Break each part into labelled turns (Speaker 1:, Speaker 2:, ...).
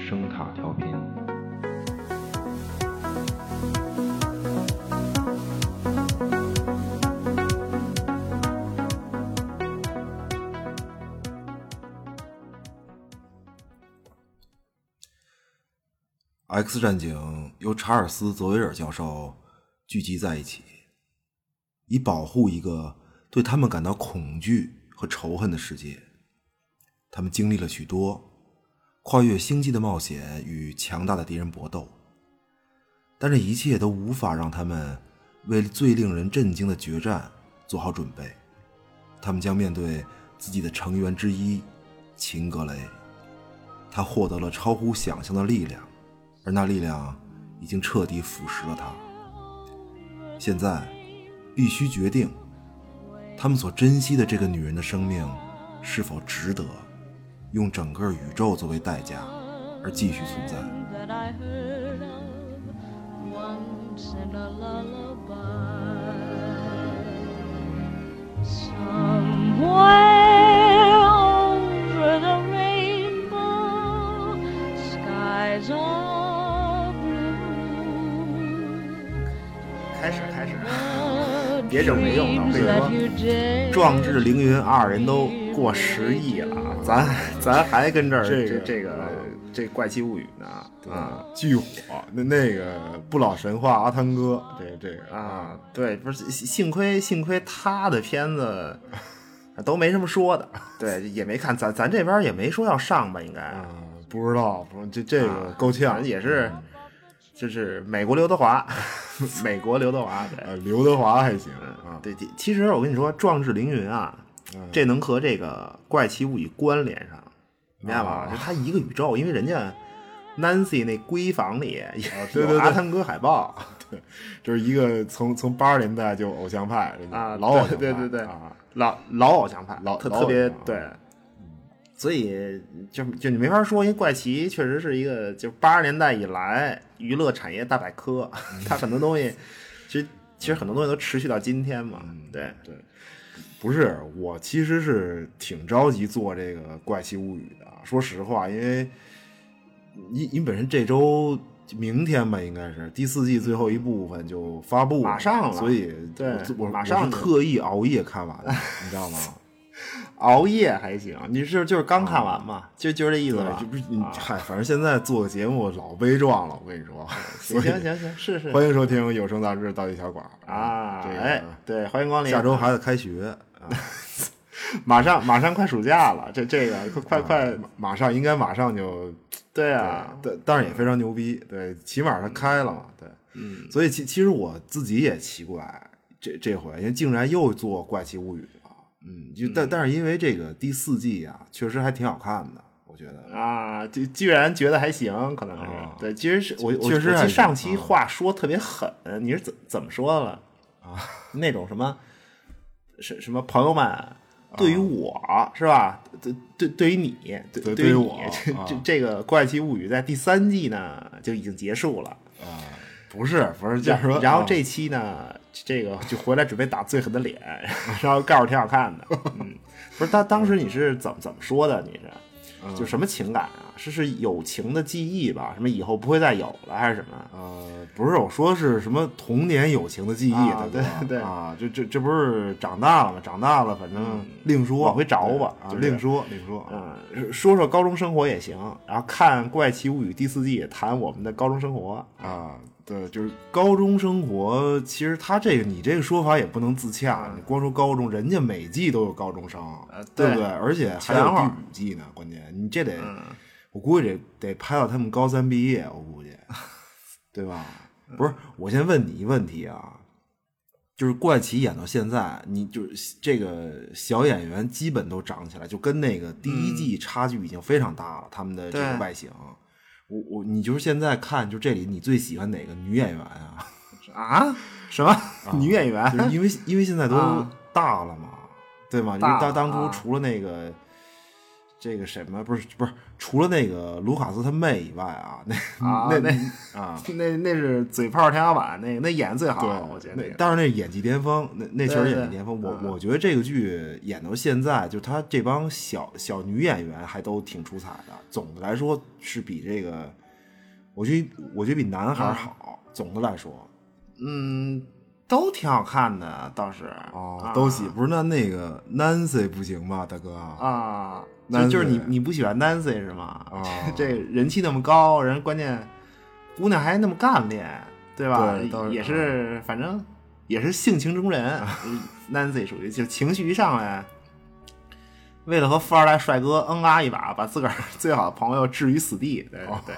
Speaker 1: 声塔调频。
Speaker 2: 《X 战警》由查尔斯·泽维尔教授聚集在一起，以保护一个对他们感到恐惧和仇恨的世界。他们经历了许多跨越星际的冒险与强大的敌人搏斗，但这一切都无法让他们为最令人震惊的决战做好准备。他们将面对自己的成员之一秦格雷，他获得了超乎想象的力量。而那力量啊已经彻底腐蚀了他。现在必须决定，他们所珍惜的这个女人的生命是否值得用整个宇宙作为代价而继续存在。
Speaker 3: that I heard of once in a lullaby. Somewhere over the rainbow, skies are blue.
Speaker 4: 开始开始，
Speaker 3: 别整没用的，啊
Speaker 4: 为什么？
Speaker 3: 为什么？
Speaker 4: 壮志凌云二人都过十亿了啊，咱咱还跟这儿
Speaker 5: 这
Speaker 4: 这
Speaker 5: 个
Speaker 4: 这个
Speaker 5: 啊
Speaker 4: 这怪奇物语呢啊
Speaker 5: 巨火，那那个不老神话阿汤哥，这个这个
Speaker 4: 啊！对，不是幸幸亏幸亏他的片 子都没什么说的，对，也没看咱咱这边也没说要上吧，应该啊
Speaker 5: 啊，不知道，不这这个够
Speaker 4: 反
Speaker 5: 呛，
Speaker 4: 正也是就是美国刘德华， 美国刘德华对。
Speaker 5: 呃，刘德华还行啊，嗯
Speaker 4: 对，其其实我跟你说，《壮志凌云》啊，这能和这个《怪奇物语》关联上，明白吧？
Speaker 5: 哦
Speaker 4: 就它一个宇宙，因为人家 Nancy 那闺房里也
Speaker 5: 哦对对对
Speaker 4: 有阿汤哥海 报
Speaker 5: 就是一个从从八十年代就偶像派，人家
Speaker 4: 啊
Speaker 5: 老偶像派，
Speaker 4: 对对对对
Speaker 5: 啊，
Speaker 4: 老老偶像派，
Speaker 5: 老
Speaker 4: 特
Speaker 5: 老
Speaker 4: 特别
Speaker 5: 偶像啊
Speaker 4: 对。所以就就你没法说，因为怪奇确实是一个就八十年代以来娱乐产业大百科，它很多东西其实其实很多东西都持续到今天嘛，嗯对。
Speaker 5: 对，不是我其实是挺着急做这个怪奇物语的啊，说实话，因为因因为本身这周明天吧，应该是第四季最后一部分就发布了，
Speaker 4: 马上了
Speaker 5: 所以
Speaker 4: 对
Speaker 5: 我我
Speaker 4: 马上
Speaker 5: 我是
Speaker 4: 呢
Speaker 5: 特意熬夜看完的，你知道吗？
Speaker 4: 熬夜还行，你是就是刚看完
Speaker 5: 啊
Speaker 4: 嘛， 就就是这意思吧
Speaker 5: 对，就。不是你
Speaker 4: 啊
Speaker 5: 嗨，反正现在做个节目老悲壮了，我跟你说，所
Speaker 4: 行
Speaker 5: 以
Speaker 4: 行行行，是是
Speaker 5: 欢迎收听有声杂志道具小馆儿
Speaker 4: 啊，
Speaker 5: 这
Speaker 4: 哎，
Speaker 5: 个
Speaker 4: 对，欢迎光临。
Speaker 5: 下周孩子开学啊，
Speaker 4: 马上马上快暑假了，这这个快快快，
Speaker 5: 马马上应该马上就
Speaker 4: 对啊，
Speaker 5: 啊对，但但是也非常牛逼，对，起码它开了嘛，对，嗯，所以其其实我自己也奇怪，这这回因为竟然又做《怪奇物语》了，嗯，就但但是因为这个第四季啊，确实还挺好看的，我觉得，
Speaker 4: 啊，就居然觉得还行，可能是
Speaker 5: 啊
Speaker 4: 对。其实是我我
Speaker 5: 确实
Speaker 4: 我
Speaker 5: 还
Speaker 4: 记
Speaker 5: 行
Speaker 4: 上期
Speaker 5: 啊
Speaker 4: 话说特别狠，你是怎怎么说的了啊？那种什么什什么朋友们。
Speaker 5: 啊
Speaker 4: 对于我是吧？对对，对于你，对
Speaker 5: 对
Speaker 4: 于
Speaker 5: 对于
Speaker 4: 你
Speaker 5: 我，
Speaker 4: 这
Speaker 5: 啊
Speaker 4: 这这个《怪奇物语》在第三季呢就已经结束了，
Speaker 5: 不 是不是，就是说，
Speaker 4: 然后
Speaker 5: 啊
Speaker 4: 这期呢，这个就回来准备打最狠的脸， 然后告诉挺好看的。嗯，不是他当时你是怎么怎么说的？你是就什么情感啊？是是友情的记忆吧？什么以后不会再有了，还是什么？
Speaker 5: 呃，不是我说是什么童年友情的记忆，
Speaker 4: 啊
Speaker 5: 对吧
Speaker 4: 对对
Speaker 5: 啊，这这这不是长大了吗？长大了，反正另说，
Speaker 4: 嗯往回找吧
Speaker 5: 对啊
Speaker 4: 就，是
Speaker 5: 另说另说，啊
Speaker 4: 嗯，说说高中生活也行，然后看《怪奇物语》第四季，也谈我们的高中生活。
Speaker 5: 啊，对，就是高中生活，其实他这个你这个说法也不能自洽，你光说高中，人家每季都有高中生，啊对嗯不
Speaker 4: 对
Speaker 5: 对？而且还
Speaker 4: 全
Speaker 5: 有
Speaker 4: 乎
Speaker 5: 第五季呢，关键你这得，我估计得得拍到他们高三毕业，我估计，对吧？嗯不是，我先问你一问题啊，就是怪奇演到现在，你就是这个小演员基本都长起来，就跟那个第一季差距已经非常大了，他们的这个
Speaker 4: 对
Speaker 5: 外形。我我你就是现在看，就这里你最喜欢哪个女演员 啊？
Speaker 4: 啊？什么女演员？
Speaker 5: 就是因为因为现在都
Speaker 4: 啊
Speaker 5: 大了嘛，对吗？你
Speaker 4: 大了
Speaker 5: 当当初
Speaker 4: 啊
Speaker 5: 除了那个这个什么不是不是，除了那个卢卡斯他妹以外啊，那
Speaker 4: 啊，
Speaker 5: 那
Speaker 4: 那
Speaker 5: 啊，
Speaker 4: 那那是嘴炮天花板，那个那演得最好，
Speaker 6: 啊
Speaker 4: 我觉得那
Speaker 5: 那
Speaker 4: 个
Speaker 5: 当然那演技巅峰，那那确实
Speaker 4: 对对
Speaker 5: 演技巅峰。
Speaker 4: 嗯
Speaker 5: 我我觉得这个剧演到现在，就他这帮小小女演员还都挺出彩的。总的来说是比这个，我觉得我觉得比男
Speaker 6: 嗯
Speaker 5: 孩好。总的来说，
Speaker 6: 啊
Speaker 4: 嗯，都挺好看的，倒是
Speaker 5: 哦
Speaker 4: 啊
Speaker 5: 都喜
Speaker 6: 不是那那个 Nancy 不行吧，大哥？
Speaker 4: 啊，就
Speaker 6: Nancy
Speaker 4: 就是你你不喜欢 Nancy 是吗？
Speaker 6: 哦
Speaker 5: 啊
Speaker 4: 这人气那么高，人关键姑娘还那么干练，对吧？
Speaker 6: 对倒是
Speaker 4: 也是反正也是性情中人，Nancy 属于就情绪一上来。为了和富二代帅哥嗯啊一把，把自个儿 最好的朋友置于死地。对对，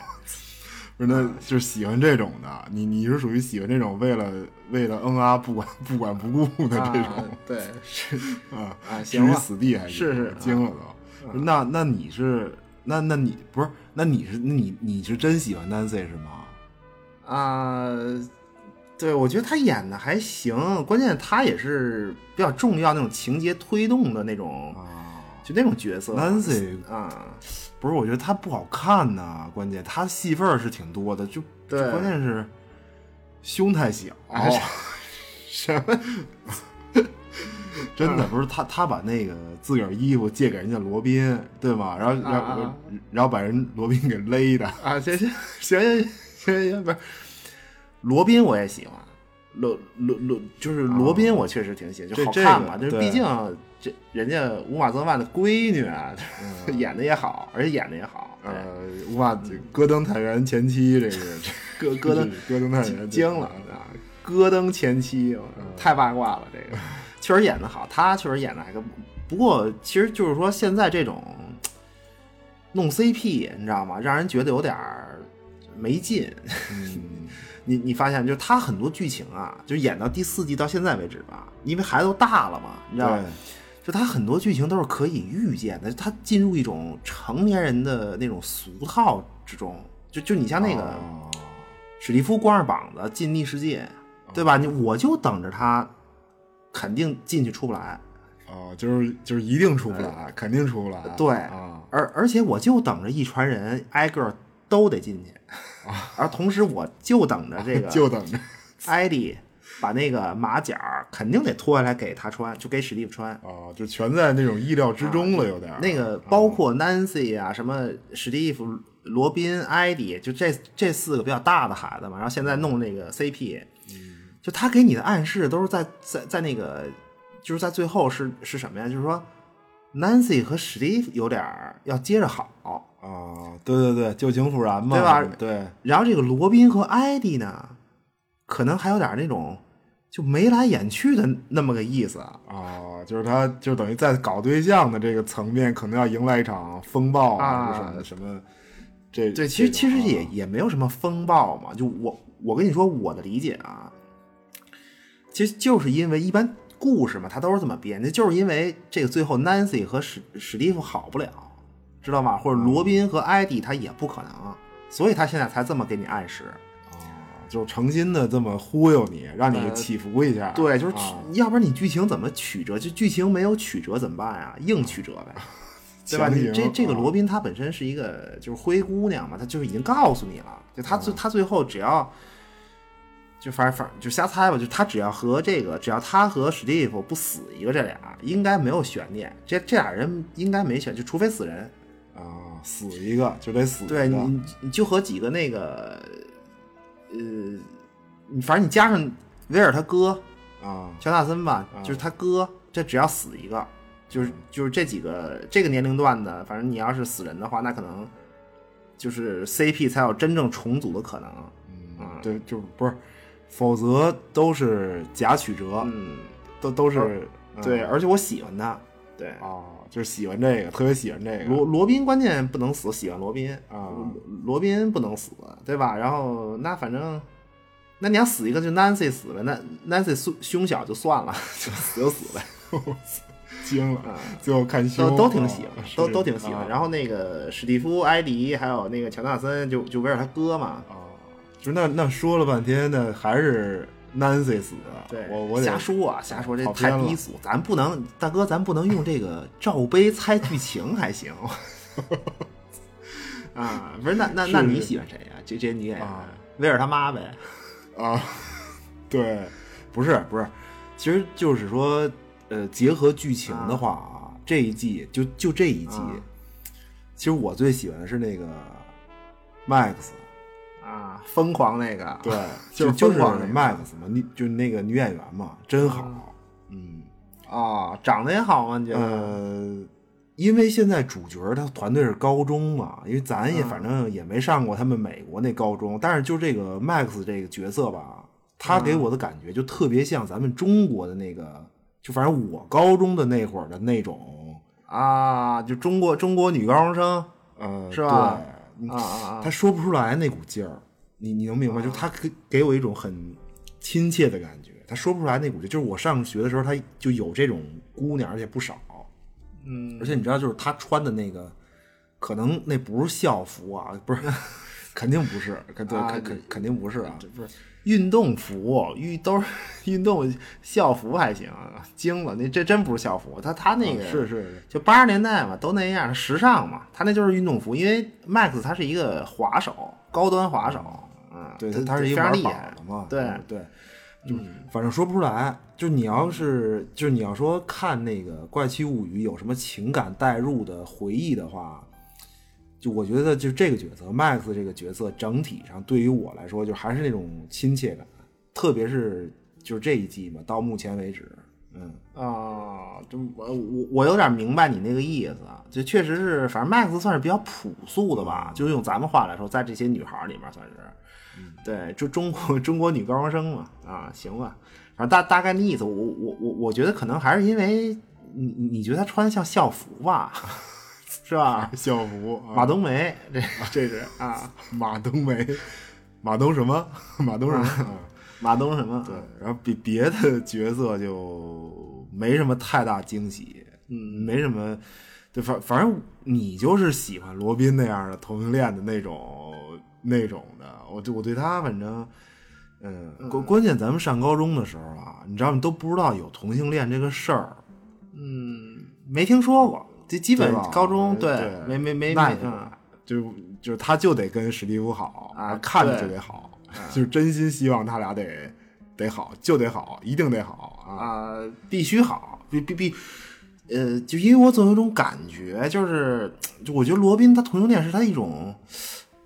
Speaker 6: 不是，那就是喜欢这种的，你你是属于喜欢这种为了为了嗯啊不管不管不顾的
Speaker 4: 啊
Speaker 6: 这种，
Speaker 4: 对是
Speaker 6: 啊，
Speaker 4: 啊，
Speaker 6: 置
Speaker 4: 行
Speaker 6: 于
Speaker 4: 吧，
Speaker 6: 死地还啊
Speaker 4: 是嗯是
Speaker 6: 惊了都。不是那那你是那那你不是那你是那你你是真喜欢 Nancy 是吗？
Speaker 4: 啊、对，我觉得他演的还行，关键他也是比较重要那种情节推动的那种，
Speaker 6: 啊，
Speaker 4: 就那种角色。
Speaker 5: Nancy
Speaker 4: 啊、
Speaker 5: 不是，我觉得他不好看呐、关键他戏份儿是挺多的，就
Speaker 4: 对
Speaker 5: 就关键是胸太小，
Speaker 4: 啊是
Speaker 5: 什么？ 真的不是他，他把那个自个儿衣服借给人家罗宾，对吗？然后，然后，
Speaker 4: 啊啊
Speaker 5: 然后把人罗宾给勒的。
Speaker 4: 啊，行行行行行行，不是罗宾我也喜欢，罗罗罗就是
Speaker 5: 哦
Speaker 4: 罗宾我确实挺喜欢，就
Speaker 5: 这
Speaker 4: 好
Speaker 5: 这
Speaker 4: 看
Speaker 5: 个
Speaker 4: 嘛，就是
Speaker 5: 对
Speaker 4: 毕竟这人家乌玛泽曼的闺女啊，
Speaker 5: 嗯
Speaker 4: 演的也好，而且演的也好，对
Speaker 5: 呃，哇，这戈登太原前期这个
Speaker 4: 戈戈登
Speaker 5: 戈登太原嗯
Speaker 4: 惊了啊！戈登前期太八卦了，这个确实演的好，他确实演的还可。不过其实就是说，现在这种弄 CP，你知道吗？让人觉得有点儿没劲。你你发现，就是他很多剧情啊，就演到第四季到现在为止吧，因为孩子都大了嘛，你知道吗？就他很多剧情都是可以预见的，他进入一种成年人的那种俗套之中。就就你像那个、
Speaker 5: 哦
Speaker 4: 史蒂夫光着膀子进逆世界，
Speaker 5: 嗯
Speaker 4: 对吧？你我就等着他，肯定进去出不来。哎
Speaker 5: 哦，就是就是一定出不来，肯定出不来。
Speaker 4: 对，
Speaker 5: 啊，
Speaker 4: 而而且我就等着一船人挨个儿都得进去，而同时我就等着这
Speaker 5: 就
Speaker 4: 个
Speaker 5: 等着
Speaker 4: 艾莉把那个马甲儿肯定得脱下来给他穿，就给史蒂夫穿。
Speaker 5: 啊，就全在那种意料之中了，有点儿
Speaker 4: 啊
Speaker 5: 啊
Speaker 4: 那个包括 Nancy 啊，什么史蒂夫、罗宾、艾迪，就这这四个比较大的孩子嘛，然后现在弄那个 CP，就他给你的暗示都是在在在那个，就是在最后是是什么呀？就是说 Nancy 和史蒂夫有点儿要接着好，
Speaker 5: 啊，对对对，旧情复燃嘛，
Speaker 4: 对吧
Speaker 5: 对，
Speaker 4: 然后这个罗宾和艾迪呢，可能还有点那种就眉来眼去的那么个意思啊。
Speaker 5: 啊，就是他，就等于在搞对象的这个层面，可能要迎来一场风暴
Speaker 4: 啊
Speaker 5: 什么什么，这
Speaker 4: 对，其实
Speaker 5: 这
Speaker 4: 其
Speaker 5: 种啊
Speaker 4: 实也也没有什么风暴嘛。就我我跟你说我的理解啊，其实就是因为一般故事嘛，它都是这么编的，就是因为这个最后 Nancy 和史史蒂夫好不了，知道吗？或者罗宾和艾迪他也不可能，所以他现在才这么给你暗示。
Speaker 5: 嗯就是诚心的这么忽悠你，让你起伏一下，
Speaker 4: 呃对，就是曲
Speaker 5: 啊
Speaker 4: 要不然你剧情怎么曲折？就剧情没有曲折怎么办呀？硬曲折呗。对吧？
Speaker 5: 强
Speaker 4: 你
Speaker 5: 行
Speaker 4: 这这个
Speaker 5: 啊
Speaker 4: 罗宾她本身是一个就是灰姑娘嘛，她就是已经告诉你了，就她最
Speaker 5: 嗯
Speaker 4: 她最后只要就反正反正就瞎猜吧，就她只要和这个只要她和史蒂夫不死一个，这俩应该没有悬念，这这俩人应该没悬，就除非死人。
Speaker 5: 啊，死一个就得死一个，
Speaker 4: 对你你你就和几个那个呃，你反正你加上威尔他哥
Speaker 5: 啊，
Speaker 4: 乔纳森吧，就是他哥，这只要死一个，就是就是这几个这个年龄段的，反正你要是死人的话，那可能就是 CP 才有真正重组的可能。啊
Speaker 5: 嗯对，就不是，否则都是假曲折，
Speaker 4: 嗯，
Speaker 5: 都都是
Speaker 4: 对，而且我喜欢他，对，
Speaker 5: 啊，就是喜欢这个，特别喜欢这个
Speaker 4: 罗罗宾关键不能死，喜欢罗宾
Speaker 5: 啊
Speaker 4: 罗罗宾不能死，对吧？然后那反正。那你要死一个就 Nancy 死呗，那 Nancy 胸胸小就算了， 就死就死呗。 啊
Speaker 5: 惊了，最后看胸
Speaker 4: 都都挺喜欢
Speaker 5: 啊，
Speaker 4: 都
Speaker 5: 是
Speaker 4: 都挺喜欢。
Speaker 5: 啊
Speaker 4: 然后那个史蒂夫、埃迪还有那个乔纳森，就就围着他哥嘛，
Speaker 5: 就啊那那说了半天，那还是 Nancy 死的。
Speaker 4: 对，
Speaker 5: 我我得
Speaker 4: 瞎说啊，瞎说，这
Speaker 5: 跑
Speaker 4: 太
Speaker 5: 偏了
Speaker 4: 低俗，咱不能，大哥，咱不能用这个罩杯猜剧情还行，啊，不是那那那
Speaker 5: 是
Speaker 4: 你喜欢谁呀、这这女演员
Speaker 5: 啊，
Speaker 4: 威尔他妈呗。
Speaker 5: 啊，对，
Speaker 4: 不是不是，
Speaker 5: 其实就是说，呃，结合剧情的话啊，这一季就就这一季，
Speaker 4: 啊
Speaker 5: 其实我最喜欢的是那个 Max，
Speaker 4: 啊，疯狂那个，
Speaker 5: 对，
Speaker 4: 就是
Speaker 5: 就
Speaker 4: 疯
Speaker 5: 是
Speaker 4: 狂那个
Speaker 5: Max
Speaker 4: 啊
Speaker 5: 嘛，你就是那个女演员嘛，真好。嗯
Speaker 4: 哦，长得也好吗？你觉得？
Speaker 5: 呃，因为现在主角他团队是高中嘛，因为咱也反正也没上过他们美国那高中，但是就这个 Max 这个角色吧，他给我的感觉就特别像咱们中国的那个，就反正我高中的那会儿的那种，
Speaker 4: 啊，就中国中国女高中生
Speaker 5: 呃，
Speaker 4: 是吧
Speaker 5: 对？
Speaker 4: 啊啊啊！
Speaker 5: 他说不出来那股劲儿，你你能明白？就他给给我一种很亲切的感觉，他说不出来那股劲儿。就是我上学的时候，他就有这种姑娘，而且不少。嗯，而且你知道，就是他穿的那个，可能那不是校服啊， 不是，肯定不是，肯对
Speaker 4: 啊
Speaker 5: 肯肯肯定不是啊。
Speaker 4: 运动服、运都是运动校服还行，惊了，那这真不是校服，他他那个、
Speaker 5: 啊是是是，
Speaker 4: 就八十年代嘛，都那样，时尚嘛，他那就是运动服，因为 Max 他是一个滑手，高端滑手，嗯，
Speaker 5: 对
Speaker 4: 他
Speaker 5: 他他是一
Speaker 4: 非
Speaker 5: 个
Speaker 4: 常
Speaker 5: 玩
Speaker 4: 厉
Speaker 5: 宝
Speaker 4: 害
Speaker 5: 的嘛，
Speaker 4: 对嗯
Speaker 5: 就是对，就反正说不出来。就你要是就是你要说看那个《怪奇物语》有什么情感代入的回忆的话，就我觉得就这个角色 Max 这个角色整体上对于我来说就还是那种亲切感，特别是就是这一季嘛，到目前为止，嗯，
Speaker 4: 啊，这我我我有点明白你那个意思，啊，就确实是，反正 Max 算是比较朴素的吧，就用咱们话来说，在这些女孩里面算是，对，就中国 中国女高中生嘛，啊，行吧，反正大大概那意思，我我我我觉得可能还是因为你你你觉得她穿的像校服吧， 是吧？
Speaker 5: 校服啊
Speaker 4: 马冬梅这
Speaker 5: 这是
Speaker 4: 啊，
Speaker 5: 马冬梅，马冬什么？马冬什么？
Speaker 4: 啊
Speaker 5: 啊
Speaker 4: 马东什么？啊
Speaker 5: 对，然后别别的角色就没什么太大惊喜，嗯，没什么，就反反正你就是喜欢罗宾那样的同性恋的那种那种的，我对我对他反正，嗯，关关键咱们上高中的时候啊，你知道吗？都不知道有同性恋这个事儿，
Speaker 4: 没听说过，这基本
Speaker 5: 对吧
Speaker 4: 高中
Speaker 5: 对
Speaker 4: 没没没
Speaker 5: 那
Speaker 4: 没
Speaker 5: 也，
Speaker 4: 嗯。
Speaker 5: 就就是他就得跟史蒂夫好
Speaker 4: 啊
Speaker 5: 看着就
Speaker 4: 对
Speaker 5: 得
Speaker 4: 啊
Speaker 5: 好， 就是真心希望他俩得得好，就得好，一定得好啊。
Speaker 4: 啊、必须好，必必必，呃，就因为我总有一种感觉，就是就我觉得罗宾他同性恋是他一种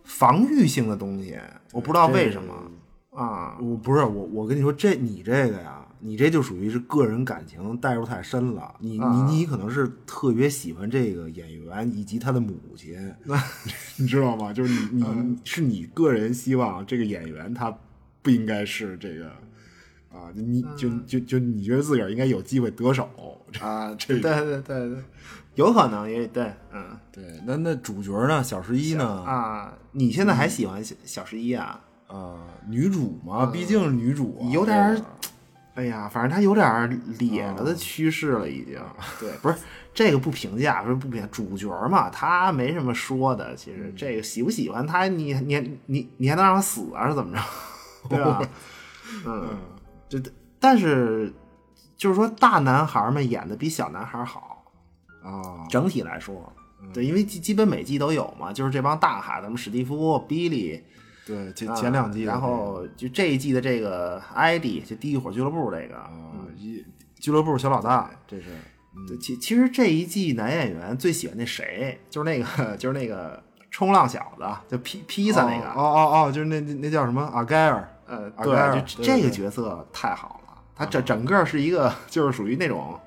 Speaker 4: 防御性的东西，我不知道为什么啊，
Speaker 5: 我不是我，我跟你说，这你这个呀，你这就属于是个人感情代入太深了。你
Speaker 4: 啊
Speaker 5: 你你可能是特别喜欢这个演员以及他的母亲，
Speaker 4: 啊
Speaker 5: 你知道吗？就是你
Speaker 4: 嗯
Speaker 5: 你是你个人希望这个演员他不应该是这个啊，你
Speaker 4: 嗯
Speaker 5: 就就就你觉得自个儿应该有机会得手啊？这
Speaker 4: 对对对对，有可能也对，嗯
Speaker 5: 对，那那主角呢？小十一呢？
Speaker 4: 啊，你现在还喜欢小小十一啊？
Speaker 5: 呃，女主嘛，毕竟是女主啊、
Speaker 4: 有点儿
Speaker 5: 这个
Speaker 4: 哎呀，反正他有点儿咧了的趋势了，已经。 对，不是这个不评价，不是不评价主角嘛，他没什么说的。其
Speaker 5: 嗯
Speaker 4: 实这个喜不喜欢他，你你你你还能让他死啊，是怎 么着？对吧？嗯，这但是就是说，大男孩们演的比小男孩好，
Speaker 5: 啊，
Speaker 4: 整体来说，
Speaker 5: 嗯
Speaker 4: 对，因为基基本每季都有嘛，就是这帮大孩子，什么史蒂夫、比利，
Speaker 5: 对，前
Speaker 4: 啊
Speaker 5: 前两季的这个、
Speaker 4: 然后就这一季的这个艾迪，就第一伙俱乐部这个，嗯
Speaker 5: 啊，一俱乐部小老大，这是嗯
Speaker 4: 对，其其实这一季男演员最喜欢那谁，就是那个就是那个冲浪小子，就披披
Speaker 5: 伊
Speaker 4: 萨那个，
Speaker 5: 哦哦哦，就是那那那叫什么阿盖尔，
Speaker 4: 呃，
Speaker 5: 阿
Speaker 4: 对
Speaker 5: 盖，尔
Speaker 4: 就
Speaker 5: 对
Speaker 4: 这个
Speaker 5: 对
Speaker 4: 角色太好了，他整整个是一个就是属于那种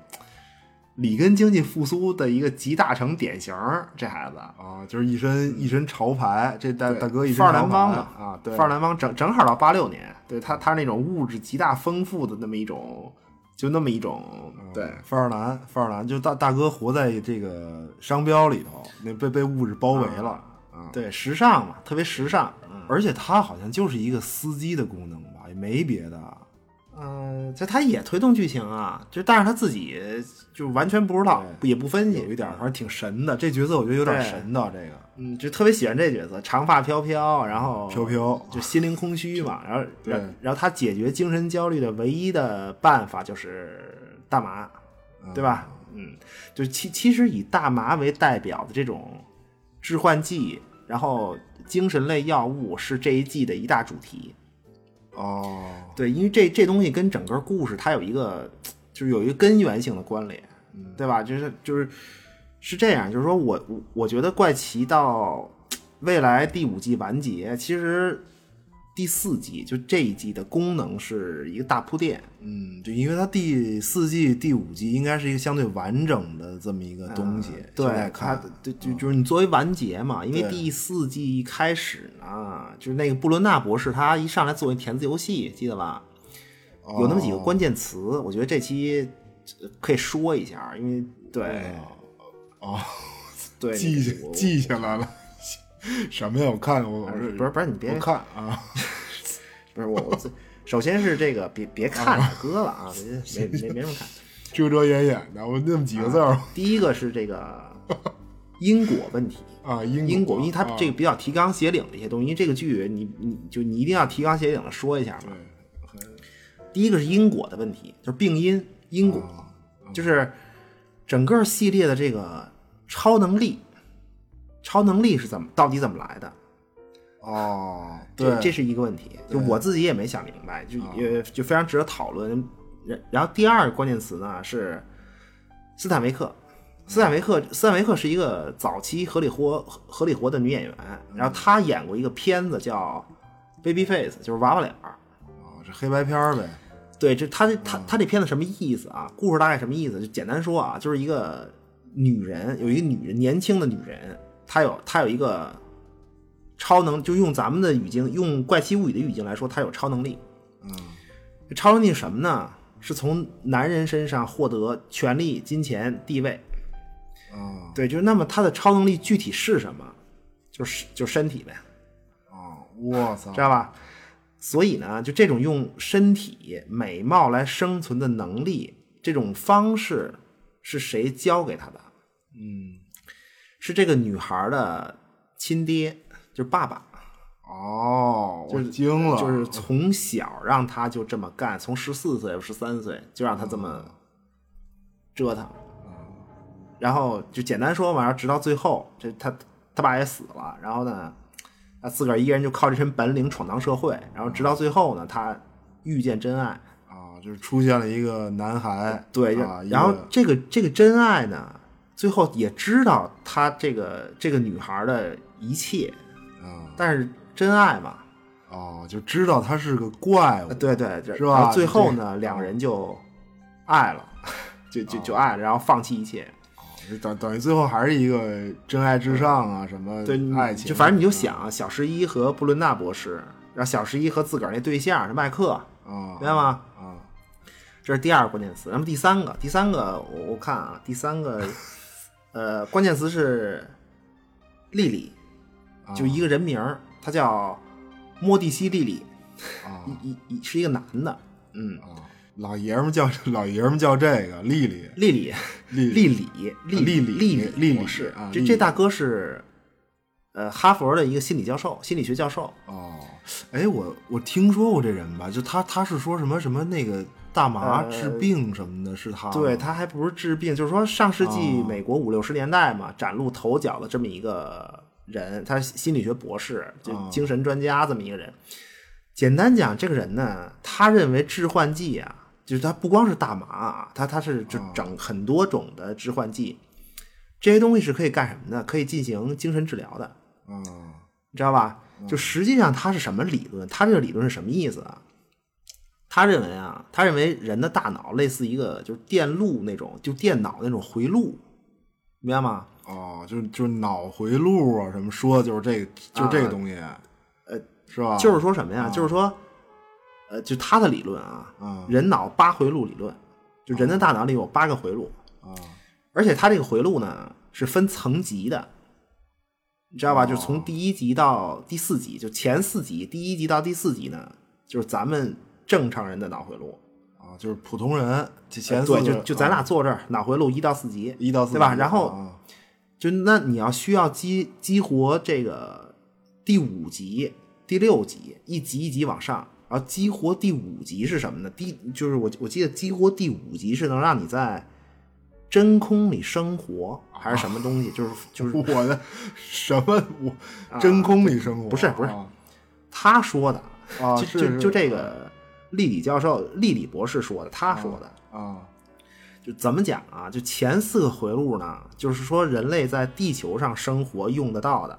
Speaker 4: 里根经济复苏的一个集大成典型儿，这孩子。
Speaker 5: 啊，就是一身一身潮牌，这大
Speaker 4: 嗯对
Speaker 5: 大哥一身
Speaker 4: 范儿
Speaker 5: 潮
Speaker 4: 南
Speaker 5: 牌
Speaker 4: 方的
Speaker 5: 啊，对，
Speaker 4: 范儿南方正正好到八六年，对他他是那种物质极大丰富的那么一种，就那么一种，
Speaker 5: 嗯
Speaker 4: 对，
Speaker 5: 范儿男，范儿男，就大大哥活在这个商标里头，那被被物质包围了啊，
Speaker 4: 对时尚嘛，特别时尚，嗯，
Speaker 5: 而且他好像就是一个司机的功能吧，也没别的，
Speaker 4: 嗯，这他也推动剧情啊，就但是他自己就完全不知道，不也不分析，
Speaker 5: 有一点儿反正挺神的，这角色我觉得有点
Speaker 4: 对
Speaker 5: 神的，这个
Speaker 4: 嗯，就特别喜欢这角色，长发飘飘，然后
Speaker 5: 飘飘
Speaker 4: 就心灵空虚嘛，然后
Speaker 5: 啊对
Speaker 4: 然然后他解决精神焦虑的唯一的办法就是大
Speaker 5: 嗯
Speaker 4: 麻，对吧？嗯，就其其实以大麻为代表的这种
Speaker 5: 致幻剂，然后精神类药物是这一季的一大主题。
Speaker 7: 哦，
Speaker 5: 对，因为这这东西跟整个故事它有一个，就是有一个根源性的关联，
Speaker 7: 嗯
Speaker 5: 对吧？就是就是是这样，就是说我我我觉得怪奇到未来第五季完结，其实第四季就这一季的功能是一个大铺垫，
Speaker 7: 嗯，就因为它第四季、第五季应该是一个相对完整的这么一个东西，现在
Speaker 5: 嗯对，它
Speaker 7: 看，嗯
Speaker 5: 对就就是你作为完结嘛，因为
Speaker 7: 对
Speaker 5: 第四季一开始呢，就是那个布伦纳博士他一上来做那填字游戏，记得吧？
Speaker 7: 哦
Speaker 5: 有那么几个关键词，我觉得这期呃可以说一下，因为对
Speaker 7: 哦，
Speaker 5: 对
Speaker 7: 记下
Speaker 5: 我
Speaker 7: 记下来了， 什么呀？我看我我
Speaker 5: 不是不是不是你别
Speaker 7: 我看啊，
Speaker 5: 不是我我自首先是这个别别看着哥了啊，别没没没什 么看。
Speaker 7: 遮遮掩掩的，我那么几个字儿
Speaker 5: 第一个是这个因果问题，
Speaker 7: 啊，因
Speaker 5: 因果，因为它
Speaker 7: 啊
Speaker 5: 这个比较提纲挈领的一些东西，因为这个剧你你就你一定要提纲挈领的说一下嘛。第一个是因果的问题，就是病因因果，
Speaker 7: 哦嗯
Speaker 5: 就是整个系列的这个超能力，超能力是怎么到底怎么来的？
Speaker 7: 哦，
Speaker 5: 这
Speaker 7: 对，
Speaker 5: 这是一个问题，就我自己也没想明白，就也就非常值得讨论。然然后第二个关键词呢是斯坦维克，斯坦维克，斯坦维克是一个早期合理活合理活的女演员，
Speaker 4: 嗯
Speaker 5: 然后她演过一个片子叫《Baby Face》，就是娃娃脸儿。
Speaker 7: 哦这黑白片儿呗，
Speaker 5: 对，这他这他他这片子什么意思啊？故事大概什么意思？就简单说啊，就是一个女人，有一个女人，年轻的女人，她有她有一个超能，就用咱们的语境，用《怪奇物语》的语境来说，她有超能力。嗯，超能力是什么呢？是从男人身上获得权力、金钱、地位。
Speaker 7: 啊
Speaker 5: 对，就是那么她的超能力具体是什么？就是就是身体呗。
Speaker 7: 啊， 我操
Speaker 5: 知，道吧？所以呢，就这种用身体美貌来生存的能力，这种方式是谁教给他的？
Speaker 7: 嗯，
Speaker 5: 是这个女孩的亲爹，就是爸爸，
Speaker 7: 哦，我
Speaker 5: 就是
Speaker 7: 惊了，
Speaker 5: 就是从小让他就这么干，从十四岁、十三岁就让他这
Speaker 7: 哦
Speaker 5: 么折腾，然后就简单说嘛，直到最后，这他他爸也死了，然后呢，他自个儿一个人就靠这身本领闯荡社会，然后直
Speaker 7: 哦
Speaker 5: 到最后呢，他遇见真爱，
Speaker 7: 啊，就是出现了一个男孩，
Speaker 5: 对，
Speaker 7: 啊，一
Speaker 5: 然后
Speaker 7: 个
Speaker 5: 这个这个真爱呢，最后也知道他这个这个女孩的一切，
Speaker 7: 啊
Speaker 5: 但是真爱嘛，
Speaker 7: 哦，就知道他是个怪物
Speaker 5: 呃，对对，这
Speaker 7: 是吧
Speaker 5: 然后最后
Speaker 7: 这
Speaker 5: 呢，
Speaker 7: 个
Speaker 5: 两人就爱了， 就就就爱了，然后放弃一切。
Speaker 7: 就等等于最后还是一个真爱至上啊，什么
Speaker 5: 对，你
Speaker 7: 爱情，嗯
Speaker 5: 就反正你就想啊小十一和布伦纳博士，然后小十一和自个儿那对象是麦克，
Speaker 7: 啊，
Speaker 5: 明白吗？
Speaker 7: 啊，
Speaker 5: 这是第二个关键词。那么第三个，第三个我我看啊，第三个呃关键词是丽丽，
Speaker 7: 啊
Speaker 5: 就一个人名儿，她叫莫蒂西丽丽，
Speaker 7: 啊
Speaker 5: 一一一是一个男的，嗯，
Speaker 7: 啊，老爷们儿叫 老爷们儿叫这个丽丽
Speaker 5: 丽丽，
Speaker 7: 丽
Speaker 5: 丽里，丽
Speaker 7: 丽里
Speaker 5: 丽
Speaker 7: 丽里
Speaker 5: 博士
Speaker 7: 啊
Speaker 5: 这
Speaker 7: 丽
Speaker 5: 这
Speaker 7: 里
Speaker 5: 大哥是呃哈佛的一个心理教授，心理学教授，
Speaker 7: 哦， 哎，我我听说过这人吧，就他他是说什么什么那个大麻
Speaker 5: 呃
Speaker 7: 治病什么的，是他吗
Speaker 5: 对他还不是治病，就是说上世纪
Speaker 7: 哦
Speaker 5: 美国五六十年代嘛，崭露头角的这么一个人，他是心理学博士，就
Speaker 7: 哦
Speaker 5: 精神专家这么一个人。简单讲，这个人呢，他认为致幻剂啊，就是他不光是大麻啊，他他是就整很多种的致幻剂，这些东西是可以干什么呢？可以进行精神治疗的。
Speaker 7: 啊
Speaker 5: 你知道吧？就实际上它是什么理论？它这个理论是什么意思啊？他认为啊，他认为人的大脑类似一个就是电路那种，就电脑那种回路，明白吗？
Speaker 7: 哦，就是就是脑回路啊，什么说的就是这个，就是这个
Speaker 5: 啊
Speaker 7: 东西，呃，是吧？
Speaker 5: 就是说什么呀？就是说，呃，就他的理论啊，
Speaker 7: 啊
Speaker 5: 人脑八回路理论，就人的大脑里有八个回路，
Speaker 7: 啊
Speaker 5: 而且它这个回路呢是分层级的，你知道吧？就从第一级到第四级，就前四级，第一级到第四级呢，就是咱们正常人的脑回路。
Speaker 7: 啊，就是普通人，就前
Speaker 5: 呃
Speaker 7: 四个啊
Speaker 5: 对，就就咱俩坐这儿，脑回路一到四级，
Speaker 7: 一到四
Speaker 5: 对吧？
Speaker 7: 级
Speaker 5: 然后
Speaker 7: 啊
Speaker 5: 就那你要需要激激活这个第五级、第六级，一级一级往上。然后激活第五级是什么呢？第就是我我记得激活第五级是能让你在真空里生活还是什么东西，就是就是
Speaker 7: 我的什么我真空里生活
Speaker 5: 啊不是不是
Speaker 7: 啊
Speaker 5: 他说的，
Speaker 7: 啊
Speaker 5: 就是就是就这个利里教授、利里博士说的，他说的，
Speaker 7: 啊
Speaker 5: 就怎么讲啊？就前四个回路呢，就是说人类在地球上生活用得到的，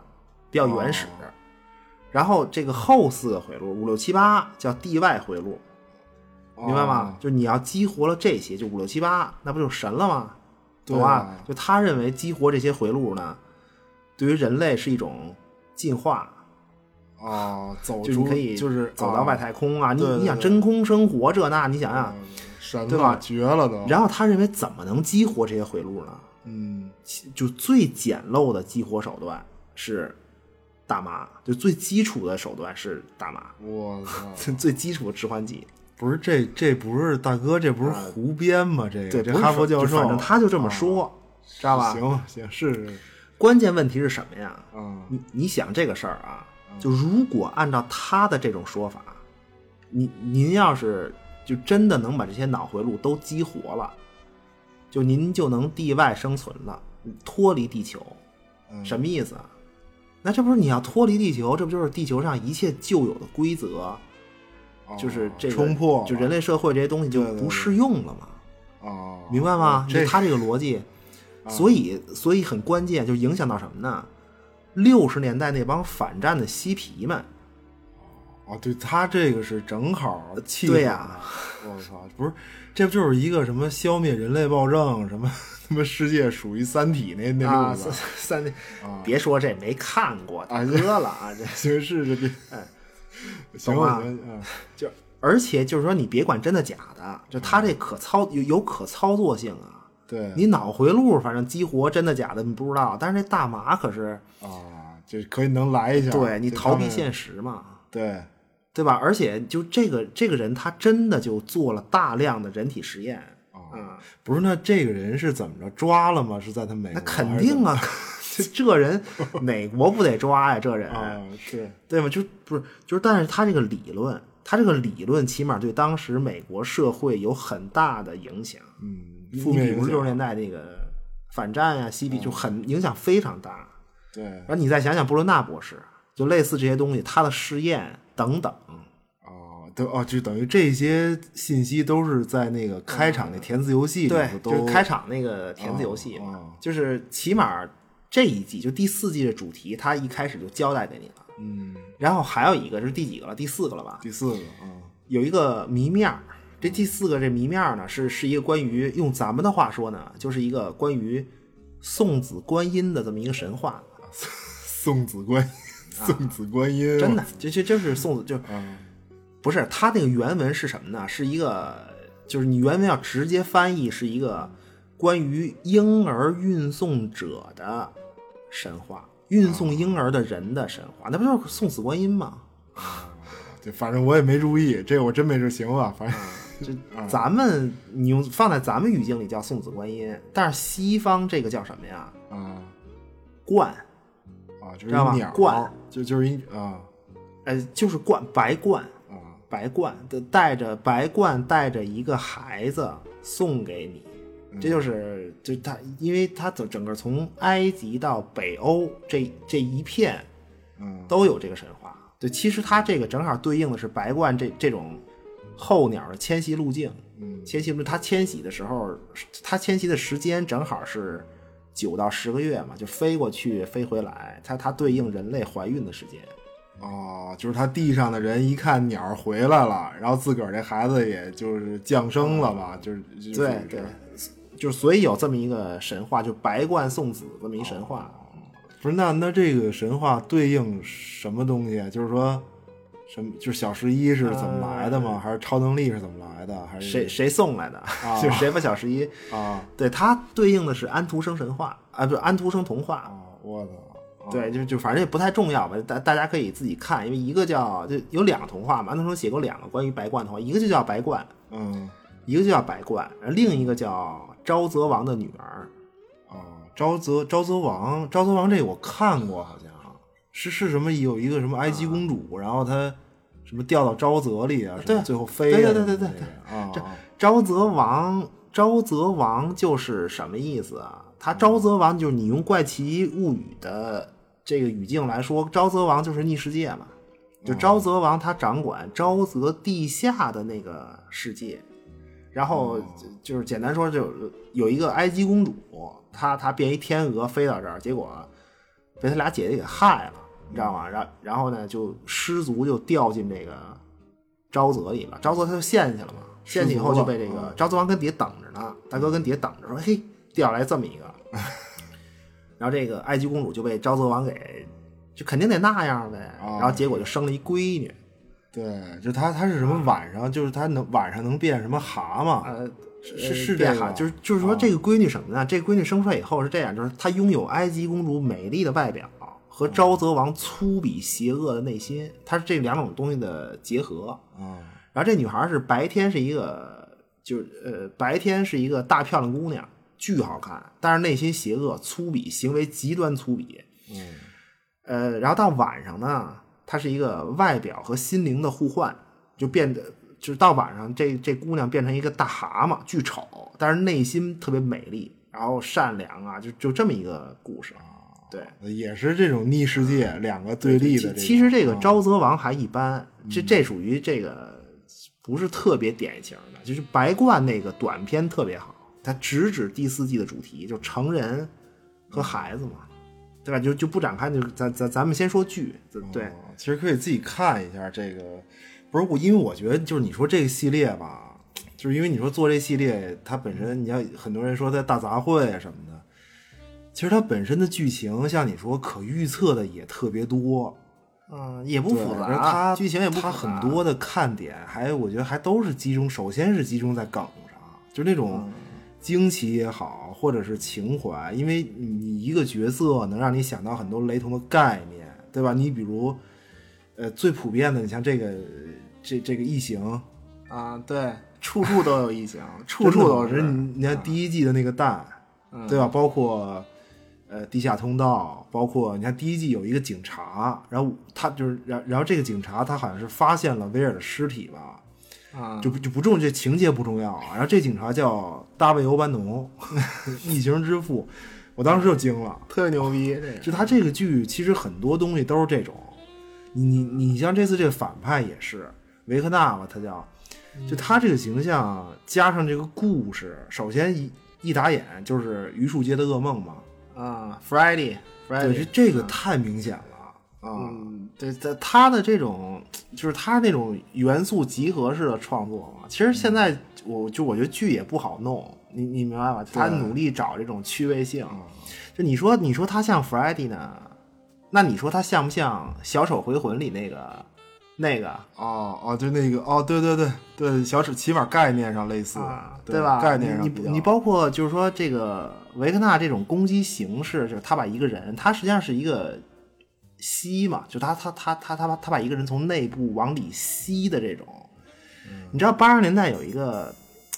Speaker 5: 比较原始。
Speaker 7: 哦
Speaker 5: 然后这个后四个回路五六七八叫地外回路，
Speaker 7: 哦
Speaker 5: 明白吗？？就你要激活了这些，就五六七八，那不就神了吗？
Speaker 7: 对
Speaker 5: 懂吧
Speaker 7: 啊？
Speaker 5: 就他认为激活这些回路呢，对于人类是一种进化，
Speaker 7: 啊，走
Speaker 5: 就是
Speaker 7: 出
Speaker 5: 可以
Speaker 7: 就是
Speaker 5: 走到外太空啊。你
Speaker 7: 对对
Speaker 5: 你想
Speaker 7: 对
Speaker 5: 真空生活这那，你想想
Speaker 7: 啊，，神
Speaker 5: 对
Speaker 7: 了
Speaker 5: 吧
Speaker 7: 绝了都。
Speaker 5: 然后他认为怎么能激活这些回路呢？
Speaker 7: 嗯
Speaker 5: 就最简陋的激活手段是大麻，就最基础的手段是大麻，
Speaker 7: 我 操，
Speaker 5: 最基础的致幻剂。
Speaker 7: 不是这这不是大哥，这不是胡编吗？这
Speaker 5: 啊对，
Speaker 7: 个这
Speaker 5: 不是
Speaker 7: 哈佛
Speaker 5: 说
Speaker 7: 教
Speaker 5: 就
Speaker 7: 授，啊
Speaker 5: 反正他就这么说，知道吧？
Speaker 7: 行行是是
Speaker 5: 关键问题是什么呀？
Speaker 7: 啊
Speaker 5: 你你想这个事儿啊，
Speaker 7: 嗯
Speaker 5: 就如果按照他的这种说法，您您要是就真的能把这些脑回路都激活了，就您就能地外生存了，脱离地球，
Speaker 7: 嗯
Speaker 5: 什么意思啊？那这不是你要脱离地球，这不就是地球上一切旧有的规则，
Speaker 7: 啊
Speaker 5: 就是这个
Speaker 7: 冲破了
Speaker 5: 就人类社会这些东西就
Speaker 7: 对对
Speaker 5: 不
Speaker 7: 对
Speaker 5: 适用了嘛？
Speaker 7: 啊，
Speaker 5: 明白吗？就
Speaker 7: 这啊
Speaker 5: 他这个逻辑，所以所以很关键，就影响到什么呢？六十年代那帮反战的嬉皮 们，
Speaker 7: 啊，对他这个是正好气
Speaker 5: 对
Speaker 7: 呀、
Speaker 5: 呀
Speaker 7: 我操，不是，这不就是一个什么消灭人类暴政，什么他妈世界属于三体那那
Speaker 5: 啊，
Speaker 7: 路子
Speaker 5: 三三，别说这没看过，大
Speaker 7: 啊
Speaker 5: 哥了 啊，这
Speaker 7: 行是这
Speaker 5: 哎
Speaker 7: 这，行
Speaker 5: 懂吧
Speaker 7: 吧，行啊
Speaker 5: 就而且就是说，你别管真的假的，就他这可操有有可操作性啊。
Speaker 7: 对
Speaker 5: 你脑回路反正激活真的假的你不知道，但是这大麻可是
Speaker 7: 啊，这可以能来一下，
Speaker 5: 对你
Speaker 7: 就
Speaker 5: 逃
Speaker 7: 啊他
Speaker 5: 避
Speaker 7: 们
Speaker 5: 现实嘛，
Speaker 7: 对
Speaker 5: 对吧？而且就这个这个人他真的就做了大量的人体实验，嗯，
Speaker 7: 不是，那这个人是怎么着抓了吗？是在他 美
Speaker 5: 那
Speaker 7: 国？
Speaker 5: 肯定！啊，这这人哪国不得抓呀？这人、
Speaker 7: 啊，是
Speaker 5: 对吗？就不是就是，但是他这个理论，他这个理论起码对当时美国社会有很大的影响。
Speaker 7: 嗯，
Speaker 5: 你
Speaker 7: 负
Speaker 5: 你
Speaker 7: 面
Speaker 5: 比如
Speaker 7: 影
Speaker 5: 六十
Speaker 7: 响。嗯
Speaker 5: 年代那个反战呀、嬉皮，就很影响非常大。
Speaker 7: 对
Speaker 5: 然后你再想想布伦纳博士，就类似这些东西，他的试验等等，
Speaker 7: 哦，对哦，就等于这些信息都是在那个开场那填字游戏里头
Speaker 5: 嗯就是
Speaker 7: 都
Speaker 5: 开场那个填字游戏嘛，
Speaker 7: 哦
Speaker 5: 就是起码这一季就第四季的主题，他一开始就交代给你了。
Speaker 7: 嗯，
Speaker 5: 然后还有一个是第几个了？第四个了吧？
Speaker 7: 第四个啊，
Speaker 5: 有一个谜面儿，这第四个这谜面儿呢是是一个关于用咱们的话说呢，就是一个呃关于送子观音的这么一个神话，
Speaker 7: 送子观，送子观音，
Speaker 5: 啊真的，这这就是送子就，
Speaker 7: 嗯
Speaker 5: 不是他那个原文是什么呢？是一个就是你原文要直接翻译是一个关于婴儿运送者的神话，运送婴儿的人的神话，那不就是送子观音吗？
Speaker 7: 对，反正我也没注意，这我真没这行吧，反正
Speaker 5: 这咱们你用放在咱们语境里叫送子观音，但是西方这个叫什么呀？
Speaker 7: 啊
Speaker 5: 冠，
Speaker 7: 啊，就是
Speaker 5: 嗯知道吧
Speaker 7: 一鸟
Speaker 5: 冠，
Speaker 7: 就就是一啊
Speaker 5: 呃，就是冠白冠，
Speaker 7: 啊
Speaker 5: 白冠的带着白冠带着一个孩子送给你，这就是就他，因为他整整个从埃及到北欧这这一片
Speaker 7: 嗯
Speaker 5: 都有这个神话。对，其实它这个正好对应的是白冠这这种候鸟的迁徙路径。
Speaker 7: 嗯
Speaker 5: 迁徙不是它迁徙的时候，它迁徙的时间正好是九到十个月嘛，就飞过去飞回来，它它对应人类怀孕的时间。
Speaker 7: 哦，就是他地上的人一看鸟儿回来了，然后自个儿这孩子也就是降生了吧，就是就是
Speaker 5: 对
Speaker 7: 这
Speaker 5: 对，就是所以有这么一个神话，就白冠送子这么一神话。
Speaker 7: 哦不是那那这个神话对应什么东西啊？就是说，什么就是小十一是怎么来的吗？
Speaker 5: 呃
Speaker 7: 还是超能力是怎么来的？还是
Speaker 5: 谁谁送来的？ 就谁把小十一？
Speaker 7: 啊
Speaker 5: 对，它对应的是安徒生神话啊，不是安徒生童话。
Speaker 7: 啊！我操！啊
Speaker 5: 对，就就反正也不太重要吧，大大家可以自己看，因为一个叫就有两个童话嘛，安徒生写过两个关于白冠的童话，一个就叫白冠，
Speaker 7: 嗯
Speaker 5: 一个就叫白冠，而另一个叫沼泽王的女儿。哦
Speaker 7: 啊，沼泽沼泽王，沼泽王这我看过，好像是是什么有一个什么埃
Speaker 5: 嗯
Speaker 7: 及公主，然后她什么掉到沼泽里啊，什么
Speaker 5: 对
Speaker 7: 最后飞
Speaker 5: 对
Speaker 7: 啊
Speaker 5: 对对
Speaker 7: 什么
Speaker 5: 对
Speaker 7: 那个啊
Speaker 5: 哦沼泽王，沼泽王就是什么意思啊？它沼泽王就是你用《怪奇物语》的这个语境来说，沼泽王就是逆世界嘛。就沼泽王他掌管沼泽地下的那个世界，然后就就是简单说，就有一个埃及公主，她她变一天鹅飞到这儿，结果被他俩姐姐给害了，你知道吗？然然后呢，就失足就掉进这个沼泽里了，沼泽他就陷去了嘛，陷去以后就被这个沼泽王跟底下等着呢，大哥跟底下等着说，嘿，掉下来这么一个，然后这个埃及公主就被沼泽王给。就肯定得那样呗，
Speaker 7: 啊
Speaker 5: 然后结果就生了一闺女，
Speaker 7: 对，就他他是什么晚上，就是他能晚上能变什么蛤蟆，
Speaker 5: 呃，
Speaker 7: 是是
Speaker 5: 变
Speaker 7: 这个
Speaker 5: 哈，
Speaker 7: 吧
Speaker 5: 就是就是说
Speaker 7: 啊
Speaker 5: 这个闺女什么呢？这个闺女生出来以后是这样，就是她拥有埃及公主美丽的外表和沼泽王粗鄙邪恶的内心，她是这两种东西的结合。
Speaker 7: 嗯
Speaker 5: 然后这女孩是白天是一个，就是呃白天是一个大漂亮姑娘，巨好看，但是内心邪恶、粗鄙，行为极端粗鄙。
Speaker 7: 嗯
Speaker 5: 呃，然后到晚上呢，她是一个外表和心灵的互换，就变得就是到晚上这这姑娘变成一个大蛤蟆，巨丑，但是内心特别美丽，然后善良啊，就就这么一个故事。啊对，
Speaker 7: 也是这种逆世界两个对立的这
Speaker 5: 嗯
Speaker 7: 种。
Speaker 5: 其其实这个
Speaker 7: 嗯
Speaker 5: 沼泽王还一般，这这属于呃这个不是特别典型的，就是白冠那个短片特别好，它直指第四季的主题，就成人和孩子嘛，对吧？就就不展开，就咱咱咱们先说剧，就对。
Speaker 7: 哦其实可以自己看一下这个，不是我，因为我觉得就是你说这个系列吧，就是因为你说做这系列，它本身你要很多人说它大杂烩啊什么的，其实它本身的剧情像你说可预测的也特别多，
Speaker 5: 嗯，也不
Speaker 7: 对
Speaker 5: 复杂，
Speaker 7: 然后它
Speaker 5: 剧情也不复杂
Speaker 7: 它很多的看点，还我觉得还都是集中，首先是集中在梗上，就那
Speaker 5: 嗯
Speaker 7: 种惊奇也好，或者是情怀，因为你一个角色能让你想到很多雷同的概念，对吧？你比如，呃，最普遍的，你像这个这这个异形，
Speaker 5: 啊，对，处处都有异形，处
Speaker 7: 真的
Speaker 5: 处都
Speaker 7: 就
Speaker 5: 是
Speaker 7: 是
Speaker 5: 嗯
Speaker 7: 你你看第一季的那个蛋，对吧？包括呃地下通道，包括你看第一季有一个警察，然后他就是然然后这个警察他好像是发现了威尔的尸体吧，
Speaker 5: 啊，
Speaker 7: 就不就不重这情节不重要啊。然后这警察叫大卫欧班农， 异形之父，我当时就惊了。
Speaker 5: 特别牛逼，这
Speaker 7: 就他这个剧其实很多东西都是这种，你你你像这次这个反派也是维克纳吧，他叫，就他这个形象加上这个故事，首先一一打眼就是榆树街的噩梦嘛，
Speaker 5: 个啊，Friday
Speaker 7: 对，这
Speaker 5: Friday，
Speaker 7: 这个太明显了啊，
Speaker 5: 嗯，对，他他的这种就是他那种元素集合式的创作嘛，其实现
Speaker 7: 嗯
Speaker 5: 在我就我觉得剧也不好弄，你你明白吧？他努力找这种趣味性，
Speaker 7: 嗯
Speaker 5: 就你说你说他像 Friday 呢，那你说他像不像《小丑回魂》里那个那个？
Speaker 7: 哦哦，就那个哦，对对对对，小丑起码概念上类似，
Speaker 5: 啊，对吧？
Speaker 7: 概念上
Speaker 5: 你
Speaker 7: 比
Speaker 5: 你
Speaker 7: 较
Speaker 5: 你包括就是说这个维克纳这种攻击形式，就是他把一个人，他实际上是一个吸嘛，就他他他他他把他把一个人从内部往里吸的这种。
Speaker 7: 嗯
Speaker 5: 你知道八十年代有一个，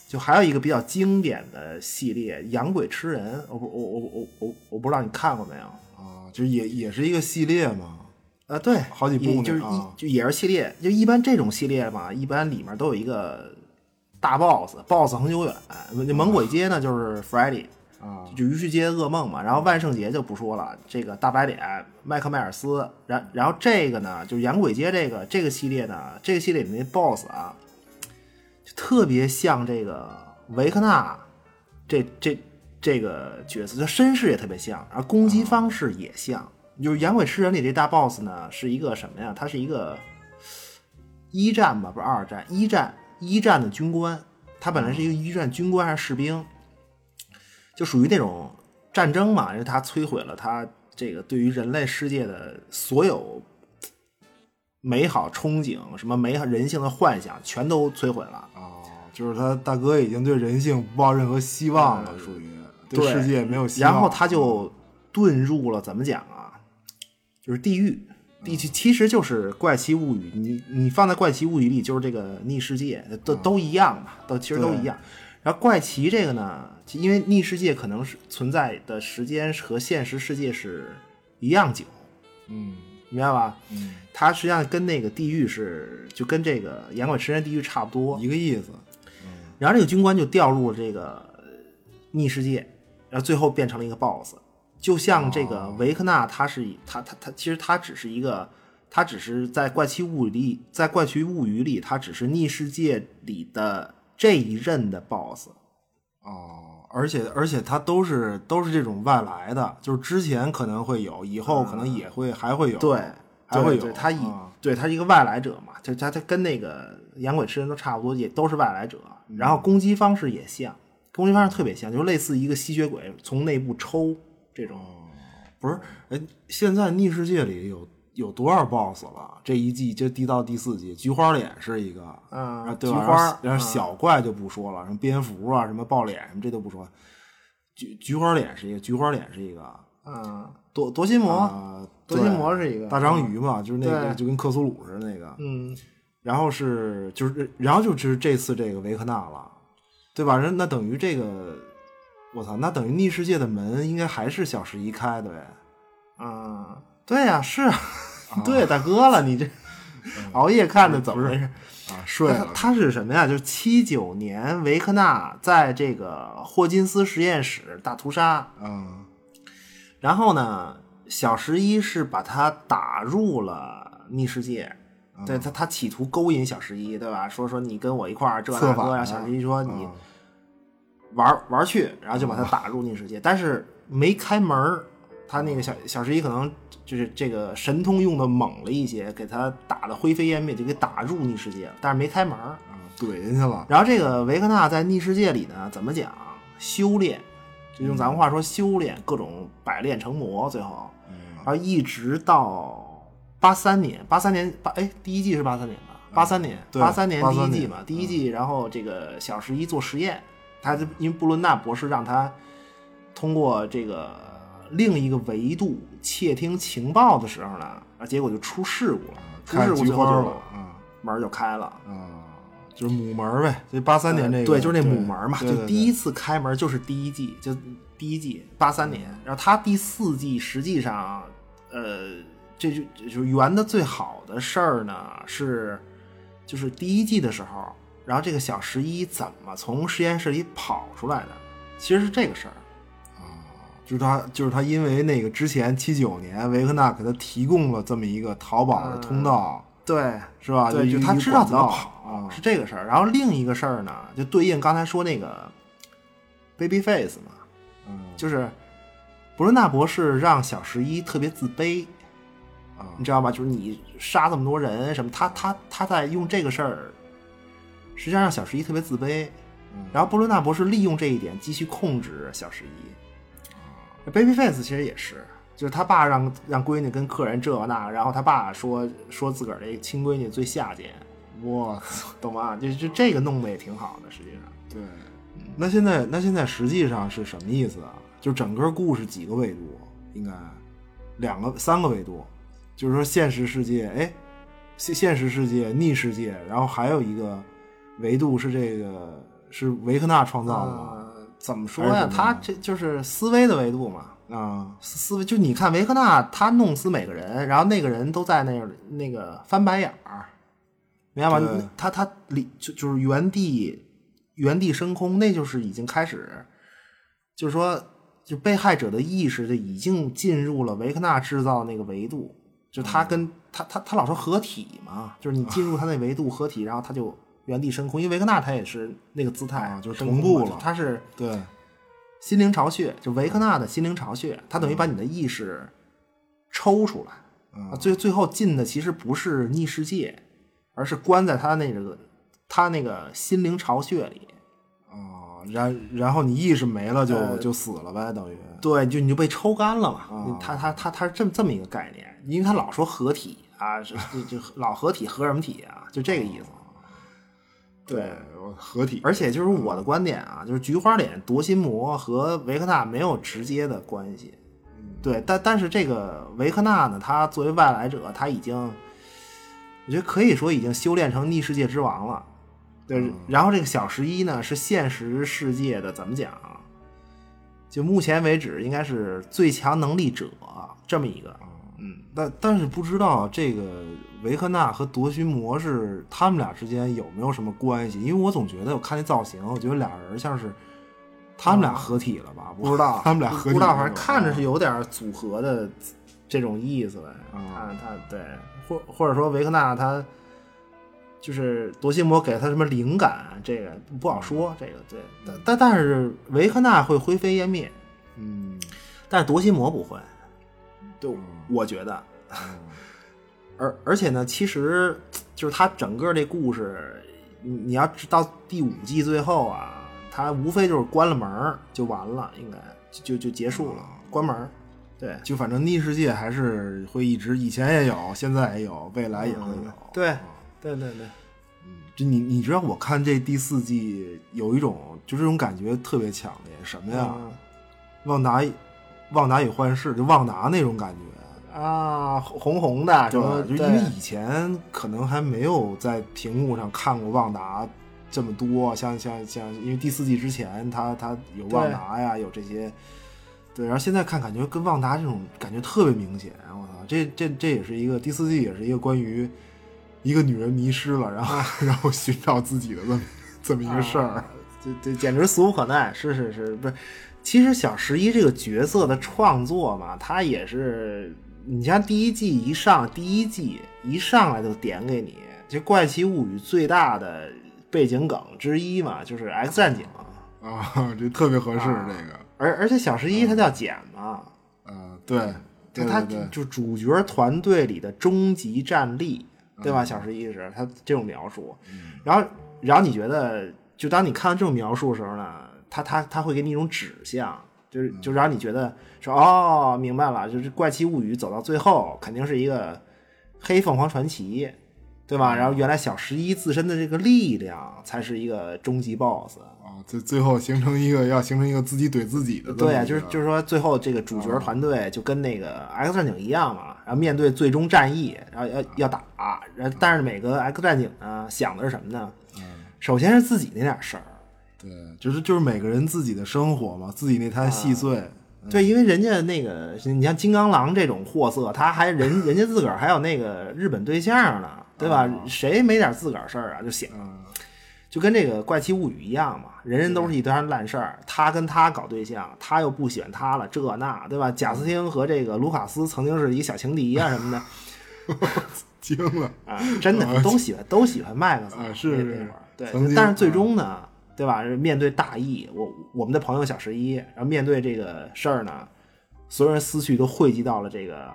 Speaker 5: 就还有一个比较经典的系列《洋鬼吃人》，我不我我我我我不知道你看过没有？
Speaker 7: 啊，就也也是一个系列嘛，
Speaker 5: 啊，对，
Speaker 7: 好几部
Speaker 5: 也
Speaker 7: 呢
Speaker 5: 就是一、
Speaker 7: 啊
Speaker 5: 就也是系列，就一般这种系列嘛，一般里面都有一个大 boss，boss 恒久远。那猛鬼街呢，就是 Freddy，
Speaker 7: 啊，
Speaker 5: 就于世街噩梦嘛。然后万圣节就不说了，这个大白脸麦克迈尔斯。然然后这个呢，就是洋鬼街这个这个系列呢，这个系列里面那 boss 啊，就特别像这个维克纳这这这个角色，就身世也特别像，而攻
Speaker 7: 哦
Speaker 5: 击方式也像。就是《洋鬼吃人》里这大 boss 呢，是一个什么呀？他是一个一战吧，不是二战，一战一战的军官。他本来是一个一战军官还是士兵，就属于那种战争嘛，因为它摧毁了他这个对于人类世界的所有美好憧憬，什么美好人性的幻想，全都摧毁了。
Speaker 7: 哦，就是他大哥已经对人性不抱任何希望了，属于
Speaker 5: 对
Speaker 7: 世界没有希望。嗯哦
Speaker 5: 然后他就遁入了怎么讲啊，就是地狱。地
Speaker 7: 嗯
Speaker 5: 狱其实就是《怪奇物语》，你你放在《怪奇物语》里就是这个逆世界，都
Speaker 7: 嗯
Speaker 5: 都一样嘛，都其实都一样。然后怪奇这个呢，其因为逆世界可能是存在的时间和现实世界是一样久，
Speaker 7: 嗯
Speaker 5: 明白吧？
Speaker 7: 嗯，
Speaker 5: 它实际上跟那个地狱是就跟这个《洋鬼吃人》地狱差不多，
Speaker 7: 一个意思。嗯
Speaker 5: 然后这个军官就掉入了这个呃逆世界，然后最后变成了一个 BOSS。就像这
Speaker 7: 哦
Speaker 5: 个维克纳，他是以他他他，其实他只是一个，他只是在《怪奇物语》里，在《怪奇物语》里，他只是逆世界里的这一任的 BOSS。
Speaker 7: 哦，而且而且他都是都是这种外来的，就是之前可能会有，以后可能也会、还会有，
Speaker 5: 对，
Speaker 7: 还会
Speaker 5: 对
Speaker 7: 有
Speaker 5: 对他以、
Speaker 7: 啊
Speaker 5: 对他是一个外来者嘛，就他他跟那个洋鬼吃人都差不多，也都是外来者。
Speaker 7: 嗯
Speaker 5: 然后攻击方式也像，攻击方式特别像，就类似一个吸血鬼从内部抽这种。
Speaker 7: 不是，哎，现在逆世界哦里有有多少 BOSS 了？这一季这第到第四季，菊花脸是一个，
Speaker 5: 嗯
Speaker 7: 啊对吧
Speaker 5: 菊花
Speaker 7: 然后然后小怪就不说了，什么蝙蝠啊，什么爆脸什么这都不说，菊菊花脸是一个，菊花脸是一个，
Speaker 5: 嗯，夺夺心魔，
Speaker 7: 啊，
Speaker 5: 多
Speaker 7: 对
Speaker 5: 心魔是一个
Speaker 7: 大章鱼嘛，就是那个
Speaker 5: 对
Speaker 7: 就跟克苏鲁似的那个，
Speaker 5: 嗯，
Speaker 7: 然后是就是然后就是这次这个维克纳了，对吧？人那等于这个，我操，那等于逆世界的门应该还是小十一开的呗。
Speaker 5: 啊，对呀、是啊， 嗯对大哥了，你这熬夜看的怎么回事？
Speaker 7: 啊，睡
Speaker 5: 他他是什么呀？就是七九年维克纳在这个霍金斯实验室大屠杀，
Speaker 7: 嗯，
Speaker 5: 然后呢，小十一是把他打入了逆世界。对他，他企图勾引小十一，对吧？说说你跟我一块儿这
Speaker 7: 策
Speaker 5: 那
Speaker 7: 反
Speaker 5: 个，
Speaker 7: 啊
Speaker 5: 让小十一说你玩儿玩儿去，然后就把他打入逆世界，但是没开门儿，他那个小小十一可能就是这个神通用的猛了一些，给他打的灰飞烟灭，就给打入逆世界了，但是没开门儿。
Speaker 7: 怼进去了。
Speaker 5: 然后这个维克纳在逆世界里呢，怎么讲？修炼，就用咱们话说修炼，各种百炼成魔，最后，
Speaker 7: 嗯
Speaker 5: 然后一直到八三年，八三年八哎，第一季是八三年吧？八三年，
Speaker 7: 嗯对
Speaker 5: 八三年第
Speaker 7: 83
Speaker 5: 一季
Speaker 7: 年嗯
Speaker 5: 嘛，第一季，然后这个小十一做实验，他就因为布伦纳博士让他通过这个另一个维度窃听情报的时候呢，啊，结果就出事故了，出
Speaker 7: 看
Speaker 5: 事故
Speaker 7: 菊
Speaker 5: 最后
Speaker 7: 花
Speaker 5: 就
Speaker 7: 了，啊
Speaker 5: 门儿就开了。
Speaker 7: 啊，就是母门儿呗，就八三年这个，
Speaker 5: 呃对，就是那母门嘛，
Speaker 7: 对
Speaker 5: 就第，
Speaker 7: 对
Speaker 5: 一次开门就是第一季，就第一季八三年，
Speaker 7: 嗯
Speaker 5: 然后他第四季实际上，呃，这就就是圆的最好的事儿呢是，就是第一季的时候，然后这个小十一怎么从实验室里跑出来的，其实是这个事儿，啊
Speaker 7: 对就是他，就是他，因为那个之前七九年维克纳给他提供了这么一个淘宝的通道，
Speaker 5: 对，
Speaker 7: 是吧？
Speaker 5: 对，
Speaker 7: 一
Speaker 5: 就他
Speaker 7: 一
Speaker 5: 知道
Speaker 7: 管
Speaker 5: 怎么
Speaker 7: 道
Speaker 5: 跑
Speaker 7: 啊，
Speaker 5: 是这个事儿。然后另一个事儿呢，就对应刚才说那个 Babyface 嘛，
Speaker 7: 嗯
Speaker 5: 就是伯伦纳博士让小十一特别自卑，
Speaker 7: 啊
Speaker 5: 你知道吧？就是你杀这么多人什么，他他他在用这个事儿，实际上让小十一特别自卑。
Speaker 7: 嗯
Speaker 5: 然后伯伦纳博士利用这一点继续控制小十一。Babyface
Speaker 7: 啊
Speaker 5: 其实也是，就是他爸让让闺女跟客人这那，然后他爸说说自个儿这亲闺女最下贱，
Speaker 7: 我
Speaker 5: 懂吗？就就这个弄得也挺好的，实际上。嗯
Speaker 7: 对。那现在，那现在实际上是什么意思啊？就整个故事几个维度，应该两个、三个维度，就是说现实世界，哎，现现实世界、逆世界，然后还有一个维度是这个是维克纳创造的吗？
Speaker 5: 呃，怎么说
Speaker 7: 还是
Speaker 5: 呀？
Speaker 7: 怎么
Speaker 5: 他
Speaker 7: 样
Speaker 5: 这就是思维的维度嘛。
Speaker 7: 啊，
Speaker 5: 思思维就你看维克纳，他弄死每个人，然后那个人都在那儿那个翻白眼儿，明白
Speaker 7: 对
Speaker 5: 吗？他他里就就是原地原地升空，那就是已经开始，就是说，就被害者的意识就已经进入了维克纳制造那个维度，就他
Speaker 7: 嗯
Speaker 5: 跟、他他他老说合体嘛，就是你进入他那维度合体，然后他就原地升空，因为维克纳他也是那个姿态，
Speaker 7: 啊就是
Speaker 5: 升空嘛
Speaker 7: 同步了
Speaker 5: 他是
Speaker 7: 对，
Speaker 5: 心灵巢穴，就维克纳的心灵巢穴，它等于把你的意识抽出来，
Speaker 7: 嗯
Speaker 5: 啊，最最后进的其实不是逆世界，而是关在他那个他那个心灵巢穴里。
Speaker 7: 啊，然然后你意识没了就、
Speaker 5: 呃
Speaker 7: 就死了啊呗，等于
Speaker 5: 对，就你就被抽干了嘛。你他他他他是这么这么一个概念，因为他老说合体啊，是就就老合体合什么体啊，就这个意思。对，
Speaker 7: 我合体，
Speaker 5: 而且就是我的观点啊，就是菊花脸、夺心魔和维克纳没有直接的关系。对，但但是这个维克纳呢，他作为外来者，他已经，我觉得可以说已经修炼成逆世界之王了。对，然后这个小十一呢，是现实世界的怎么讲？啊就目前为止，应该是最强能力者这么一个。
Speaker 7: 但但是不知道这个维克纳和夺须魔是他们俩之间有没有什么关系？因为我总觉得我看那造型，我觉得俩人像是他们俩合体了吧？
Speaker 5: 啊不知道
Speaker 7: 他们俩合体
Speaker 5: 不知道，
Speaker 7: 了
Speaker 5: 反正
Speaker 7: 吧啊
Speaker 5: 看着是有点组合的这种意思呗。啊，他对，或或者说维克纳他就是夺心魔给他什么灵感，这个不好说，这个对，但但但是维克纳会灰飞烟灭，
Speaker 7: 嗯，
Speaker 5: 但是夺心魔不会，对，我觉得。
Speaker 7: 嗯
Speaker 5: 而而且呢，其实就是他整个这故事，你你要知到第五季最后啊，他无非就是关了门儿就完了，应该就就就结束了，关门儿。对，
Speaker 7: 哦就反正逆世界还是会一直，以前也有，现在也有，未来也会有。
Speaker 5: 嗯
Speaker 7: 哦
Speaker 5: 对，对对对，
Speaker 7: 就你你知道，我看这第四季有一种就这种感觉特别强烈，什么呀？
Speaker 5: 嗯
Speaker 7: 旺达，旺达与幻视，就旺达那种感觉。
Speaker 5: 啊，红红的什
Speaker 7: 对
Speaker 5: 么，
Speaker 7: 吧，就因为以前可能还没有在屏幕上看过旺达这么多，像像像，因为第四季之前他他有旺达呀，有这些，对，然后现在看感觉跟旺达这种感觉特别明显，我操，这这这也是一个第四季也是一个关于一个女人迷失了，然后 然后寻找自己的 这么这么一个事儿
Speaker 5: 啊，这这简直俗不可耐。是是是，不是？其实小十一这个角色的创作嘛，他也是，你像第一季一上，第一季一上来就点给你，这《怪奇物语》最大的背景梗之一嘛，就是 X 战警。
Speaker 7: 啊，这特别合适
Speaker 5: 啊
Speaker 7: 这个，
Speaker 5: 而而且小十一他叫简嘛，
Speaker 7: 嗯，对，
Speaker 5: 他
Speaker 7: 对对
Speaker 5: 他
Speaker 7: 对
Speaker 5: 就主角团队里的终极战力，
Speaker 7: 嗯
Speaker 5: 对吧？小十一是他这种描述，然后然后你觉得，就当你看到这种描述的时候呢，他他他会给你一种指向，就是
Speaker 7: 嗯
Speaker 5: 就让你觉得说哦，明白了，就是《怪奇物语》走到最后肯定是一个黑凤凰传奇，对
Speaker 7: 嗯
Speaker 5: 吧？然后原来小十一自身的这个力量才是一个终极 BOSS。
Speaker 7: 啊，最最后形成一个要形成一个自己怼自己的这么一个，嗯
Speaker 5: 对啊，就是就是说，最后这个主角团队就跟那个 X 战警一样嘛，然后面对最终战役，然
Speaker 7: 嗯
Speaker 5: 后要要打，然后但是每个 X 战警呢想的是什么呢？
Speaker 7: 嗯
Speaker 5: 首先是自己那点事儿，
Speaker 7: 对，啊就是就是每个人自己的生活嘛，自己那摊细碎，
Speaker 5: 对，因为人家那个你像金刚狼这种货色，他还人人家自个儿还有那个日本对象呢，对吧？谁没点自个儿事儿啊？就想，就跟这个《怪奇物语》一样嘛，人人都是一摊烂事儿。他跟他搞对象，他又不喜欢他了，这那对吧？贾斯汀和这个卢卡斯曾经是一小情敌啊什么的
Speaker 7: 惊了
Speaker 5: 啊， 真的都喜欢都喜欢麦克斯
Speaker 7: 啊
Speaker 5: 那
Speaker 7: 是是
Speaker 5: 那会儿对
Speaker 7: 曾经，啊
Speaker 5: 但是最终呢，对吧？面对大义，我我们的朋友小十一，然后面对这个事儿呢。所有人思绪都汇集到了这个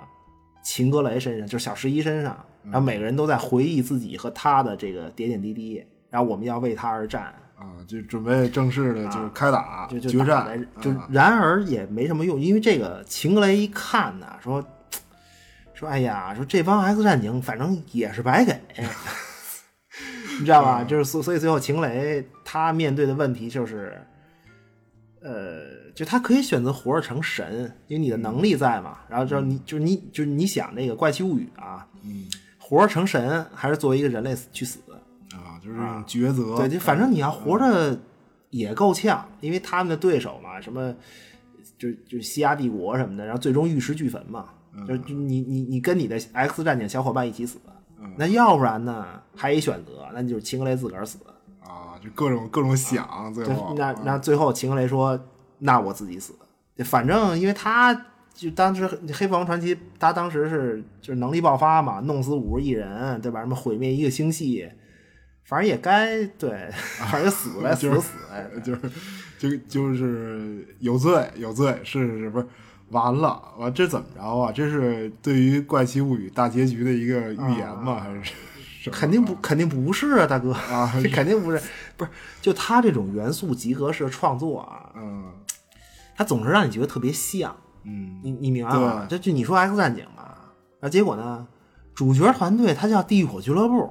Speaker 5: 秦格雷身上，就是小十一身上，
Speaker 7: 嗯
Speaker 5: 然后每个人都在回忆自己和他的这个点点滴滴，然后我们要为他而战，
Speaker 7: 啊！就准备正式的就是开打
Speaker 5: 啊就就
Speaker 7: 啊决
Speaker 5: 打来
Speaker 7: 战，
Speaker 5: 就
Speaker 7: 啊
Speaker 5: 然而也没什么用，因为这个秦格雷一看呐，说说哎呀，说这帮 X 战警反正也是 白给，你知道
Speaker 7: 嗯
Speaker 5: 吧？就是所所以最后秦格雷他面对的问题就是，呃，就他可以选择活着成神，因为你的能
Speaker 7: 嗯
Speaker 5: 力在嘛。然后之后你就是你就是你想那个怪奇物语啊，嗯，活着成神还是作为一个人类死去死？
Speaker 7: 啊，就是这种抉择，
Speaker 5: 对，就反正你要活着也够呛，因为他们的对手嘛，什么就就西亚帝国什么的，然后最终玉石俱焚嘛，就就你你你跟你的 X 战警小伙伴一起死，那要不然呢，还有一选择，那就是秦格雷自个儿死。
Speaker 7: 啊，就各种各种想，最
Speaker 5: 对
Speaker 7: 后，
Speaker 5: 啊
Speaker 7: 啊
Speaker 5: 那那最后秦格雷说：“那我自己死。”反正因为他就当时黑凤凰传奇，他当时是就是能力爆发嘛，弄死五十亿人，对吧？什么毁灭一个星系，反正也该 对，反正死呗，死
Speaker 7: 就
Speaker 5: 就是死呗。
Speaker 7: 就是就就是有罪有罪，是是是，不是完了完这怎么着啊？这是对于《怪奇物语》大结局的一个预言吗？还是什么
Speaker 5: 啊肯定不，肯定不是啊，大哥
Speaker 7: 嗯啊
Speaker 5: 这 肯定 不是，不是，就他这种元素集合式的创作啊，
Speaker 7: 嗯
Speaker 5: 他总是让你觉得特别像，
Speaker 7: 嗯
Speaker 5: 你你明白吗？这就你说 X 战警嘛，然后结果呢，主角团队他叫地狱火俱乐部，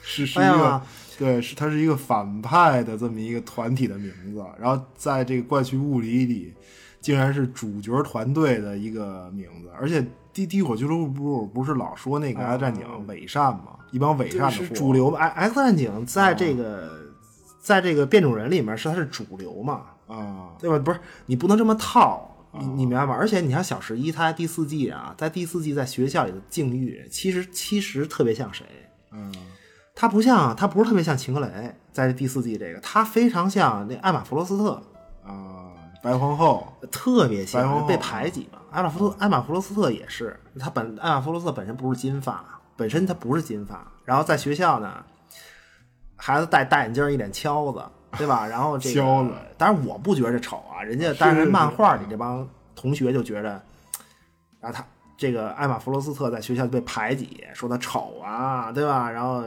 Speaker 7: 是是一
Speaker 5: 哎
Speaker 7: 个。
Speaker 5: 呀，
Speaker 7: 对，是它是一个反派的这么一个团体的名字，然后在这个《怪奇物语》里，竟然是主角团队的一个名字，而且地地火俱乐部不是老说
Speaker 5: 哦
Speaker 7: 那个《爱战警》伪善吗？一帮伪善的啊
Speaker 5: 是
Speaker 7: 货
Speaker 5: 主流嘛？X X 战警在这个、在这个变种人里面是它是主流嘛，
Speaker 7: 啊，
Speaker 5: 对吧？不是你不能这么套，你你明白吗？而且你看《小十一》，它第四季啊，在第四季在学校里的境遇，其实其实特别像谁？
Speaker 7: 嗯，
Speaker 5: 它不像，它不是特别像秦格雷，在第四季这个，它非常像那艾玛弗罗斯特，
Speaker 7: 啊，白皇后，
Speaker 5: 特别
Speaker 7: 白皇
Speaker 5: 像
Speaker 7: 后
Speaker 5: 被排挤嘛。艾玛弗艾玛弗罗斯特也是，他本艾玛弗罗斯特本身不是金发，本身他不是金发，然后在学校呢，孩子戴大眼镜儿，一脸敲子，对吧？然后这个，
Speaker 7: 敲子
Speaker 5: 当然我不觉着丑啊，人家但
Speaker 7: 是
Speaker 5: 是
Speaker 7: 是
Speaker 5: 漫画里这帮同学就觉着，然后他这个艾玛弗罗斯特在学校就被排挤，说他丑啊，对吧？然后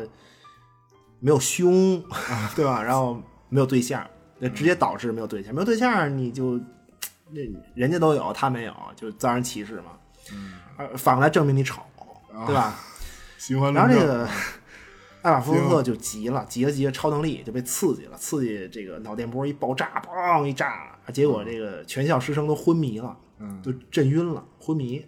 Speaker 5: 没有胸，对吧？然后没有对象，那直接导致没有对象，没有对象你就那人家都有，他没有，就遭人歧视嘛。嗯，反过来证明你丑，对吧？
Speaker 7: 喜欢
Speaker 5: 然后
Speaker 7: 论
Speaker 5: 这
Speaker 7: 啊证
Speaker 5: 个艾玛弗洛克就急了，急了急了，超能力就被刺激了，刺激这个脑电波一爆炸，砰一炸，结果这个全校师生都昏迷了，
Speaker 7: 嗯
Speaker 5: 就震晕了，昏迷。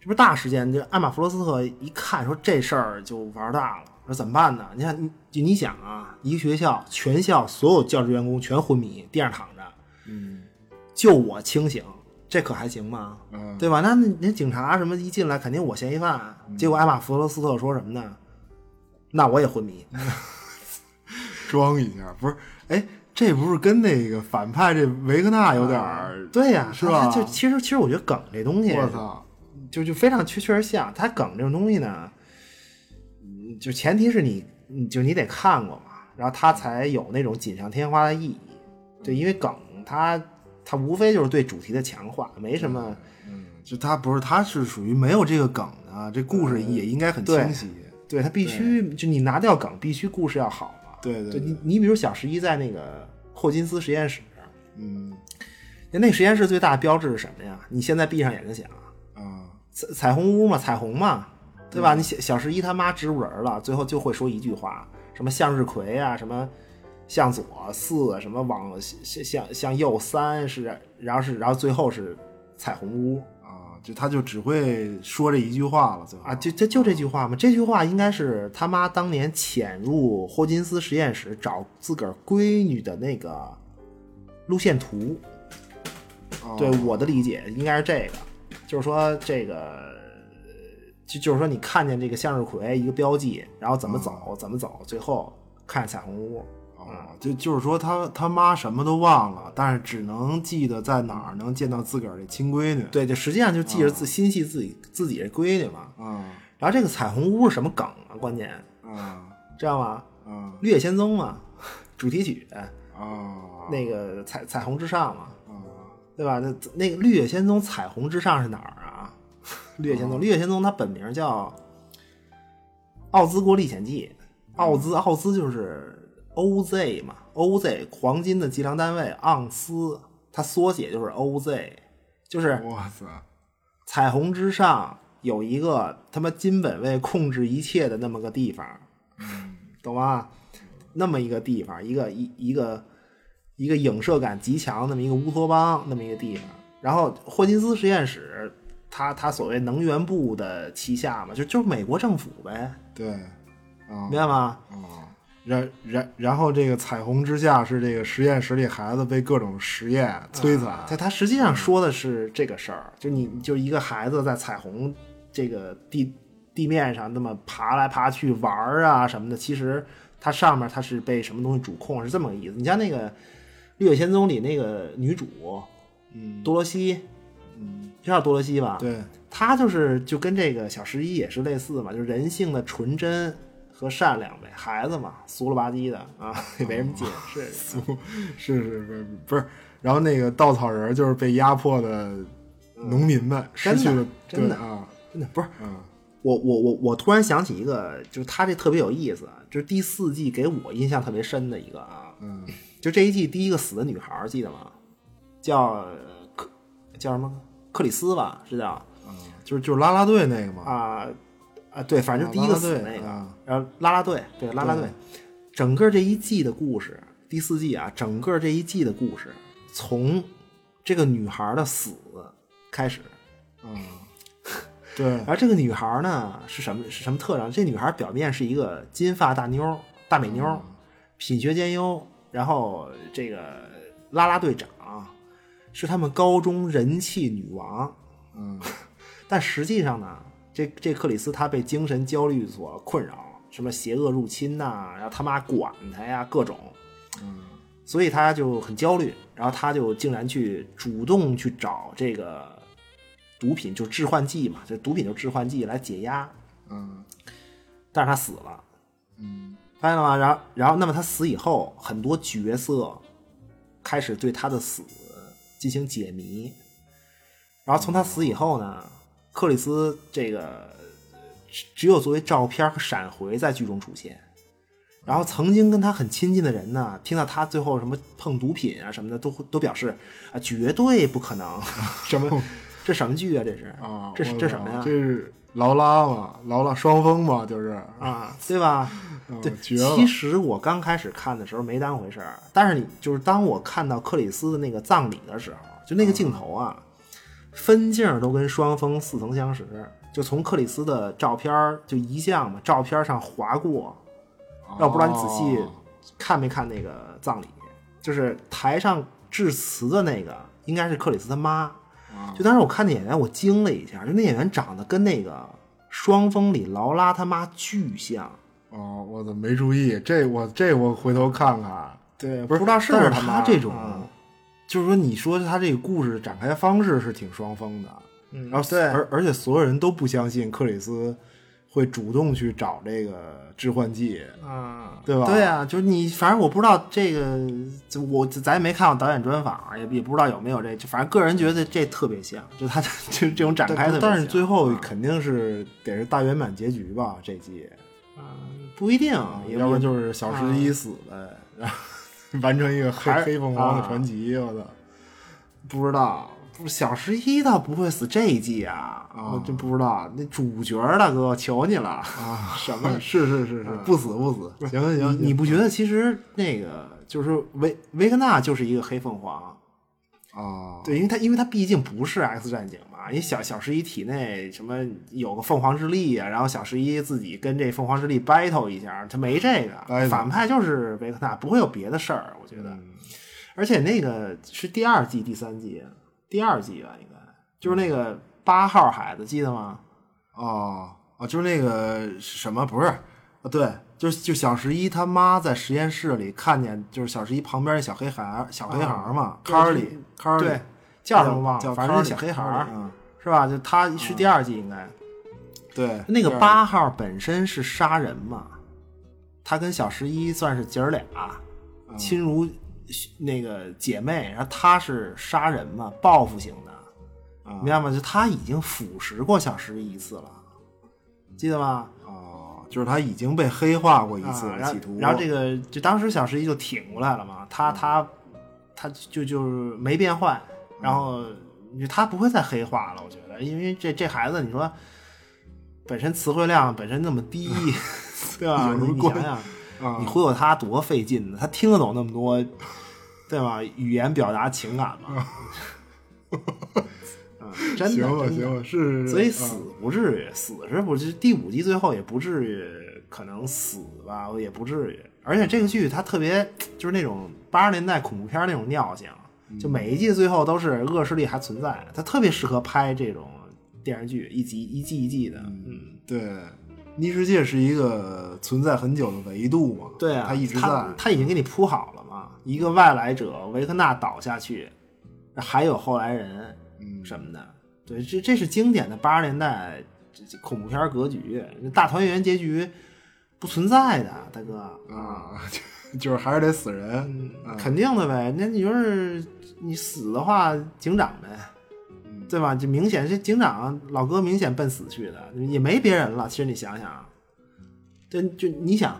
Speaker 5: 这不是大事件，这艾玛弗罗斯特一看说这事儿就玩大了，说怎么办呢？你看你就你想啊，一个学校全校所有教职员工全昏迷，地上躺着，
Speaker 7: 嗯
Speaker 5: 就我清醒，这可还行吗？
Speaker 7: 嗯
Speaker 5: 对吧？那那警察什么一进来，肯定我嫌疑犯啊。结果艾玛弗罗斯特说什么呢？那我也昏迷，
Speaker 7: 装一下，不是？哎，这不是跟那个反派这维克纳有点儿？
Speaker 5: 啊对呀、
Speaker 7: 是
Speaker 5: 他
Speaker 7: 吧
Speaker 5: 就其实其实我觉得梗这东西，
Speaker 7: 我操，
Speaker 5: 就就非常确确实像他梗这种东西呢，嗯就前提是你你就你得看过嘛，然后他才有那种锦上添花的意义。对，因为梗它它无非就是对主题的强化，没什么。
Speaker 7: 就他不是，他是属于没有这个梗的，这故事也应该很
Speaker 5: 呃对
Speaker 7: 清晰。
Speaker 5: 对他必须就你拿掉梗，必须故事要好嘛。
Speaker 7: 对对
Speaker 5: 就
Speaker 7: 对
Speaker 5: 你你比如小十一在那个霍金斯实验室，
Speaker 7: 嗯
Speaker 5: 那实验室最大的标志是什么呀？你现在闭上眼睛想，
Speaker 7: 啊，
Speaker 5: 彩彩虹屋嘛，彩虹嘛，对吧？你小小十一他妈植物人了，最后就会说一句话，什么向日葵啊，什么向左四，什么往向向向右三是，然后是然后最后是彩虹屋，
Speaker 7: 啊，就他就只会说这一句话了，最后
Speaker 5: 啊，就就就这句话嘛，这句话应该是他妈当年潜入霍金斯实验室找自个儿闺女的那个路线图。
Speaker 7: 啊
Speaker 5: 对我的理解应该是这个，就是说这个，就就是说你看见这个向日葵一个标记，然后怎么走怎么走，最后看彩虹屋。嗯
Speaker 7: 啊，就就是说他他妈什么都忘了，但是只能记得在哪儿能见到自个儿这亲闺女。
Speaker 5: 对，就实际上就记着自心系自己自己是闺女嘛。
Speaker 7: 啊
Speaker 5: 然后这个彩虹屋是什么梗啊？关键
Speaker 7: 啊
Speaker 5: 知道吗？
Speaker 7: 啊
Speaker 5: 《绿野仙踪》嘛，主题曲。
Speaker 7: 啊！
Speaker 5: 那个彩彩虹之上嘛，
Speaker 7: 啊
Speaker 5: 对吧？那那个《绿野仙踪》彩虹之上是哪儿啊？ 《绿野
Speaker 7: 啊
Speaker 5: 仙踪》绿野仙踪》它本名叫《奥兹国历险记》，
Speaker 7: 啊
Speaker 5: 奥兹奥兹就是 OZ 嘛，OZ 黄金的计量单位盎司，它缩写就是 OZ，就是
Speaker 7: 哇塞！
Speaker 5: 彩虹之上有一个他妈金本位控制一切的那么个地方，懂吗？那么一个地方，一个一一个一个影射感极强，那么一个乌托邦，那么一个地方。然后霍金斯实验室，它它所谓能源部的旗下嘛，就就是美国政府呗，
Speaker 7: 对啊
Speaker 5: 明白吗？
Speaker 7: 啊！然然然后这个彩虹之下是这个实验室里孩子被各种实验摧残
Speaker 5: 它它嗯实际上说的是这个事儿，就你就一个孩子在彩虹这个地地面上那么爬来爬去玩儿啊什么的，其实它上面它是被什么东西主控，是这么个意思。你像那个《绿野仙踪》里那个女主，嗯，多罗西，嗯，知道多罗西吧？，
Speaker 7: 对
Speaker 5: 她就是就跟这个小十一也是类似嘛，就是人性的纯真和善良呗，孩子嘛，俗了吧唧的啊， 也没什么解释。
Speaker 7: 是是是不是？然后那个稻草人就是被压迫的农民们失去了
Speaker 5: 嗯真的真的
Speaker 7: 对啊
Speaker 5: 真的不是
Speaker 7: 嗯
Speaker 5: 我我我我突然想起一个，就是他这特别有意思，啊就是第四季给我印象特别深的一个啊，
Speaker 7: 嗯
Speaker 5: 就这一季第一个死的女孩儿记得吗？叫呃克叫什么克里斯吧，是叫
Speaker 7: 就是就是啦啦队那个嘛
Speaker 5: 啊啊对，反正
Speaker 7: 啊
Speaker 5: 第一个
Speaker 7: 啦啦
Speaker 5: 死
Speaker 7: 队
Speaker 5: 那个，
Speaker 7: 啊
Speaker 5: 然后啦啦队对啦啦队，整个这一季的故事，第四季啊，整个这一季的故事从这个女孩儿的死开始，
Speaker 7: 对
Speaker 5: 而这个女孩呢是什么是什么特长？这女孩表面是一个金发大妞儿、大美妞儿，品学兼优，然后这个啦啦队长，是他们高中人气女王。
Speaker 7: 嗯，
Speaker 5: 但实际上呢，这这克里斯她被精神焦虑所困扰，什么邪恶入侵呐、然后他妈管她呀，各种，所以她就很焦虑，然后她就竟然去主动去找这个毒品，就是致幻剂嘛，就毒品就致幻剂来解压，
Speaker 7: 嗯
Speaker 5: 但是她死了，
Speaker 7: 嗯
Speaker 5: 发现了吗？然后，然后，那么她死以后，很多角色开始对她的死进行解谜，然后从她死以后呢，克里斯这个只只有作为照片和闪回在剧中出现。然后曾经跟他很亲近的人呢，听到他最后什么碰毒品啊什么的，都都表示啊绝对不可能， 什么这什么剧啊这是
Speaker 7: 哦啊，
Speaker 5: 这是
Speaker 7: 我
Speaker 5: 这什么呀
Speaker 7: 这是劳拉嘛，劳拉双峰嘛，就是
Speaker 5: 啊对吧？
Speaker 7: 嗯
Speaker 5: 对，
Speaker 7: 绝了
Speaker 5: 其实我刚开始看的时候没当回事儿，但是你就是当我看到克里斯的那个葬礼的时候，就那个镜头啊，
Speaker 7: 嗯
Speaker 5: 分镜都跟双峰似曾相识，就从克里斯的照片儿就遗像嘛，照片上划过，要不然你仔细
Speaker 7: 哦
Speaker 5: 看没看那个葬礼，就是台上致辞的那个应该是克里斯他妈。
Speaker 7: 啊
Speaker 5: 就当时我看那演员，我惊了一下，就那演员长得跟那个《双峰》里劳拉他妈巨像。
Speaker 7: 哦，我怎么没注意？这我这我回头看看。
Speaker 5: 对，
Speaker 7: 不
Speaker 5: 不知道是
Speaker 7: 但
Speaker 5: 不
Speaker 7: 是啊
Speaker 5: 他妈
Speaker 7: 他这种，
Speaker 5: 嗯
Speaker 7: 就是说你说他这个故事展开方式是挺双峰的，
Speaker 5: 嗯
Speaker 7: 然后
Speaker 5: 对
Speaker 7: 而而且所有人都不相信克里斯会主动去找这个致幻剂，
Speaker 5: 啊，
Speaker 7: 对吧
Speaker 5: 对啊，就是你，反正我不知道这个，就我咱也没看过导演专访，啊也也不知道有没有这，就反正个人觉得这特别像，就他就这种展开的，
Speaker 7: 但但是最后
Speaker 5: 啊
Speaker 7: 肯定是得是大圆满结局吧？这季，
Speaker 5: 不一定，啊也啊
Speaker 7: 要不然
Speaker 5: 是
Speaker 7: 就是小十一死呗，然后完成一个黑
Speaker 5: 还是
Speaker 7: 黑凤凰的
Speaker 5: 啊
Speaker 7: 传奇。我操！
Speaker 5: 不知道。不，小十一倒不会死这一季啊，我真不知道。那主角儿大哥，求你了啊！什么？
Speaker 7: 是是是是， 不死不死，行行行，
Speaker 5: 你你不觉得其实那个就是维维格纳就是一个黑凤凰？
Speaker 7: 啊？
Speaker 5: 对，因为他因为他毕竟不是 X 战警嘛，因为小小十一体内什么有个凤凰之力啊，然后小十一自己跟这凤凰之力 battle 一下，他没这个，
Speaker 7: battle
Speaker 5: 反派就是维克纳，不会有别的事儿，我觉得。
Speaker 7: 嗯
Speaker 5: 而且那个是第二季、第三季，第二季吧，应该就是那个八号孩子，记得吗？
Speaker 7: 哦哦，就是那个什么，不是啊？对，就是就小十一他妈在实验室里看见，就是小十一旁边那小黑孩儿，小黑孩儿嘛，
Speaker 5: 就是
Speaker 7: 卡尔里，卡尔里
Speaker 5: 啊对，叫什么忘
Speaker 7: 叫
Speaker 5: 了，反正是
Speaker 7: 卡
Speaker 5: 小
Speaker 7: 尔里
Speaker 5: 黑孩
Speaker 7: 卡尔
Speaker 5: 儿
Speaker 7: 里嗯，
Speaker 5: 是吧？就他是第二季应该。
Speaker 7: 对，
Speaker 5: 那个
Speaker 7: 第二
Speaker 5: 八号本身是杀人嘛，他跟小十一算是姐儿俩，亲如那个姐妹，然后他是杀人嘛，报复型的，
Speaker 7: 啊
Speaker 5: 明白吗？就他已经腐蚀过小十一一次了，记得吗？
Speaker 7: 哦，就是他已经被黑化过一次
Speaker 5: 啊
Speaker 7: 的
Speaker 5: 然后
Speaker 7: 企图，嗯
Speaker 5: 然后这个就当时小十一就挺过来了嘛，他他他就就是没变坏，然后你他不会再黑化了，我觉得，因为这这孩子你说本身词汇量本身那么低，对吧？
Speaker 7: 嗯有什
Speaker 5: 你
Speaker 7: 么
Speaker 5: 你
Speaker 7: 关
Speaker 5: 想想，
Speaker 7: 啊
Speaker 5: 你忽悠他多费劲呢，他听得懂那么多，对吧？语言表达情感嘛， 嗯，真的
Speaker 7: 啊行了
Speaker 5: 真的
Speaker 7: 行了，是是，是
Speaker 5: 所以
Speaker 7: 啊
Speaker 5: 死不至于，死是不至于第五季最后也不至于，可能死吧，也不至于。而且这个剧它特别就是那种八十年代恐怖片那种尿性，
Speaker 7: 嗯
Speaker 5: 就每一季最后都是恶势力还存在，它特别适合拍这种电视剧，一集一季一季的。嗯，
Speaker 7: 对。逆世界是一个存在很久的维度嘛？
Speaker 5: 对啊，
Speaker 7: 它一直在
Speaker 5: 它。它已经给你铺好了嘛，一个外来者维克纳倒下去，还有后来人，
Speaker 7: 嗯
Speaker 5: 什么的。对，这这是经典的八十年代这这恐怖片儿格局，大团圆结局不存在的，大哥啊，
Speaker 7: 啊，就就是还是得死人，啊
Speaker 5: 嗯肯定的呗。那你就是你死的话，警长呗，对吧？就明显这警长老哥明显奔死去的，也没别人了。其实你想想，对，就你想，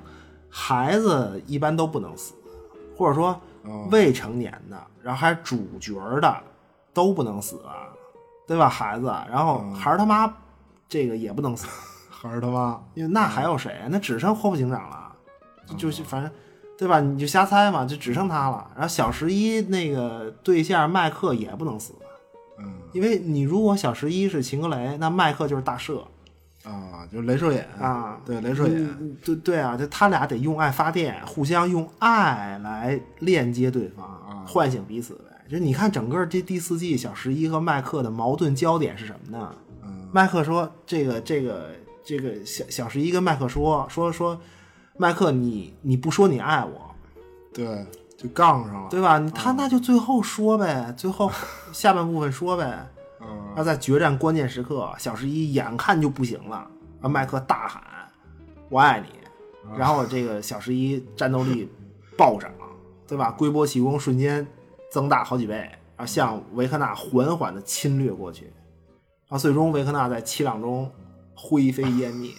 Speaker 5: 孩子一般都不能死，或者说
Speaker 7: 哦
Speaker 5: 未成年的，然后还是主角的都不能死啊，对吧？孩子，啊然后孩儿他妈这个也不能死，
Speaker 7: 还是他妈
Speaker 5: 因为那还有谁啊？那只剩霍普警长了，就就是反正，对吧？你就瞎猜嘛，就只剩他了。然后小十一那个对象麦克也不能死，
Speaker 7: 嗯
Speaker 5: 因为你如果小十一是秦格雷，那麦克就是大赦
Speaker 7: 啊，就是镭射眼
Speaker 5: 啊。
Speaker 7: 对，镭射眼，
Speaker 5: 嗯对对啊，就他
Speaker 7: 啊
Speaker 5: 俩得用爱发电，互相用爱来链接对方，唤醒彼此呗。就你看整个这第四季，小十一和麦克的矛盾焦点是什么呢？
Speaker 7: 嗯
Speaker 5: 麦克说：“这个这个这个小小十一跟麦克说说说，麦克你你不说你爱我，
Speaker 7: 对，就杠上了，
Speaker 5: 对吧？你他那就最后说呗，最后下半部分说呗。
Speaker 7: 嗯，
Speaker 5: 那在决战关键时刻，啊小十一眼看就不行了，啊，麦克大喊：我爱你！然后这个小十一战斗力暴涨，对吧？龟波气功瞬间增大好几倍，然后向维克纳缓缓的侵略过去，然啊后最终维克纳在七掌中灰飞烟灭。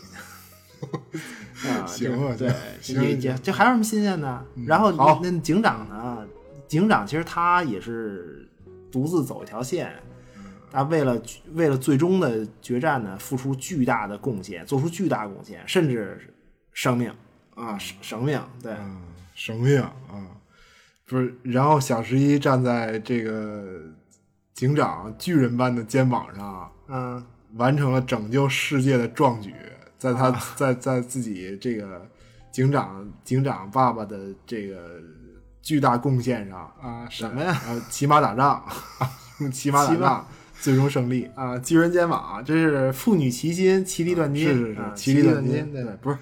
Speaker 5: 啊，这
Speaker 7: 行啊
Speaker 5: 对，
Speaker 7: 行
Speaker 5: 也也这还有什么新鲜的？然后
Speaker 7: 好
Speaker 5: 那那警长呢？警长其实他也是独自走一条线，
Speaker 7: 嗯
Speaker 5: 他为了为了最终的决战呢，付出巨大的贡献，做出巨大贡献，甚至是生命啊，生生命，对，
Speaker 7: 嗯，什么呀啊？不是，然后小十一站在这个警长巨人般的肩膀上，
Speaker 5: 嗯，
Speaker 7: 完成了拯救世界的壮举，在他、在在自己这个警长警长爸爸的这个巨大贡献上啊，什么呀？啊，骑马打仗，用骑马打
Speaker 5: 骑马
Speaker 7: 仗，最终胜利。
Speaker 5: 啊，巨人肩膀，这是妇女齐心，其利断金，
Speaker 7: 是是是
Speaker 5: 啊，其
Speaker 7: 其
Speaker 5: 利
Speaker 7: 利
Speaker 5: 断
Speaker 7: 断
Speaker 5: 金，
Speaker 7: 金，
Speaker 5: 对，
Speaker 7: 不是，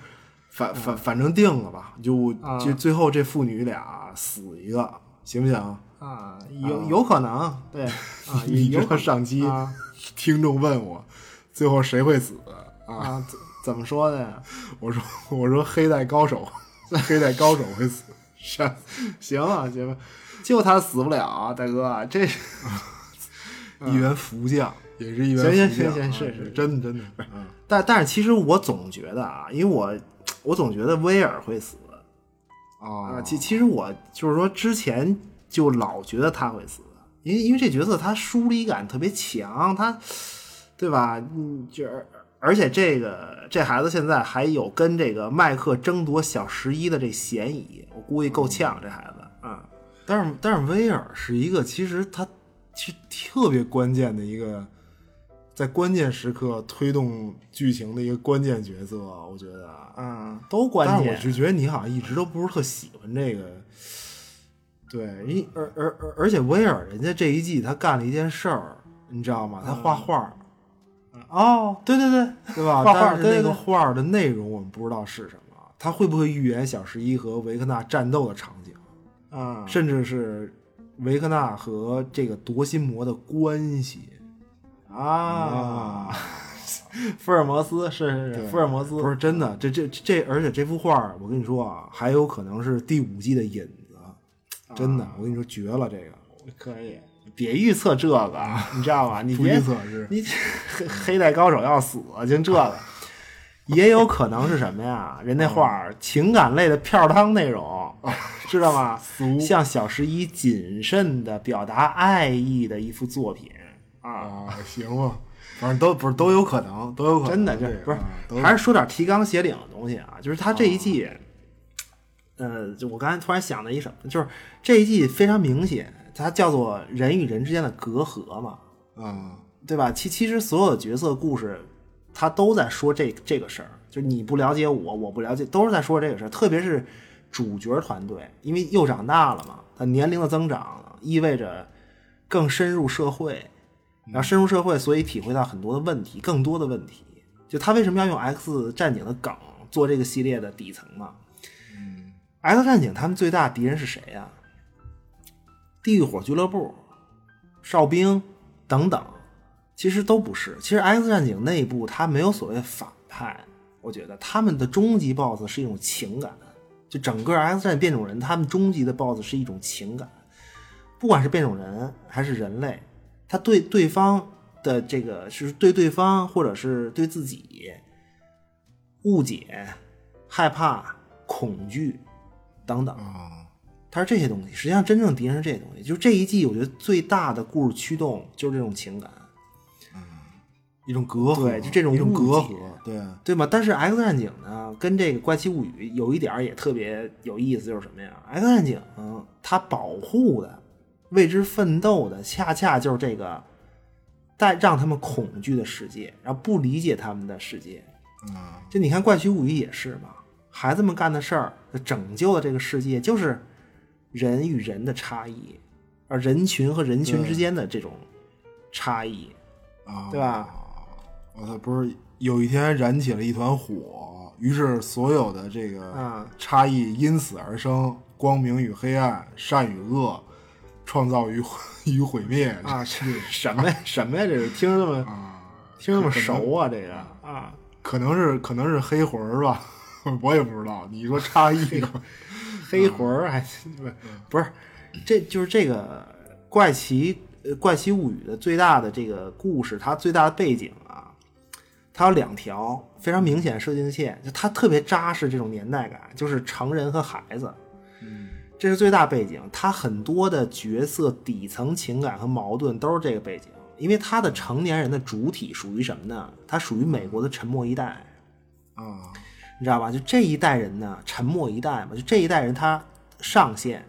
Speaker 7: 反反反正定了吧，就
Speaker 5: 啊
Speaker 7: 就最后这父女俩死一个，行不行？
Speaker 5: 啊，有有可能， 对，啊，
Speaker 7: 你
Speaker 5: 有
Speaker 7: 知道
Speaker 5: 可
Speaker 7: 上期
Speaker 5: 能啊
Speaker 7: 听众问我，最后谁会死啊？
Speaker 5: 啊，怎怎么说的呀？
Speaker 7: 我说我说黑带高手， 黑带高手会死，上
Speaker 5: 行啊，行吧，就他死不了啊，大哥，这
Speaker 7: 一员福将，也是一员
Speaker 5: 行行
Speaker 7: 福
Speaker 5: 行行
Speaker 7: 将啊
Speaker 5: 是是
Speaker 7: 真的真的，嗯
Speaker 5: 但但是其实我总觉得啊，因为我我总觉得威尔会死啊，
Speaker 7: 啊
Speaker 5: 其其实我就是说之前就老觉得他会死，因为因为这角色他疏离感特别强，他对吧？嗯，就而而且这个这孩子现在还有跟这个麦克争夺小十一的这嫌疑，我估计够呛这孩子啊。
Speaker 7: 但是但是威尔是一个其实他其实特别关键的一个，在关键时刻推动剧情的一个关键角色，我觉得啊。
Speaker 5: 嗯，都关
Speaker 7: 但是
Speaker 5: 键。
Speaker 7: 我是觉得你好像一直都不是特喜欢这个，对，一而而而而且威尔人家这一季他干了一件事儿，你知道吗？
Speaker 5: 嗯
Speaker 7: 他画画儿，
Speaker 5: 哦，对对对，
Speaker 7: 对 吧？
Speaker 5: 画画儿
Speaker 7: 但是
Speaker 5: 对
Speaker 7: 那
Speaker 5: 对
Speaker 7: 个画儿的内容我们不知道是什么，他会不会预言小十一和维克纳战斗的场景？
Speaker 5: 啊、
Speaker 7: 甚至是维克纳和这个夺心魔的关系
Speaker 5: 啊，福尔摩斯是是是，
Speaker 7: 对
Speaker 5: 福尔摩斯
Speaker 7: 不是真的，这这这，而且这幅画儿，我跟你说啊，还有可能是第五季的引子，真
Speaker 5: 啊
Speaker 7: 的，我跟你说绝了，这个
Speaker 5: 可以，别预测这个， 你知道吗？你
Speaker 7: 啊不预
Speaker 5: 别
Speaker 7: 测是
Speaker 5: 你黑黑带高手要死，啊就这个，也有可能是什么呀？人
Speaker 7: 嗯
Speaker 5: 那画儿情感类的票汤内容，知道吗？
Speaker 7: 哦 俗
Speaker 5: 向小十一谨慎的表达爱意的一幅作品啊。
Speaker 7: 啊，行吧，反正都不是都有可能，都有可能，
Speaker 5: 真的就
Speaker 7: 这
Speaker 5: 是
Speaker 7: 个
Speaker 5: 不是
Speaker 7: 啊都，哦有
Speaker 5: 还是说点提纲挈领的东西啊？就是他这一季，呃，就我刚才突然想了一什么，就是这一季非常明显，它叫做人与人之间的隔阂嘛，
Speaker 7: 啊，
Speaker 5: 对吧？其其实所有的角色故事，他都在说这这个事儿，就是你不了解我，我不了解，都是在说这个事儿。特别是主角团队，因为又长大了嘛，他年龄的增长意味着更深入社会，然后深入社会，所以体会到很多的问题，更多的问题。就他为什么要用 X 战警的梗做这个系列的底层嘛？嗯，X 战警他们最大敌人是谁呀、地狱火俱乐部、哨兵等等，其实都不是。其实 X 战警内部它没有所谓反派，我觉得他们的终极 BOSS 是一种情感，就整个 X 战变种人，他们终极的 BOSS 是一种情感，不管是变种人还是人类，他对对方的这个是对对方或者是对自己误解、害怕、恐惧等等。
Speaker 7: 啊
Speaker 5: 它是这些东西。实际上，真正敌人是这些东西。就是这一季，我觉得最大的故事驱动就是这种情感，
Speaker 7: 一种隔阂，
Speaker 5: 对就这种
Speaker 7: 一种
Speaker 5: 误
Speaker 7: 隔
Speaker 5: 解
Speaker 7: 阂，对，哦
Speaker 5: 对吗？但是《X 战警》呢，跟这个《怪奇物语》有一点儿也特别有意思，就是什么呀？《X 战警》嗯它保护的、为之奋斗的，恰恰就是这个带让他们恐惧的世界，然后不理解他们的世界。
Speaker 7: 啊，
Speaker 5: 就你看《怪奇物语》也是嘛，孩子们干的事儿拯救了这个世界，就是人与人的差异，而人群和人群之间的这种差异，
Speaker 7: 啊，
Speaker 5: 对？吧？
Speaker 7: 我操，不是有一天燃起了一团火，于是所有的这个
Speaker 5: 嗯
Speaker 7: 差异因此而生，光明与黑暗，善与恶，创造与与毁 灭
Speaker 5: 啊，是 什么呀？什么呀？这是听着这么
Speaker 7: 啊，
Speaker 5: 听着这么熟啊？这个啊，
Speaker 7: 可能是可能是黑魂儿吧， 我也不知道。你说差异吧，
Speaker 5: 黑魂儿还不是，这就是这个怪奇呃怪奇物语的最大的这个故事，它最大的背景啊，它有两条非常明显的设定线，就它特别扎实这种年代感，就是成人和孩子，这是最大背景。它很多的角色底层情感和矛盾都是这个背景，因为它的成年人的主体属于什么呢？它属于美国的沉默一代。
Speaker 7: 啊，
Speaker 5: 你知道吧？就这一代人呢，沉默一代嘛，就这一代人他上线，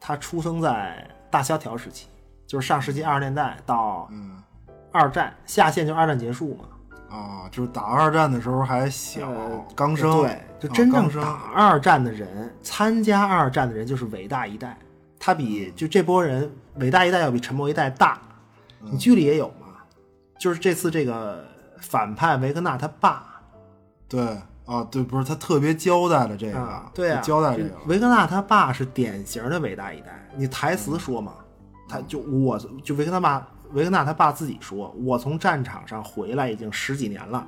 Speaker 5: 他出生在大萧条时期，就是上世纪二十年代到
Speaker 7: 嗯
Speaker 5: 二战，下线就二战结束嘛。
Speaker 7: 啊，就是打二战的时候还小，
Speaker 5: 呃
Speaker 7: 哦刚生，
Speaker 5: 对，就
Speaker 7: 啊
Speaker 5: 真正
Speaker 7: 刚生
Speaker 5: 打二战的人，参加二战的人就是伟大一代，他比
Speaker 7: 嗯
Speaker 5: 就这波人伟大一代要比沉默一代大。
Speaker 7: 嗯
Speaker 5: 你剧里也有嘛，就是这次这个反派维克纳他爸，
Speaker 7: 对啊，对，不是他特别交代了这个，
Speaker 5: 啊，对啊，
Speaker 7: 交代这
Speaker 5: 就
Speaker 7: 个，
Speaker 5: 维克纳他爸是典型的伟大一代，你台词说嘛，他
Speaker 7: 嗯
Speaker 5: 就我就维克纳爸，维克纳他爸自己说，我从战场上回来已经十几年了，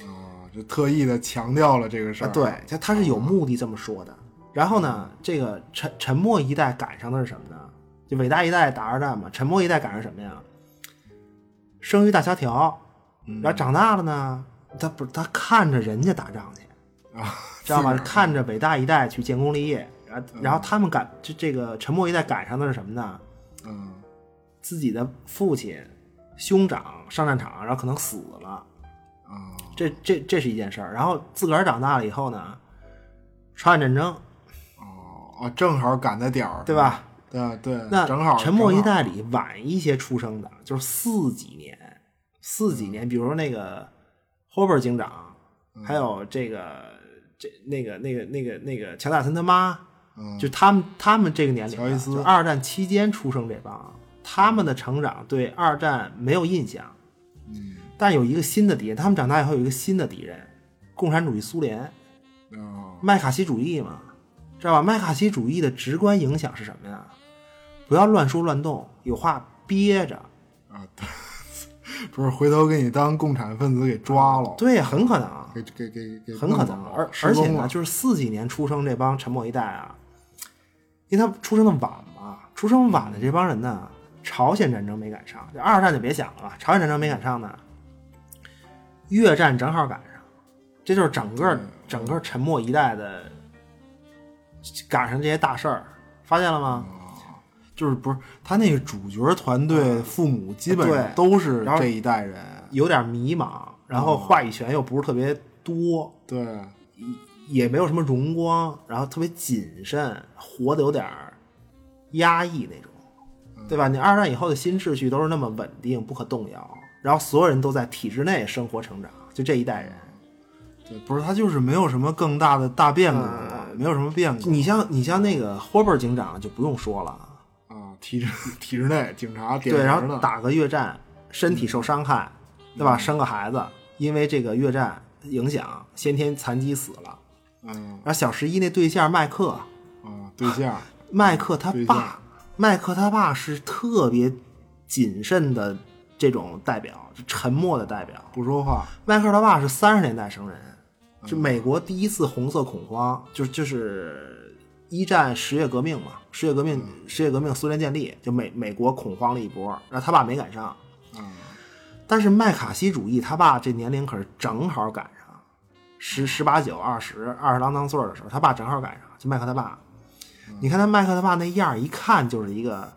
Speaker 7: 啊，就特意的强调了这个事
Speaker 5: 啊，
Speaker 7: 儿，嗯
Speaker 5: 对，他他是有目的这么说的。然后呢，这个沉沉默一代赶上的是什么呢？就伟大一代打二战嘛，沉默一代赶上什么呀？生于大萧条，
Speaker 7: 嗯
Speaker 5: 然后长大了呢，他不他看着人家打仗去，
Speaker 7: 啊，
Speaker 5: 知道吗？看着伟大一代去建功立业，然后然后他们赶这这个沉默一代赶上的是什么呢？
Speaker 7: 嗯
Speaker 5: 自己的父亲、兄长上战场，然后可能死了，
Speaker 7: 啊，
Speaker 5: 这这这是一件事儿。然后自个儿长大了以后呢，朝鲜战争，
Speaker 7: 哦啊，正好赶在点儿，
Speaker 5: 对？吧？
Speaker 7: 对对，
Speaker 5: 那
Speaker 7: 正好
Speaker 5: 沉默一
Speaker 7: 正好
Speaker 5: 代里晚一些出生的，就是四几年，四几年，比如说那个 Hopper 警长，
Speaker 7: 嗯
Speaker 5: 还有这个这那个那个那个那个乔纳森他妈，
Speaker 7: 嗯
Speaker 5: 就他们他们这个年龄
Speaker 7: 乔
Speaker 5: 啊，
Speaker 7: 伊斯
Speaker 5: 就二战期间出生这帮，他们的成长对二战没有印象，
Speaker 7: 嗯
Speaker 5: 但有一个新的敌人，他们长大以后有一个新的敌人，共产主义苏联，
Speaker 7: 啊
Speaker 5: 麦卡锡主义嘛，知道吧？麦卡锡主义的直观影响是什么呀？不要乱说乱动，有话憋着。
Speaker 7: 啊，对，不是回头给你当共产分子给抓了，
Speaker 5: 啊对，很可能，啊
Speaker 7: 给给给给
Speaker 5: 很可
Speaker 7: 弄走
Speaker 5: 能。
Speaker 7: 了
Speaker 5: 而
Speaker 7: 失
Speaker 5: 而且
Speaker 7: 踪
Speaker 5: 呢，
Speaker 7: 了
Speaker 5: 就是四几年出生这帮沉默一代啊，因为他出生的晚嘛，出生晚的这帮人呢，朝鲜战争没赶上，这二战就别想了吧，朝鲜战争没赶上呢，越战正好赶上，这就是整个整个沉默一代的赶上这些大事儿，发现了吗？
Speaker 7: 就是不是他那个主角团队父母基本
Speaker 5: 啊对
Speaker 7: 上都是
Speaker 5: 然后
Speaker 7: 这一代人，
Speaker 5: 有点迷茫，然后话语权又不是特别多，
Speaker 7: 对，
Speaker 5: 也没有什么荣光，然后特别谨慎，活得有点儿压抑那种，
Speaker 7: 嗯
Speaker 5: 对吧？你二战以后的新秩序都是那么稳定、不可动摇，然后所有人都在体制内生活成长，就这一代人。
Speaker 7: 对，不是他就是没有什么更大的大变革，没有什么变革
Speaker 5: 嗯你像你像那个霍伯警长就不用说了，
Speaker 7: 啊，体制 体制内警察点
Speaker 5: 对，
Speaker 7: 名嗯
Speaker 5: 然后
Speaker 7: 的
Speaker 5: 打个越战，身体受伤害，对吧？生个孩子，因为这个越战影响，先天残疾死了。
Speaker 7: 嗯
Speaker 5: 然后小十一那对象麦克，
Speaker 7: 啊对象，
Speaker 5: 麦克他
Speaker 7: 对象
Speaker 5: 爸，麦克他爸是特别谨慎的这种代表，就沉默的代表。
Speaker 7: 不说话，
Speaker 5: 迈克尔他爸是三十年代生人，就美国第一次红色恐慌，就就是一战十月革命嘛，十月革命，十月革命，苏联建立，就美美国恐慌了一波，然后他爸没赶上，但是麦卡锡主义，他爸这年龄可是正好赶上，十十八九、二十、二十郎当岁儿的时候，他爸正好赶上，就麦克他爸，你看他麦克他爸那样儿，一看就是一个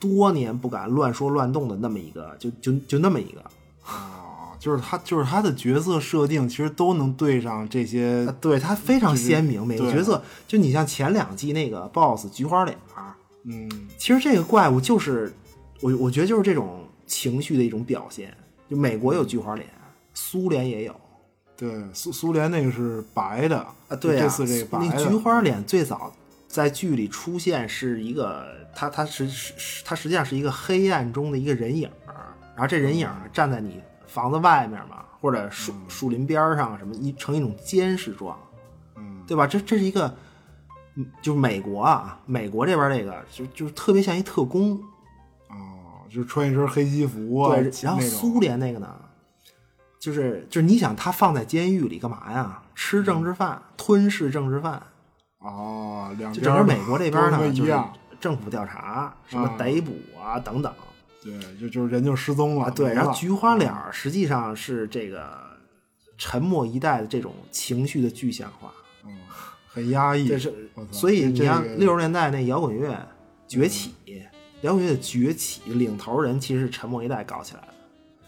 Speaker 5: 多年不敢乱说乱动的那么一个，就就就那么一个。
Speaker 7: 啊，就是他就是他的角色设定其实都能对上这些
Speaker 5: 啊，对他非常鲜明，每个
Speaker 7: 对
Speaker 5: 角色就你像前两季那个 BOSS 菊花脸儿，
Speaker 7: 嗯
Speaker 5: 其实这个怪物就是我我觉得就是这种情绪的一种表现。就美国有菊花脸，苏联也有
Speaker 7: 对苏苏联那个是白的
Speaker 5: 啊，对啊，
Speaker 7: 这次这个白
Speaker 5: 那
Speaker 7: 的
Speaker 5: 菊花脸最早在剧里出现是一个他他实是他实际上是一个黑暗中的一个人影儿，然后这人影儿站在你房子外面嘛，或者树
Speaker 7: 嗯
Speaker 5: 树林边儿上什么一成一种监视状，嗯，对吧？这这是一个，嗯就是美国啊，美国这边这个就就是特别像一特工，
Speaker 7: 哦，就穿一身黑西服啊，
Speaker 5: 对，然后
Speaker 7: 那种
Speaker 5: 苏联那个呢，就是就是你想他放在监狱里干嘛呀？
Speaker 7: 嗯
Speaker 5: 吃政治饭，吞噬政治饭，
Speaker 7: 哦，两
Speaker 5: 就
Speaker 7: 边
Speaker 5: 整
Speaker 7: 儿
Speaker 5: 个美国这边
Speaker 7: 都他
Speaker 5: 呢，
Speaker 7: 妈
Speaker 5: 就
Speaker 7: 一
Speaker 5: 是
Speaker 7: 样，
Speaker 5: 政府调查，什么
Speaker 7: 啊
Speaker 5: 逮捕啊等等
Speaker 7: 对，就就是人就失踪了，
Speaker 5: 啊，对，
Speaker 7: 没
Speaker 5: 然后
Speaker 7: 了
Speaker 5: 菊花脸儿实际上是这个沉默一代的这种情绪的具象化，
Speaker 7: 嗯很压抑，
Speaker 5: 这是
Speaker 7: 嗯我操
Speaker 5: 所以
Speaker 7: 这
Speaker 5: 你
Speaker 7: 这
Speaker 5: 像
Speaker 7: 个嗯
Speaker 5: 六十年代那摇滚乐崛起，摇滚乐的崛起领头人其实是沉默一代搞起来的。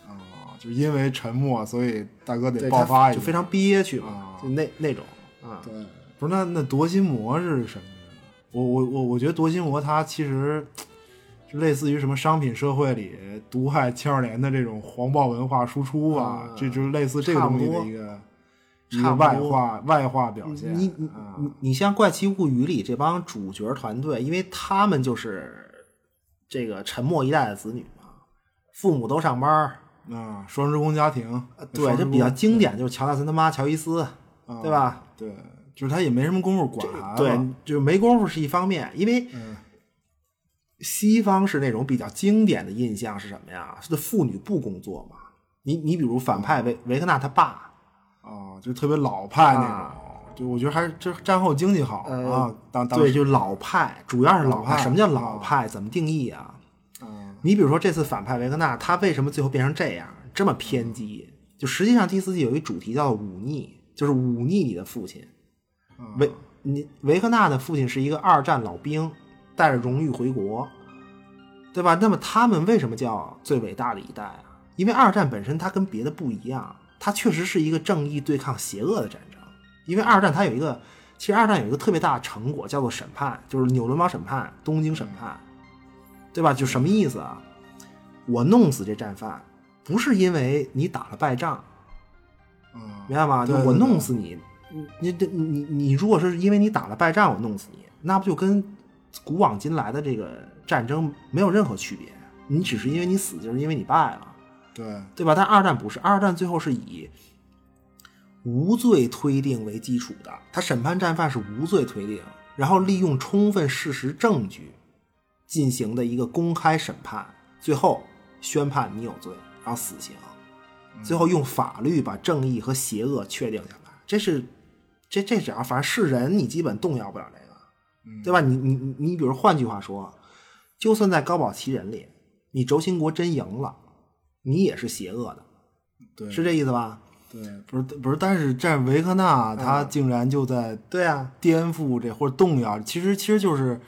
Speaker 7: 哦，就因为沉默，所以大哥得
Speaker 5: 对
Speaker 7: 爆
Speaker 5: 他
Speaker 7: 发一
Speaker 5: 就
Speaker 7: 下，
Speaker 5: 非常憋屈嘛
Speaker 7: 啊，
Speaker 5: 就那那种啊，
Speaker 7: 对，不是那那夺心魔是什么呀？我我我我觉得夺心魔它其实就类似于什么商品社会里毒害青少年的这种黄暴文化输出吧，
Speaker 5: 啊
Speaker 7: 这就是类似这个东西
Speaker 5: 差不
Speaker 7: 的
Speaker 5: 多
Speaker 7: 一个一
Speaker 5: 差
Speaker 7: 个
Speaker 5: 不多
Speaker 7: 外化外化表现。
Speaker 5: 你你
Speaker 7: 啊
Speaker 5: 你你像《怪奇物语》里这帮主角团队，因为他们就是这个沉默一代的子女嘛，父母都上班儿，
Speaker 7: 啊，双职工家庭
Speaker 5: 呃，
Speaker 7: 双
Speaker 5: 对，
Speaker 7: 职
Speaker 5: 这
Speaker 7: 工
Speaker 5: 比较经典，就是乔纳森他妈乔伊斯，
Speaker 7: 啊
Speaker 5: 对吧？
Speaker 7: 对，就是他也没什么功夫管啊孩子，
Speaker 5: 对，就是没工夫是一方面，因为
Speaker 7: 嗯
Speaker 5: 西方是那种比较经典的印象是什么呀？是妇女不工作嘛。你你比如反派维维克纳他爸，
Speaker 7: 啊，就特别老派那种。
Speaker 5: 啊
Speaker 7: 就我觉得还是这战后经济好、
Speaker 5: 呃
Speaker 7: 啊，当当
Speaker 5: 对，
Speaker 7: 时
Speaker 5: 就老派，主要是老
Speaker 7: 老
Speaker 5: 派。
Speaker 7: 派
Speaker 5: 什么叫老派？怎么定义啊？
Speaker 7: 啊
Speaker 5: 你比如说这次反派维克纳，他为什么最后变成这样，这么偏激？就实际上第四季有一主题叫忤逆，就是忤逆你的父亲。
Speaker 7: 嗯
Speaker 5: 维你维克纳的父亲是一个二战老兵，带着荣誉回国，对吧？那么他们为什么叫最伟大的一代啊？因为二战本身它跟别的不一样，它确实是一个正义对抗邪恶的战争。因为二战它有一个，其实二战有一个特别大的成果叫做审判，就是纽伦堡审判、东京审判，对吧？就什么意思啊？我弄死这战犯，不是因为你打了败仗，
Speaker 7: 啊，
Speaker 5: 明白吗？就
Speaker 7: 对
Speaker 5: 我
Speaker 7: 对
Speaker 5: 弄
Speaker 7: 对
Speaker 5: 死你，你这你你你如果是因为你打了败仗我弄死你，那不就跟古往今来的这个战争没有任何区别？你只是因为你死，就是因为你败了，
Speaker 7: 对，
Speaker 5: 对吧？但二战不是，二战最后是以无罪推定为基础的，他审判战犯是无罪推定，然后利用充分事实证据进行的一个公开审判，最后宣判你有罪，然后死刑，最后用法律把正义和邪恶确定下来，这是这这只要反正是人，你基本动摇不了这个，对吧？你你你你，比如换句话说，就算在《高保奇人》里，你轴心国真赢了，你也是邪恶的，
Speaker 7: 对
Speaker 5: 是这意思吧？
Speaker 7: 对，不是不是，但是这维克纳他竟然就在
Speaker 5: 嗯对啊，
Speaker 7: 颠覆这或者动摇，其实其实就是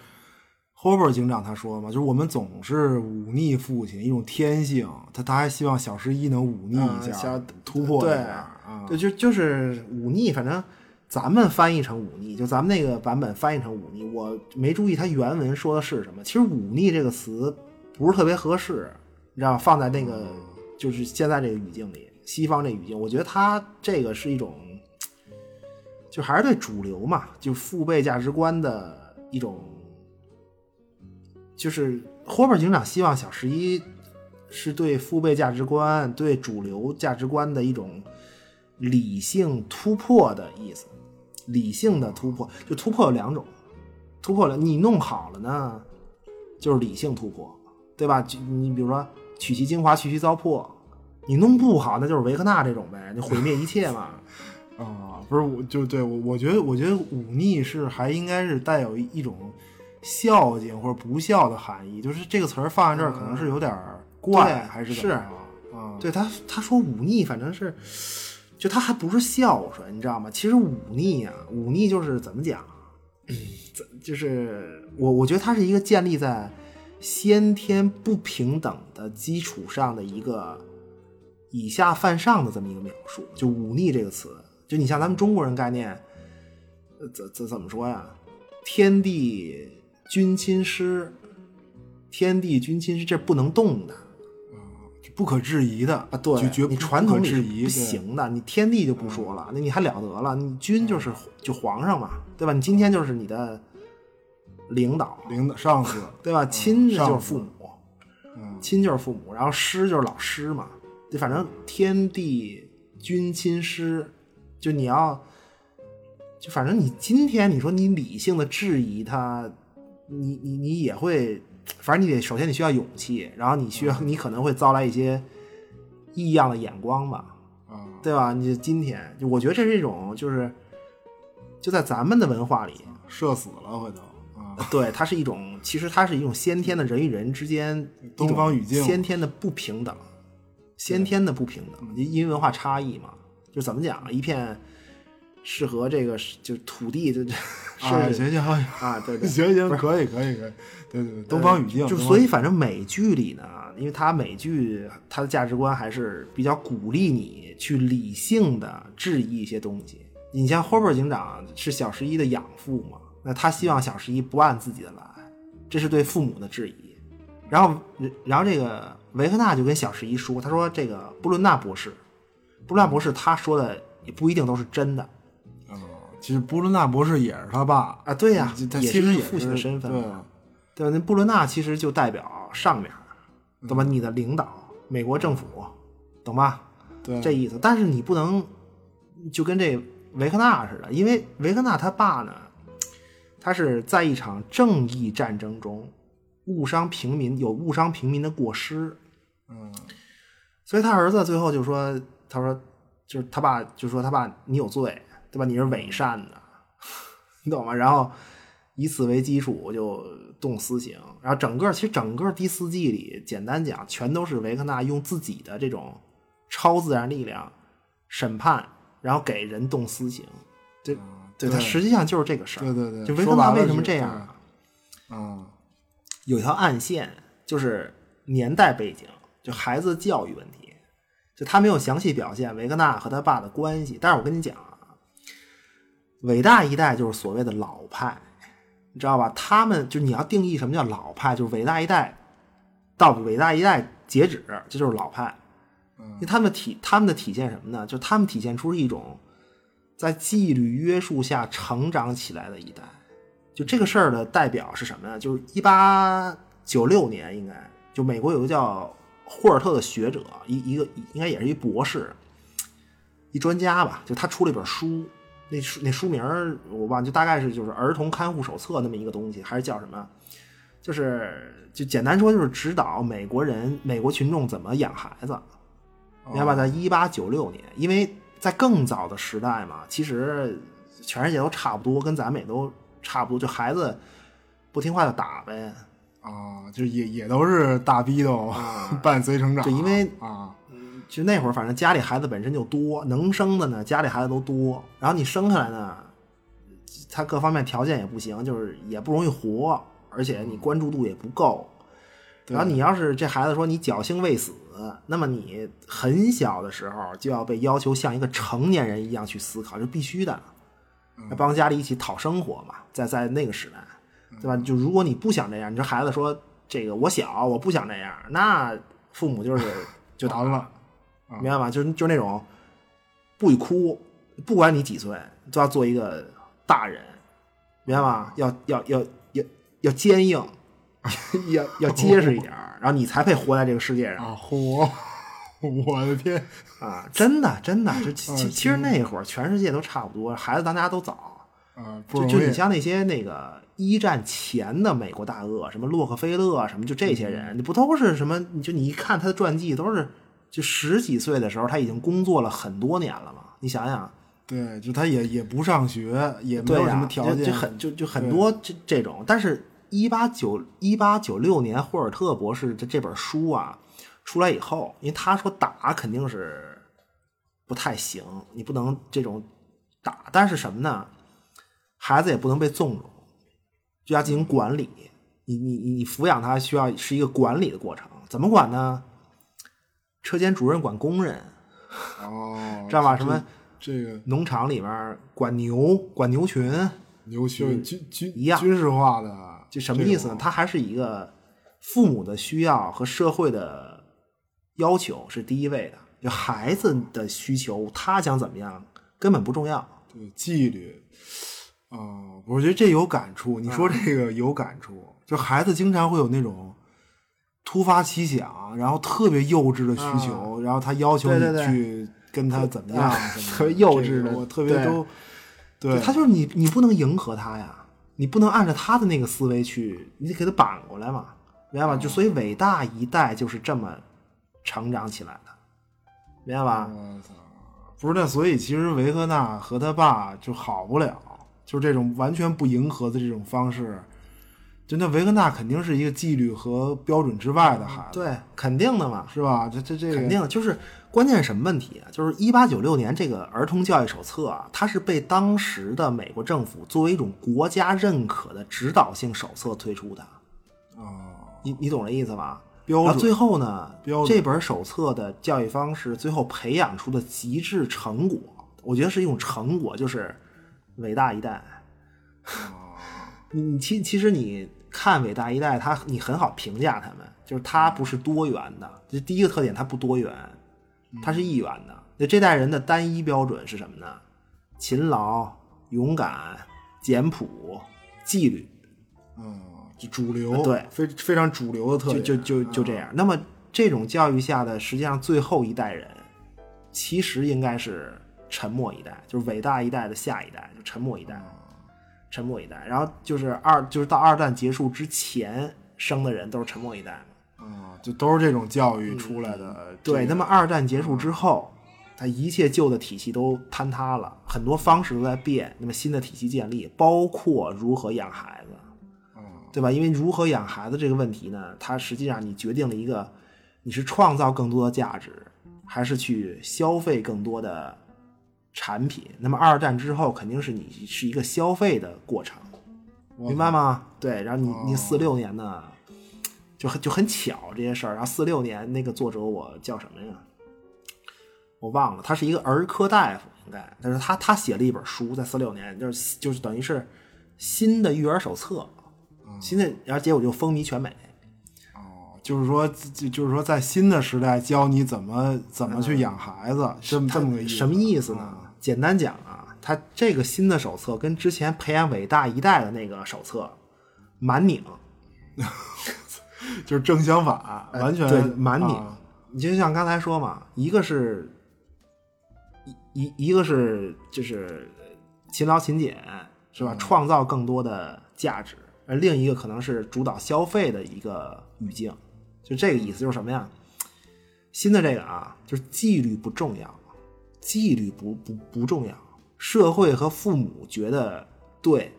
Speaker 7: Hobber 警长他说嘛，就是我们总是忤逆父亲一种天性，他他还希望小十一能忤逆
Speaker 5: 啊
Speaker 7: 一下，
Speaker 5: 想
Speaker 7: 突破一
Speaker 5: 对
Speaker 7: 下啊，
Speaker 5: 对，就就是忤逆，反正咱们翻译成忤逆，就咱们那个版本翻译成忤逆，我没注意它原文说的是什么。其实忤逆这个词不是特别合适，你知道吗，放在那个
Speaker 7: 嗯
Speaker 5: 就是现在这个语境里，西方这语境，我觉得它这个是一种，就还是对主流嘛，就父辈价值观的一种，就是霍本警长希望小十一。是对父辈价值观、对主流价值观的一种理性突破的意思，理性的突破就突破有两种，突破了你弄好了呢，就是理性突破，对吧？就你比如说取其精华，去其糟粕，你弄不好那就是维克纳这种呗，就毁灭一切嘛。
Speaker 7: 啊，不是，我就对我，我觉得，我觉得忤逆是还应该是带有一一种孝敬或者不孝的含义，就是这个词儿放在这儿可能是有点儿怪，
Speaker 5: 嗯对
Speaker 7: 还是
Speaker 5: 是
Speaker 7: 怎么着啊？
Speaker 5: 对他他说忤逆，反正是，就他还不是孝顺，你知道吗？其实忤逆啊，忤逆就是怎么讲，啊怎就是我我觉得它是一个建立在先天不平等的基础上的一个以下犯上的这么一个描述。就忤逆这个词，就你像咱们中国人概念，呃怎怎怎么说呀？天地君亲师，天地君亲师，这不能动的。
Speaker 7: 就不可质疑的
Speaker 5: 啊，对，
Speaker 7: 就绝
Speaker 5: 你
Speaker 7: 不
Speaker 5: 传
Speaker 7: 不
Speaker 5: 统
Speaker 7: 可
Speaker 5: 里是
Speaker 7: 质疑，
Speaker 5: 不
Speaker 7: 对，
Speaker 5: 行的，你天地就不说了，那你还了得了？你君就是就皇上嘛，对吧？你今天就是你的领导，
Speaker 7: 领导、上司，
Speaker 5: 对吧？亲
Speaker 7: 上
Speaker 5: 就是
Speaker 7: 司
Speaker 5: 父母，嗯亲就是父母，然后师就是老师嘛，就反正天地君亲师，就你要，就反正你今天你说你理性的质疑他，你你你也会，反正你得首先你需要勇气，然后你需要你可能会招来一些异样的眼光吧，
Speaker 7: 啊，
Speaker 5: 对吧？你今天就我觉得这是一种就是就在咱们的文化里，
Speaker 7: 社死了回头啊，
Speaker 5: 对，它是一种，其实它是一种先天的人与人之间
Speaker 7: 东方
Speaker 5: 一种
Speaker 7: 语境
Speaker 5: 先天的不平等，先天的不平等，因因文化差异嘛，就怎么讲，啊一片适合这个就土地就
Speaker 7: 啊，
Speaker 5: 是
Speaker 7: 行行好
Speaker 5: 啊，对对
Speaker 7: 行， 行，可以可以可以，对对对，东方语境，
Speaker 5: 呃就
Speaker 7: 东方
Speaker 5: 所
Speaker 7: 语
Speaker 5: 以反正美剧里呢，因为它美剧它的价值观还是比较鼓励你去理性的质疑一些东西。你像 Hopper 警长是小十一的养父嘛，那他希望小十一不按自己的来，这是对父母的质疑。然后，然后这个维克纳就跟小十一说，他说这个布伦纳博士，布伦纳博士他说的也不一定都是真的
Speaker 7: 啊其实布伦纳博士也是他爸，
Speaker 5: 啊。对呀、
Speaker 7: 就他
Speaker 5: 也
Speaker 7: 其
Speaker 5: 是
Speaker 7: 实
Speaker 5: 一
Speaker 7: 也
Speaker 5: 个父亲的
Speaker 7: 是
Speaker 5: 身份嘛。
Speaker 7: 对啊，
Speaker 5: 对吧？那布伦纳其实就代表上面儿，
Speaker 7: 嗯
Speaker 5: 对吧？你的领导，美国政府，懂吧？
Speaker 7: 对，
Speaker 5: 这意思。但是你不能就跟这维克纳似的，因为维克纳他爸呢，他是在一场正义战争中误伤平民，有误伤平民的过失，
Speaker 7: 嗯
Speaker 5: 所以他儿子最后就说：“他说就是他爸就说他爸你有罪，对吧？你是伪善的， 你懂吗？”然后以此为基础就动私刑，然后整个其实整个第四季里，简单讲全都是维克纳用自己的这种超自然力量审判，然后给人动私刑。对，对他
Speaker 7: 对
Speaker 5: 实际上就是这个事儿。
Speaker 7: 对对对，
Speaker 5: 就维
Speaker 7: 说
Speaker 5: 克纳
Speaker 7: 白了
Speaker 5: 为什么
Speaker 7: 是
Speaker 5: 这样啊？
Speaker 7: 对啊？
Speaker 5: 有一条暗线，就是年代背景，就孩子教育问题。就他没有详细表现维克纳和他爸的关系，但是我跟你讲啊，伟大一代就是所谓的老派，你知道吧？他们就你要定义什么叫老派，就是伟大一代到伟大一代截止，这就是老派。
Speaker 7: 嗯
Speaker 5: 因为他们的体他们的体现什么呢？就他们体现出是一种在纪律约束下成长起来的一代。就这个事儿的代表是什么呢？就是一八九六年，应该就美国有个叫霍尔特的学者，一一个应该也是一博士，一专家吧，就他出了一本书，那书那书名儿我忘，了，就大概是就是《儿童看护手册》那么一个东西，还是叫什么？就是就简单说，就是指导美国人、美国群众怎么养孩子。
Speaker 7: 哦
Speaker 5: 你看吧，在一八九六年，因为在更早的时代嘛，其实全世界都差不多，跟咱们也都差不多，就孩子不听话就打呗。
Speaker 7: 啊，就也也都是大逼斗 伴随成长，
Speaker 5: 啊对因为
Speaker 7: 啊，
Speaker 5: 就那会儿，反正家里孩子本身就多，能生的呢，家里孩子都多，然后你生下来呢，他各方面条件也不行，就是也不容易活，而且你关注度也不够。
Speaker 7: 对
Speaker 5: 然后你要是这孩子说你侥幸未死，那么你很小的时候就要被要求像一个成年人一样去思考，这必须的。那帮家里一起讨生活嘛，在在那个时代，对吧？就如果你不想这样，你这孩子说这个我小我不想这样，那父母就是就打
Speaker 7: 完了，
Speaker 5: 明白吗？就是就是那种不许哭，不管你几岁，都要做一个大人，明白吗？要要要要要坚硬， 要要结实一点儿，然后你才配活在这个世界上
Speaker 7: 啊，嚯， 我的天，
Speaker 5: 啊！真的真的，就其
Speaker 7: 啊
Speaker 5: 其其实那会儿全世界都差不多，孩子咱家都早，
Speaker 7: 啊，不
Speaker 5: 就
Speaker 7: 容
Speaker 5: 就你
Speaker 7: 易，
Speaker 5: 像那些那个一战前的美国大鳄，什么洛克菲勒啊，什么，就这些
Speaker 7: 嗯
Speaker 5: 人，你不都是什么？你就你一看他的传记，都是就十几岁的时候他已经工作了很多年了嘛？你想想，
Speaker 7: 对，就他也也不上学，也没
Speaker 5: 对
Speaker 7: 有
Speaker 5: 呀、
Speaker 7: 什么条
Speaker 5: 就
Speaker 7: 件，
Speaker 5: 就很就就很多这这种，但是一八九一八九六年霍尔特博士的这本书啊出来以后，因为他说打肯定是不太行，你不能这种打，但是什么呢？孩子也不能被纵容，就要进行管理。你你你你抚养他需要是一个管理的过程，怎么管呢？车间主任管工人，
Speaker 7: 哦，
Speaker 5: 知道吧？
Speaker 7: 这
Speaker 5: 什么
Speaker 7: 这个
Speaker 5: 农场里面管牛，管牛群，
Speaker 7: 牛群军军
Speaker 5: 一样
Speaker 7: 军事化的，
Speaker 5: 就什么意思呢？
Speaker 7: 这种
Speaker 5: 它还是一个父母的需要和社会的要求是第一位的，就孩子的需求，他想怎么样根本不重要。
Speaker 7: 对纪律，嗯，我觉得这有感触。你
Speaker 8: 嗯
Speaker 7: 说这个有感触，就孩子经常会有那种突发奇想，然后特别幼稚的需求，然后他要求
Speaker 8: 嗯对
Speaker 7: 你
Speaker 8: 对对
Speaker 7: 去跟他怎么样
Speaker 8: 啊
Speaker 7: 什么的，
Speaker 8: 特别幼稚的
Speaker 7: 这个我特别
Speaker 8: 对
Speaker 7: 都，
Speaker 8: 对
Speaker 7: 他就是你，你不能迎合他呀，你不能按照他的那个思维去，你得给他扳过来嘛，明白吧？就
Speaker 8: 嗯
Speaker 7: 所以伟大一代就是这么成长起来的，明白吧？
Speaker 8: 哦
Speaker 7: 不是，那所以其实维克纳和他爸就好不了，就是这种完全不迎合的这种方式，就那维克纳肯定是一个纪律和标准之外的孩
Speaker 8: 嗯
Speaker 7: 子，
Speaker 5: 对，肯定的嘛，
Speaker 7: 是吧？这这这个
Speaker 5: 肯定就是关键是什么问题啊？就是一八九六年这个儿童教育手册啊，它是被当时的美国政府作为一种国家认可的指导性手册推出的。哦，你你懂这意思吧？
Speaker 7: 标
Speaker 5: 然后
Speaker 7: 准
Speaker 5: 最后呢
Speaker 7: 标，准
Speaker 5: 这本手册的教育方式最后培养出的极致成果，我觉得是一种成果，就是伟大一代。
Speaker 7: 哦
Speaker 5: 你你其其实你看《伟大一代》它，你很好评价他们，就是它不是多元的。这第一个特点，它不多元，
Speaker 7: 嗯
Speaker 5: 它是一元的。那这代人的单一标准是什么呢？勤劳、勇敢、简朴、纪律，
Speaker 7: 就主流，
Speaker 5: 嗯对
Speaker 7: 非非常主流的特
Speaker 5: 就
Speaker 7: 点，
Speaker 5: 就就就这样。那么这种教育下的，实际上最后一代人，其实应该是沉默一代，就是伟大一代的下一代，就沉默一代，沉默一代。然后就是二，就是到二战结束之前生的人都是沉默一代嘛。
Speaker 7: 啊，就都是这种教育出来的。
Speaker 5: 嗯对，那
Speaker 7: 么
Speaker 5: 么二战结束之后，它一切旧的体系都坍塌了，很多方式都在变，那么新的体系建立，包括如何养孩子，对吧？因为如何养孩子这个问题呢，它实际上你决定了一个，你是创造更多的价值，还是去消费更多的产品？那么二战之后肯定是你是一个消费的过程，明白吗？对，然后你你四六年呢，就很就很巧这些事儿。然后四六年那个作者我叫什么呀？我忘了，他是一个儿科大夫，应该，但是他他写了一本书，在四六年，就是就是等于是新的育儿手册，
Speaker 7: 嗯
Speaker 5: 新的，然后结果就风靡全美。
Speaker 7: 就是说，就就是说，在新的时代教你怎么怎么去养孩子，这么
Speaker 5: 它
Speaker 7: 这么个意思。
Speaker 5: 嗯什么意思呢？简单讲啊，它这个新的手册跟之前培养伟大一代的那个手册满拧，
Speaker 7: 嗯就是正相反，
Speaker 5: 哎
Speaker 7: 完全
Speaker 5: 对满拧
Speaker 7: 啊。
Speaker 5: 你就像刚才说嘛，一个是一一一个是就是勤劳勤俭是吧，创造更多的价值，而另一个可能是主导消费的一个语境，就这个意思就是什么呀？新的这个啊，就是纪律不重要，纪律不不不重要，社会和父母觉得对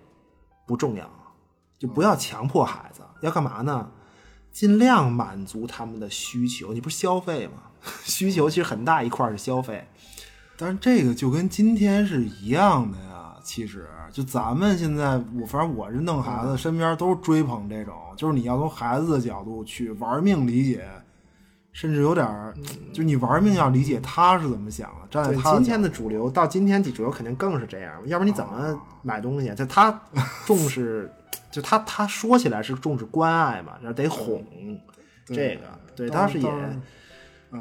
Speaker 5: 不重要，就不
Speaker 7: 嗯
Speaker 5: 要强迫孩子，要干嘛呢？尽量满足他们的需求。你不是消费吗？ 需求其实很大一块儿是消费。
Speaker 7: 但是这个就跟今天是一样的呀。其实就咱们现在，我反正我是弄孩
Speaker 5: 嗯
Speaker 7: 子，身边都是追捧这种，就是你要从孩子的角度去玩命理解，甚至有点儿，
Speaker 5: 嗯
Speaker 7: 就你玩命要理解他是怎么想的，站在
Speaker 5: 对，
Speaker 7: 他的
Speaker 5: 今
Speaker 7: 角哦
Speaker 5: 天的主流到今天的主流肯定更是这样，要不然你怎么买东西啊？就他 重视，就他他说起来是重视关爱嘛，然后得哄这个，对，
Speaker 7: 当
Speaker 5: 他
Speaker 7: 时
Speaker 5: 是也
Speaker 7: 当时啊，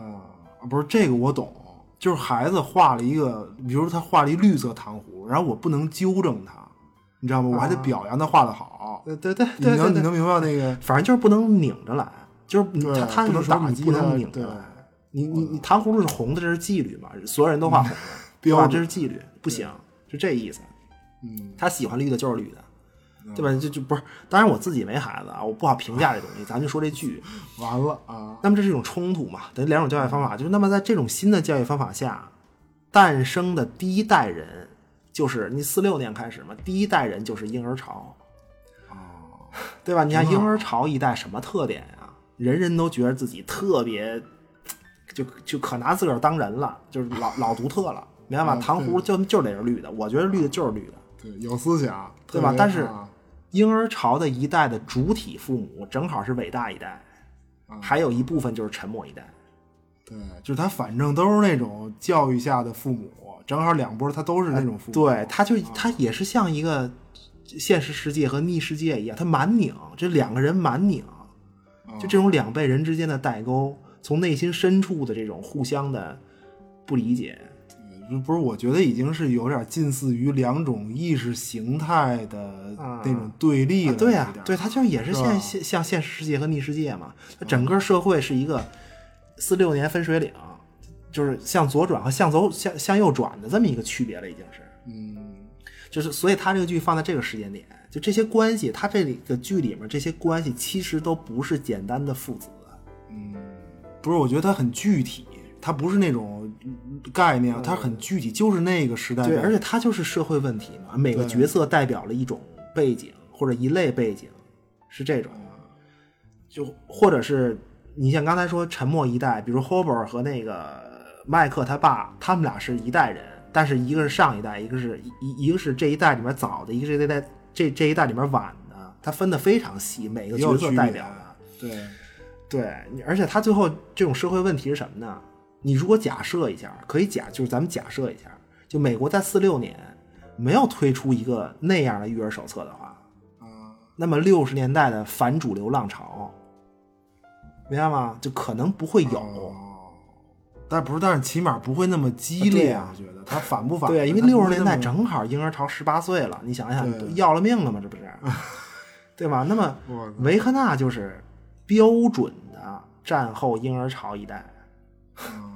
Speaker 7: 不是这个我懂，就是孩子画了一个，比如说他画了一绿色糖葫芦，然后我不能纠正他，你知道吗？我还得表扬他画的好。
Speaker 5: 对对对
Speaker 7: 你
Speaker 5: 啊对
Speaker 7: 能
Speaker 5: 对
Speaker 7: 你
Speaker 5: 对，
Speaker 7: 能明白那个？
Speaker 5: 反正就是不能拧着来，就是你
Speaker 7: 嗯对
Speaker 5: 他他
Speaker 7: 不
Speaker 5: 是
Speaker 7: 能说
Speaker 5: 打
Speaker 7: 你
Speaker 5: 击
Speaker 7: 不
Speaker 5: 不
Speaker 7: 能
Speaker 5: 能拧着
Speaker 7: 对
Speaker 5: 来。你你你糖葫芦是红的，这是纪律嘛？所有人都画红的，对
Speaker 7: 嗯标
Speaker 5: 吧？
Speaker 7: 准
Speaker 5: 这是纪律，不行，就这意思。嗯，他喜欢绿的就是绿的，
Speaker 7: 嗯
Speaker 5: 对吧？就就不是，当然我自己没孩子啊，我不好评价这东西，咱就说这剧。
Speaker 7: 完了啊，
Speaker 5: 那么这是一种冲突嘛？等于两种教育方法，就是那么在这种新的教育方法下诞生的第一代人，就是你四六年开始嘛，第一代人就是婴儿潮，哦，对吧？你看婴儿潮一代什么特点啊？人人都觉得自己特别，就就可拿自个儿当人了，就是老老独特了，明白吧？
Speaker 7: 嗯
Speaker 5: 糖葫芦就就得是绿的，我觉得绿的就是绿的。
Speaker 7: 对，有思想，
Speaker 5: 对吧
Speaker 7: 特别
Speaker 5: 但是
Speaker 7: 啊
Speaker 5: 婴儿潮的一代的主体父母正好是伟大一代，还有一部分就是沉默一代。
Speaker 7: 对，就是他反正都是那种教育下的父母，正好两波他都是那种啊父母。
Speaker 5: 哎对，他就他也是像一个现实世界和逆世界一样，他满拧，这两个人满拧，就这种两辈人之间的代沟，从内心深处的这种互相的不理解，
Speaker 7: 对不是，我觉得已经是有点近似于两种意识形态的
Speaker 5: 啊
Speaker 7: 那种对立了、
Speaker 5: 啊对
Speaker 7: 呀
Speaker 5: 啊，，对，它就是也是
Speaker 7: 是
Speaker 5: 现
Speaker 7: 吧
Speaker 5: 现像现实世界和逆世界嘛，它整个社会是一个四六年分水岭，就是向左转和向左向向右转的这么一个区别了，已经是，
Speaker 7: 嗯，
Speaker 5: 就是所以它这个剧放在这个时间点，就这些关系，它这里的剧里面这些关系其实都不是简单的父子，
Speaker 7: 不是，我觉得它很具体，它不是那种嗯概念，它很具体，就是那个时代
Speaker 5: 对，
Speaker 7: 的，
Speaker 5: 而且它就是社会问题嘛，每个角色代表了一种背景或者一类背景，是这种，就或者是你像刚才说沉默一代，比如 Hober 和那个麦克他爸，他们俩是一代人，但是一个是上一代，一个是一一个是这一代里面早的，一个是这一代这这一代里面晚的，它分的非常细，每个角色代表
Speaker 7: 啊
Speaker 5: 的。
Speaker 7: 对，
Speaker 5: 对，你而且他最后这种社会问题是什么呢？你如果假设一下，可以假，就是咱们假设一下，就美国在四六年没有推出一个那样的育儿手册的话，那么六十年代的反主流浪潮，明白吗？就可能不会有。
Speaker 7: 哦但不是，但是起码不会那么激烈，
Speaker 5: 啊
Speaker 7: 我觉得它反不反？
Speaker 5: 对，啊因为
Speaker 7: 它不
Speaker 5: 六
Speaker 7: 会
Speaker 5: 十年代
Speaker 7: 那么
Speaker 5: 正好婴儿潮十八岁了，你想一想，
Speaker 7: 对
Speaker 5: 都要了命了嘛，这不 是？对吧？那么
Speaker 7: 我靠
Speaker 5: 维克纳就是标准的战后婴儿潮一代，
Speaker 7: 哦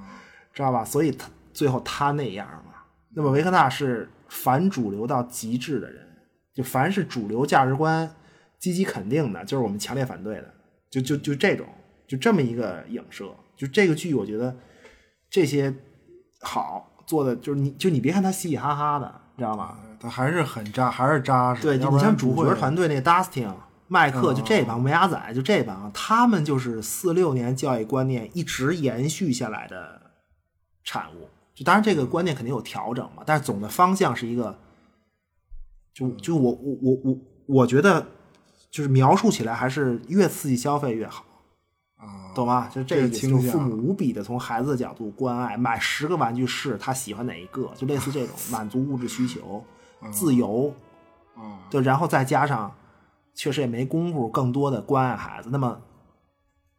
Speaker 5: 知道吧？所以他最后他那样嘛。那么维克纳是反主流到极致的人，就凡是主流价值观积极肯定的，就是我们强烈反对的，就就就这种，就这么一个影射。就这个剧，我觉得这些好做的，就是你就你别看他嘻嘻哈哈的，你知道吗？
Speaker 7: 它哎还是很扎，还是扎实。
Speaker 5: 对，
Speaker 7: 要
Speaker 5: 就
Speaker 7: 不
Speaker 5: 你
Speaker 7: 然
Speaker 5: 像
Speaker 7: 不
Speaker 5: 主
Speaker 7: 会嗯
Speaker 5: 角团队那 Dustin、麦克，就这帮乌鸦仔，就这帮，他们就是四六年教育观念一直延续下来的产物。就当然这
Speaker 7: 嗯
Speaker 5: 个观念肯定有调整嘛，但是总的方向是一个，就就我我我我我觉得就是描述起来还是越刺激消费越好。懂吗？就这
Speaker 7: 啊
Speaker 5: 个
Speaker 7: 这个
Speaker 5: 意思
Speaker 7: 倾
Speaker 5: 就是
Speaker 7: 向
Speaker 5: 父母无比的从孩子的角度关爱，买十个玩具是他喜欢哪一个，就类似 这种满足物质需求、
Speaker 7: 啊
Speaker 5: 自由，对，然后再加上确实也没工夫更多的关爱孩子，那么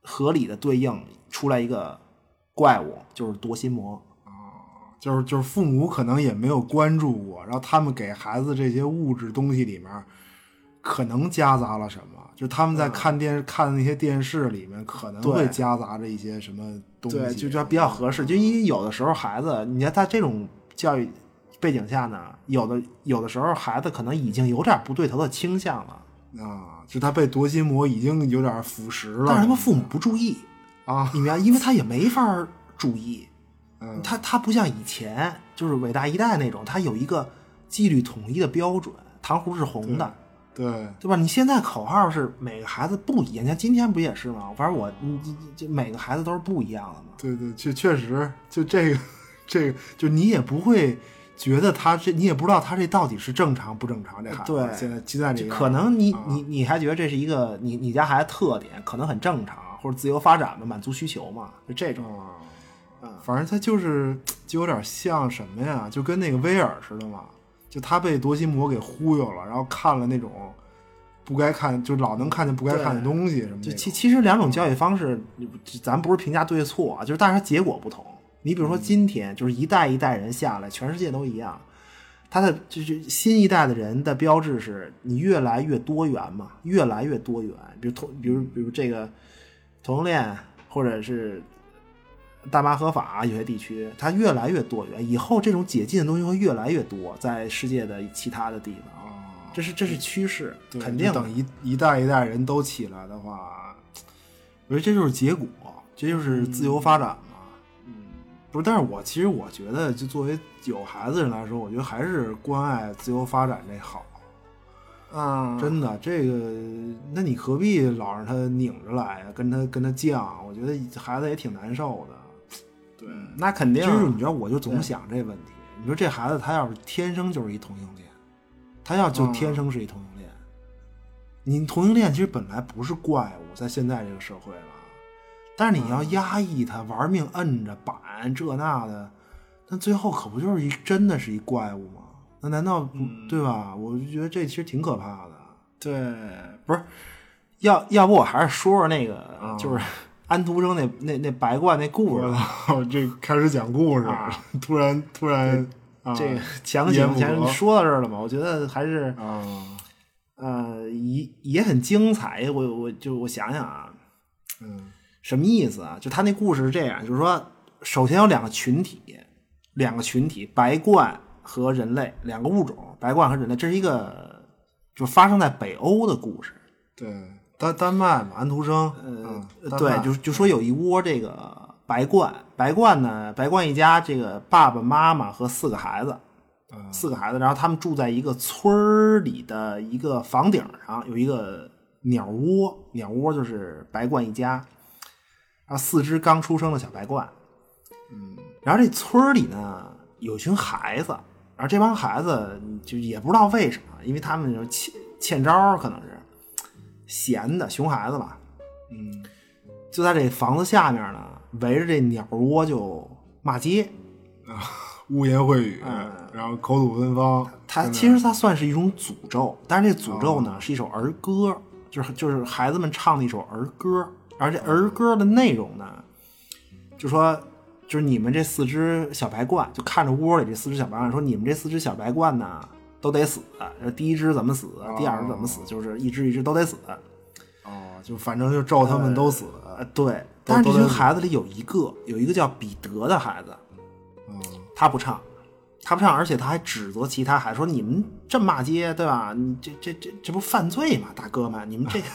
Speaker 5: 合理的对应出来一个怪物，就是夺心魔。
Speaker 7: 就是就是父母可能也没有关注过，然后他们给孩子这些物质东西里面，可能夹杂了什
Speaker 5: 啊
Speaker 7: 么？就是他们在看电视、看那些电视里面，可
Speaker 5: 嗯
Speaker 7: 能
Speaker 5: 对
Speaker 7: 会夹杂着一些什么东西。
Speaker 5: 对，就就比较合适。就因为有的时候孩子，你看在这种教育背景下呢，有的有的时候孩子可能已经有点不对头的倾向了。
Speaker 7: 啊，就他被夺心魔已经有点腐蚀了。
Speaker 5: 但是他们父母不注 意
Speaker 7: 啊，
Speaker 5: 你明白？因为他也没法儿注意，
Speaker 7: 嗯
Speaker 5: 他他不像以前就是伟大一代那种，他有一个纪律统一的标准，糖葫芦是红的，
Speaker 7: 对
Speaker 5: 对吧？你现在口号是每个孩子不一样，你看今天不也是吗？反正我，你这这这每个孩子都是不一样的嘛。
Speaker 7: 对对，确确实，就这个这个，就你也不会觉得他这，你也不知道他这到底是正常不正常。这孩子
Speaker 5: 对
Speaker 7: 现在现在这
Speaker 5: 就
Speaker 7: 个啊
Speaker 5: 可能你你你还觉得这是一个你你家孩子特点，可能很正常，或者自由发展嘛，满足需求嘛，就这种。
Speaker 7: 反正他就是就有点像什么呀，就跟那个威尔似的嘛，就他被夺心魔给忽悠了，然后看了那种不该看，就老能看见不该看的东西什么
Speaker 5: 就
Speaker 7: 的。
Speaker 5: 其其实两种教育方式，这咱不是评价对错啊，就是但是它结果不同。你比如
Speaker 7: 嗯
Speaker 5: 说今天就是一代一代人下来，全世界都一样，他的就是新一代的人的标志是你越来越多元嘛，越来越多元。比如同，比如比如这个同性恋，或者是大麻合法，啊有些地区它越来越多元，以后这种解禁的东西会越来越多，在世界的其他的地方，这是这是趋势，
Speaker 7: 哦对
Speaker 5: 肯定
Speaker 7: 就
Speaker 5: 的
Speaker 7: 等一一代一代人都起来的话，我觉得这就是结果，这就是自由发展嘛。嗯，不是，但是我其实我觉得，就作为有孩子人来说，我觉得还是关爱自由发展这好。
Speaker 5: 啊
Speaker 7: 真的，这个，那你何必老让他拧着来呀、跟他跟他犟，啊我觉得孩子也挺难受的。
Speaker 5: 那肯定
Speaker 7: 就
Speaker 5: 啊。
Speaker 7: 是你知道，我就总想这问题。你说这孩子他要是天生就是一同性恋，他要
Speaker 5: 嗯
Speaker 7: 就天生是一同性恋，你同性恋其实本来不是怪物，在现在这个社会吧，但是你要压抑他，玩命摁着板这那的，那最后可不就是一真的是一怪物吗？那难道不、对吧？我就觉得这其实挺可怕的。
Speaker 5: 对，不是，要要不我还是说说那个，就是安徒生那那那白鹳那故事，
Speaker 7: 我操！这开始讲故事，
Speaker 5: 啊
Speaker 7: 突然突然啊，
Speaker 5: 这个强
Speaker 7: 言
Speaker 5: 行
Speaker 7: 不
Speaker 5: 前
Speaker 7: 合
Speaker 5: 说到这儿了嘛，我觉得还是
Speaker 7: 啊，
Speaker 5: 呃也也很精彩。我我就我想想啊，
Speaker 7: 嗯
Speaker 5: 什么意思啊？就他那故事是这样，就是说，首先有两个群体，两个群体，白鹳和人类两个物种，白鹳和人类，这是一个就发生在北欧的故事。
Speaker 7: 对，
Speaker 9: 丹丹麦嘛，安徒生，
Speaker 5: 呃
Speaker 7: 嗯，
Speaker 5: 对，就就说有一窝这个白鹳，白鹳呢，白鹳一家这个爸爸妈妈和四个孩子，四个孩子，然后他们住在一个村儿里的一个房顶上，有一个鸟窝，鸟窝就是白鹳一家，然后四只刚出生的小白鹳，嗯，然后这村儿里呢有一群孩子，然后这帮孩子就也不知道为什么，因为他们就是欠欠招儿，可能是闲的熊孩子吧，就在这房子下面呢，围着这鸟窝就骂街。
Speaker 7: 污言秽语
Speaker 5: 嗯，
Speaker 7: 然后口吐芬芳，
Speaker 5: 它
Speaker 7: 真的哦
Speaker 5: 其实它算是一种诅咒，但是这诅咒呢、是一首儿歌，就是就是孩子们唱的一首儿歌，而这儿歌的内容呢，就说就是你们这四只小白鹳，就看着窝里这四只小白鹳说你们这四只小白鹳呢都得死，呃第一只怎么死，第二只怎么死，就是一只一只都得死。
Speaker 7: 哦，就反正就咒他们都死，
Speaker 5: 呃，对，但是这群孩子里有一个，有一个叫彼得的孩子，
Speaker 7: 嗯，
Speaker 5: 他不唱，他不唱，而且他还指责其他孩子说：“你们这么骂街，对吧？你这这这这不犯罪吗，大哥们？你 们这 个，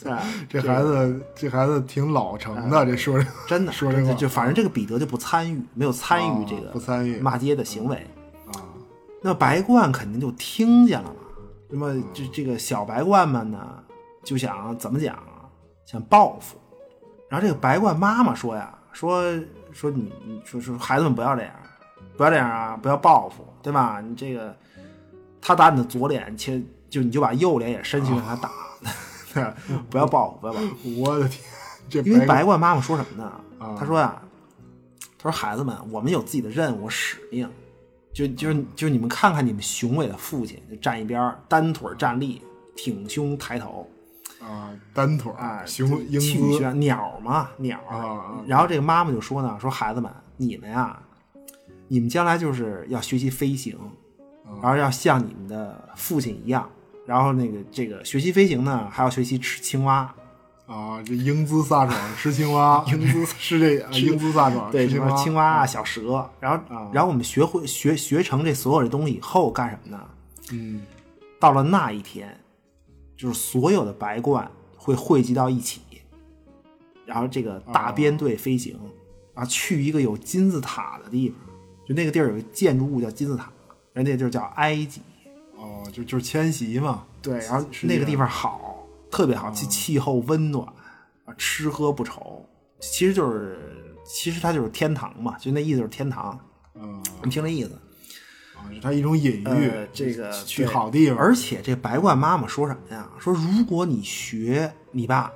Speaker 5: 对吧
Speaker 7: 这孩子这孩子挺老成
Speaker 5: 嗯
Speaker 7: 的，这说着
Speaker 5: 真的
Speaker 7: 说这话
Speaker 5: 就就反正这个彼得就不参与，没有参与这个
Speaker 7: 啊不参与
Speaker 5: 骂街的行为。
Speaker 7: 啊，
Speaker 5: 那白鹳肯定就听见了嘛。那
Speaker 7: 嗯
Speaker 5: 么这这个小白鹳们呢，就想怎么讲啊？想报复。然后这个白鹳妈妈说呀，说说你你说说孩子们不要这样，不要这样啊，不要报复，对吧？你这个他打你的左脸，切就你就把右脸也伸去让他打，
Speaker 7: 哦
Speaker 5: 不要报复，不要报复。
Speaker 7: 我的天，这
Speaker 5: 因为
Speaker 7: 白
Speaker 5: 白鹳妈妈说什么呢
Speaker 7: 哎啊？
Speaker 5: 她说啊，她说孩子们，我们有自己的任务使命，就就是就是你们看看你们雄伟的父亲，就站一边儿，单腿站立，挺胸抬头，
Speaker 7: 啊单腿
Speaker 5: 啊，
Speaker 7: 雄英
Speaker 5: 挺
Speaker 7: 姿
Speaker 5: 轩鸟嘛鸟
Speaker 7: 啊啊
Speaker 5: 然后这个妈妈就说呢，说孩子们，你们呀，你们将来就是要学习飞行，
Speaker 7: 啊
Speaker 5: 然后要像你们的父亲一样。然后那个这个学习飞行呢，还要学习吃青蛙，
Speaker 7: 啊，这英姿飒爽，吃 青蛙，英姿是这啊英姿飒爽，
Speaker 5: 对，
Speaker 7: 吃
Speaker 5: 什么
Speaker 7: 青蛙，嗯啊
Speaker 5: 青蛙啊、小蛇，然后、然后我们学会学学成这所有这东西以后干什么呢？
Speaker 7: 嗯，
Speaker 5: 到了那一天，就是所有的白鹳会汇集到一起，然后这个
Speaker 7: 啊
Speaker 5: 大编队飞行，然后去一个有金字塔的地方，就那个地儿有个建筑物叫金字塔，然后那地儿叫埃及，
Speaker 7: 哦，就就是迁徙嘛，
Speaker 5: 对，然后
Speaker 7: 是这
Speaker 5: 那
Speaker 7: 样啊
Speaker 5: 个地方好，特别好，气气候温暖，啊，吃喝不愁，其实就是其实它就是天堂嘛，就那意思就是天堂。
Speaker 7: 嗯，
Speaker 5: 你听这意思，
Speaker 7: 啊是它一种隐喻
Speaker 5: 呃，，这个
Speaker 7: 去
Speaker 5: 对
Speaker 7: 好地方，
Speaker 5: 而且这白鹳妈妈说什么呀？说如果你学你爸，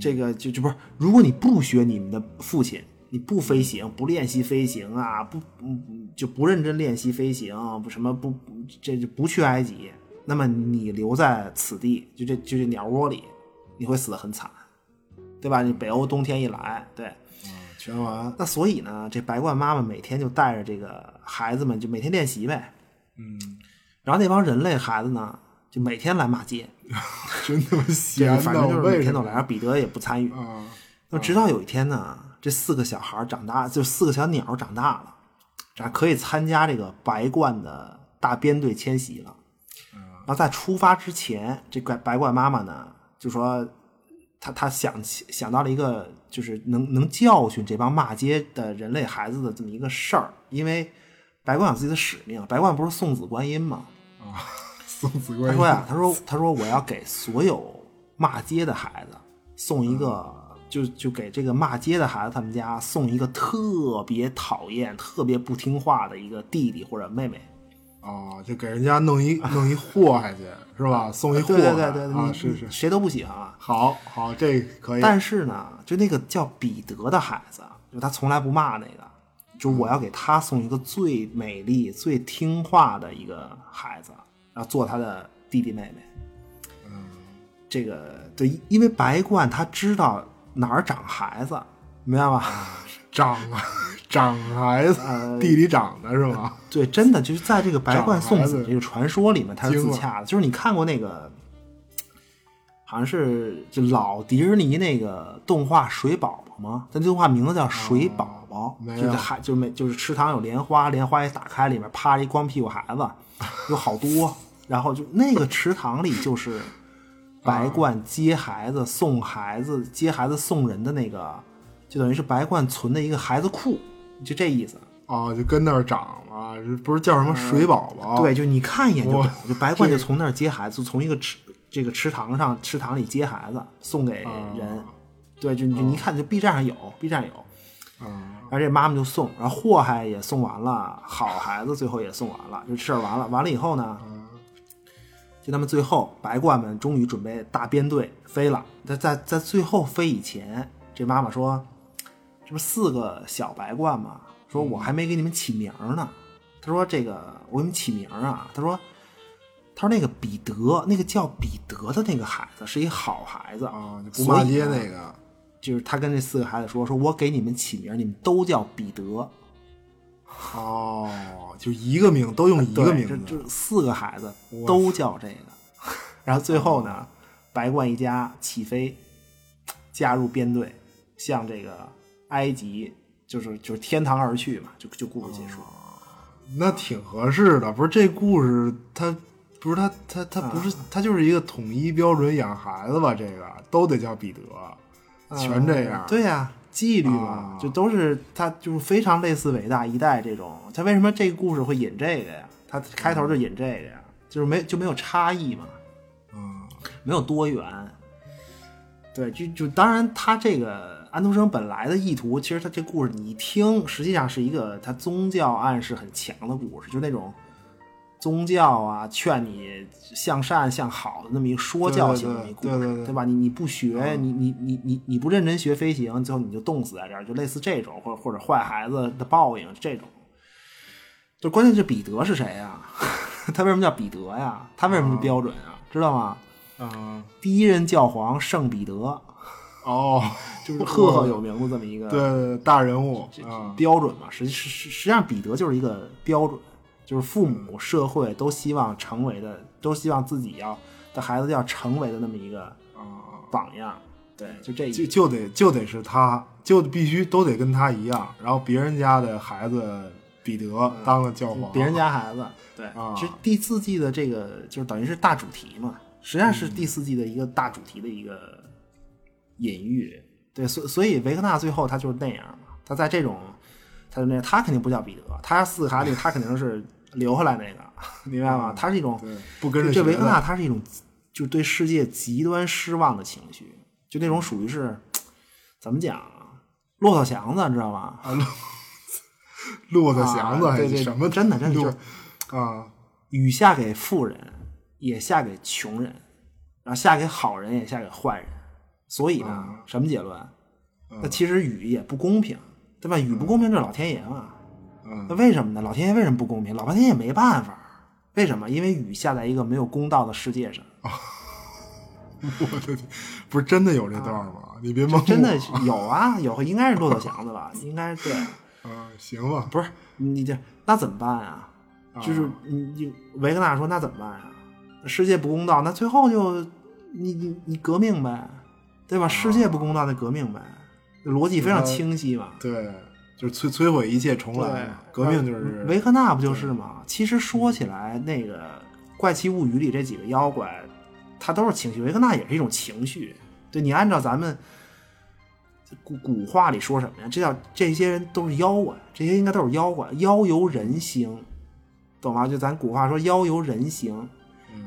Speaker 5: 这个就就不是，如果你不学你们的父亲，你不飞行，不练习飞行啊，不嗯就不认真练习飞行，不什么不这就不去埃及，那么你留在此地，就这就这鸟窝里，你会死得很惨，对吧？你北欧冬天一来，对。
Speaker 7: 全完，
Speaker 5: 那所以呢，这白鹳妈妈每天就带着这个孩子们就每天练习呗，
Speaker 7: 嗯，
Speaker 5: 然后那帮人类孩子呢，就每天来骂街，
Speaker 7: 真他妈
Speaker 5: 这
Speaker 7: 闲
Speaker 5: 个
Speaker 7: 的，
Speaker 5: 反正就是
Speaker 7: 为
Speaker 5: 每
Speaker 7: 什
Speaker 5: 天
Speaker 7: 么
Speaker 5: 都来，然后彼得也不参与。
Speaker 7: 啊，
Speaker 5: 那直到有一天呢，这四个小孩长大，就四个小鸟长大了，长可以参加这个白鹳的大编队迁徙了。然后在出发之前，这白白鹳妈妈呢就说，她她想起想到了一个就是能能教训这帮骂街的人类孩子的这么一个事儿，因为白鹳有自己的使命，白鹳不是送子观音吗？
Speaker 7: 送子
Speaker 5: 他
Speaker 7: 观
Speaker 5: 说
Speaker 7: 音，
Speaker 5: 呀，他说他说我要给所有骂街的孩子送一个，
Speaker 7: 嗯
Speaker 5: 就就给这个骂街的孩子他们家送一个特别讨厌、特别不听话的一个弟弟或者妹妹。
Speaker 7: 哦，就给人家弄一弄一祸害去，是吧？送一祸
Speaker 5: 对
Speaker 7: 害，
Speaker 5: 对对对，
Speaker 7: 啊，
Speaker 5: 你
Speaker 7: 是是，
Speaker 5: 谁都不喜欢啊。
Speaker 7: 好好，这个可以，
Speaker 5: 但是呢，就那个叫彼得的孩子，就他从来不骂那个，就我要给他送一个最美丽、最听话的一个孩子，然后做他的弟弟妹妹。这个对，因为白鹳他知道哪儿长孩子，明白吧？
Speaker 7: 长啊，长孩子，
Speaker 5: 呃
Speaker 7: 地里长的是吗？
Speaker 5: 对，真的就是在这个白冠送
Speaker 7: 长
Speaker 5: 子
Speaker 7: 孩子
Speaker 5: 这个传说里面，它是自
Speaker 7: 惊了
Speaker 5: 洽的。就是你看过那个，好像是就老迪士尼那个动画《水宝宝》吗？它那动画名字叫《水宝宝》，
Speaker 7: 啊没
Speaker 5: 就是
Speaker 7: 有
Speaker 5: 还就是每就是池塘有莲花，莲花一打开，里面趴着一光屁股孩子，有好多。然后就那个池塘里就是
Speaker 7: 啊
Speaker 5: 白鹳接孩子、送孩子、接孩子送人的那个，就等于是白鹳存的一个孩子库，就这意思。
Speaker 7: 哦，就跟那儿长了，这不是叫什么水宝宝？
Speaker 5: 嗯对，，就你看一眼就懂
Speaker 7: 哇，
Speaker 5: 就白鹳就从那儿接孩子，就从一个池这个池塘上池塘里接孩子送给人，对，就就你一看就 B 站上有，B 站有，然后这妈妈就送，然后祸害也送完了，好孩子最后也送完了，就事儿完了，完了以后呢，就他们最后白鹳们终于准备大编队飞了，在在在最后飞以前，这妈妈说，这不是四个小白鹳吗？说
Speaker 7: 嗯
Speaker 5: 我还没给你们起名儿呢。他说这个我给你们起名儿啊，他说。他说：“那个彼得，那个叫彼得的那个孩子是一好孩子
Speaker 7: 啊，就不
Speaker 5: 所以
Speaker 7: 骂街
Speaker 5: 呢
Speaker 7: 那个
Speaker 5: 就是他跟这四个孩子说：“说我给你们起名，你们都叫彼得。
Speaker 7: 哦，就一个名都用一
Speaker 5: 对
Speaker 7: 个名
Speaker 5: 这
Speaker 7: 字，
Speaker 5: 这四个孩子都叫这个。 然后最后
Speaker 7: 哦
Speaker 5: 呢，白鹳一家起飞，加入编队，向这个埃及，就是就是天堂而去嘛，就就故事结束。
Speaker 7: 哦那挺合适的。不是这故事，它不是它它它不
Speaker 5: 嗯
Speaker 7: 是它就是一个统一标准养孩子吧？这个都得叫彼得，全这样。
Speaker 5: 嗯对呀、纪律嘛，
Speaker 7: 啊
Speaker 5: 就都是他就是非常类似伟大一代这种。他为什么这个故事会引这个呀？他开头就引这个呀，就是没就没有差异嘛，嗯，没有多元。对，就就当然他这个安徒生本来的意图，其实他这故事你一听，实际上是一个他宗教暗示很强的故事，就那种。宗教啊，劝你向善向好的那么一个说教型的一个故事，
Speaker 7: 对对对对对嗯
Speaker 5: 对吧？你你不学，你你你你你不认真学飞行，最后你就冻死在这儿，就类似这种，或者或者坏孩子的报应这种。就关键是彼得是谁呀、 他为什么叫彼得呀？他为什么是标准啊？知道吗？
Speaker 7: 嗯，
Speaker 5: 第一任教皇圣彼得，
Speaker 7: 哦，
Speaker 5: 就是赫赫有名的这么一个
Speaker 7: 对对对大人物啊，
Speaker 5: 标准嘛。实际实实实际上，彼得就是一个标准，就是父
Speaker 7: 嗯
Speaker 5: 母、社会都希望成为的，都希望自己要的孩子要成为的那么一个榜样。对，就这一
Speaker 7: 啊就就得就得是他，就必须都得跟他一样。然后别人家的孩子彼得当了教皇，
Speaker 5: 嗯别人家孩子。对，
Speaker 7: 啊
Speaker 5: 其实第四季的这个就是等于是大主题嘛，实际上
Speaker 7: 嗯
Speaker 5: 是第四季的一个大主题的一个隐喻。对，所所以维克纳最后他就是那样嘛，他在这种，他就那样他肯定不叫彼得，他四个孩子里他肯定是留下来那个，明白吗？他是一种
Speaker 7: 嗯对不跟着
Speaker 5: 嗯这
Speaker 7: 学
Speaker 5: 维克
Speaker 7: 的
Speaker 5: 纳他是一种就对世界极端失望的情绪，就那种属于是怎么讲啊骆驼祥子，知道吗？
Speaker 7: 骆驼祥子
Speaker 5: 啊
Speaker 7: 还
Speaker 5: 对
Speaker 7: 是
Speaker 5: 对
Speaker 7: 什么
Speaker 5: 真的真的
Speaker 7: 骆
Speaker 5: 就
Speaker 7: 啊，
Speaker 5: 雨下给富人，也下给穷人，然后下给好人，也下给坏人。所以
Speaker 7: 嗯
Speaker 5: 呢，什么结论？那其实雨也不公平，对吧？雨不
Speaker 7: 嗯
Speaker 5: 公平，这老天爷嘛。那为什么呢？老天爷为什么不公平？老半天也没办法。为什么？因为雨下在一个没有公道的世界上，
Speaker 7: 我的天不是真的有这段吗？你别蒙我
Speaker 5: 啊真的是有啊，有应该是骆驼祥子吧？应该对，
Speaker 7: 啊，行吧，
Speaker 5: 不是你这那怎么办啊？就是你你维格纳说那怎么办啊？世界不公道，那最后就你你你革命呗，对吧？世界不公道，那革命呗，逻辑非常清晰嘛。
Speaker 7: 对，就是摧摧毁一切重来嘛，
Speaker 5: 对
Speaker 7: 革命就是
Speaker 5: 维克纳不就是吗？其实说起来，那个《怪奇物语》里这几个妖怪，他都是情绪，维克纳也是一种情绪。对你按照咱们古古话里说什么呀？这叫这些人都是妖怪，这些应该都是妖怪，妖由人形，懂吗？就咱古话说妖由人形，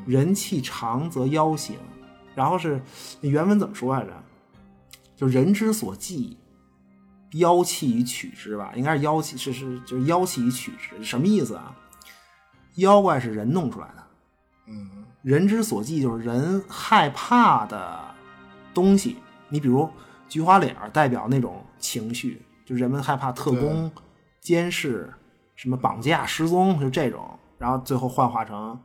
Speaker 5: 人气长则妖形。然后是那原文怎么说来着？就人之所忌，妖气与取之吧，应该是妖气，是是就是妖气与取之，什么意思啊？妖怪是人弄出来的，嗯，人之所忌就是人害怕的东西。你比如菊花脸儿代表那种情绪，就人们害怕特工、监视、什么绑架、失踪，就这种，然后最后幻化成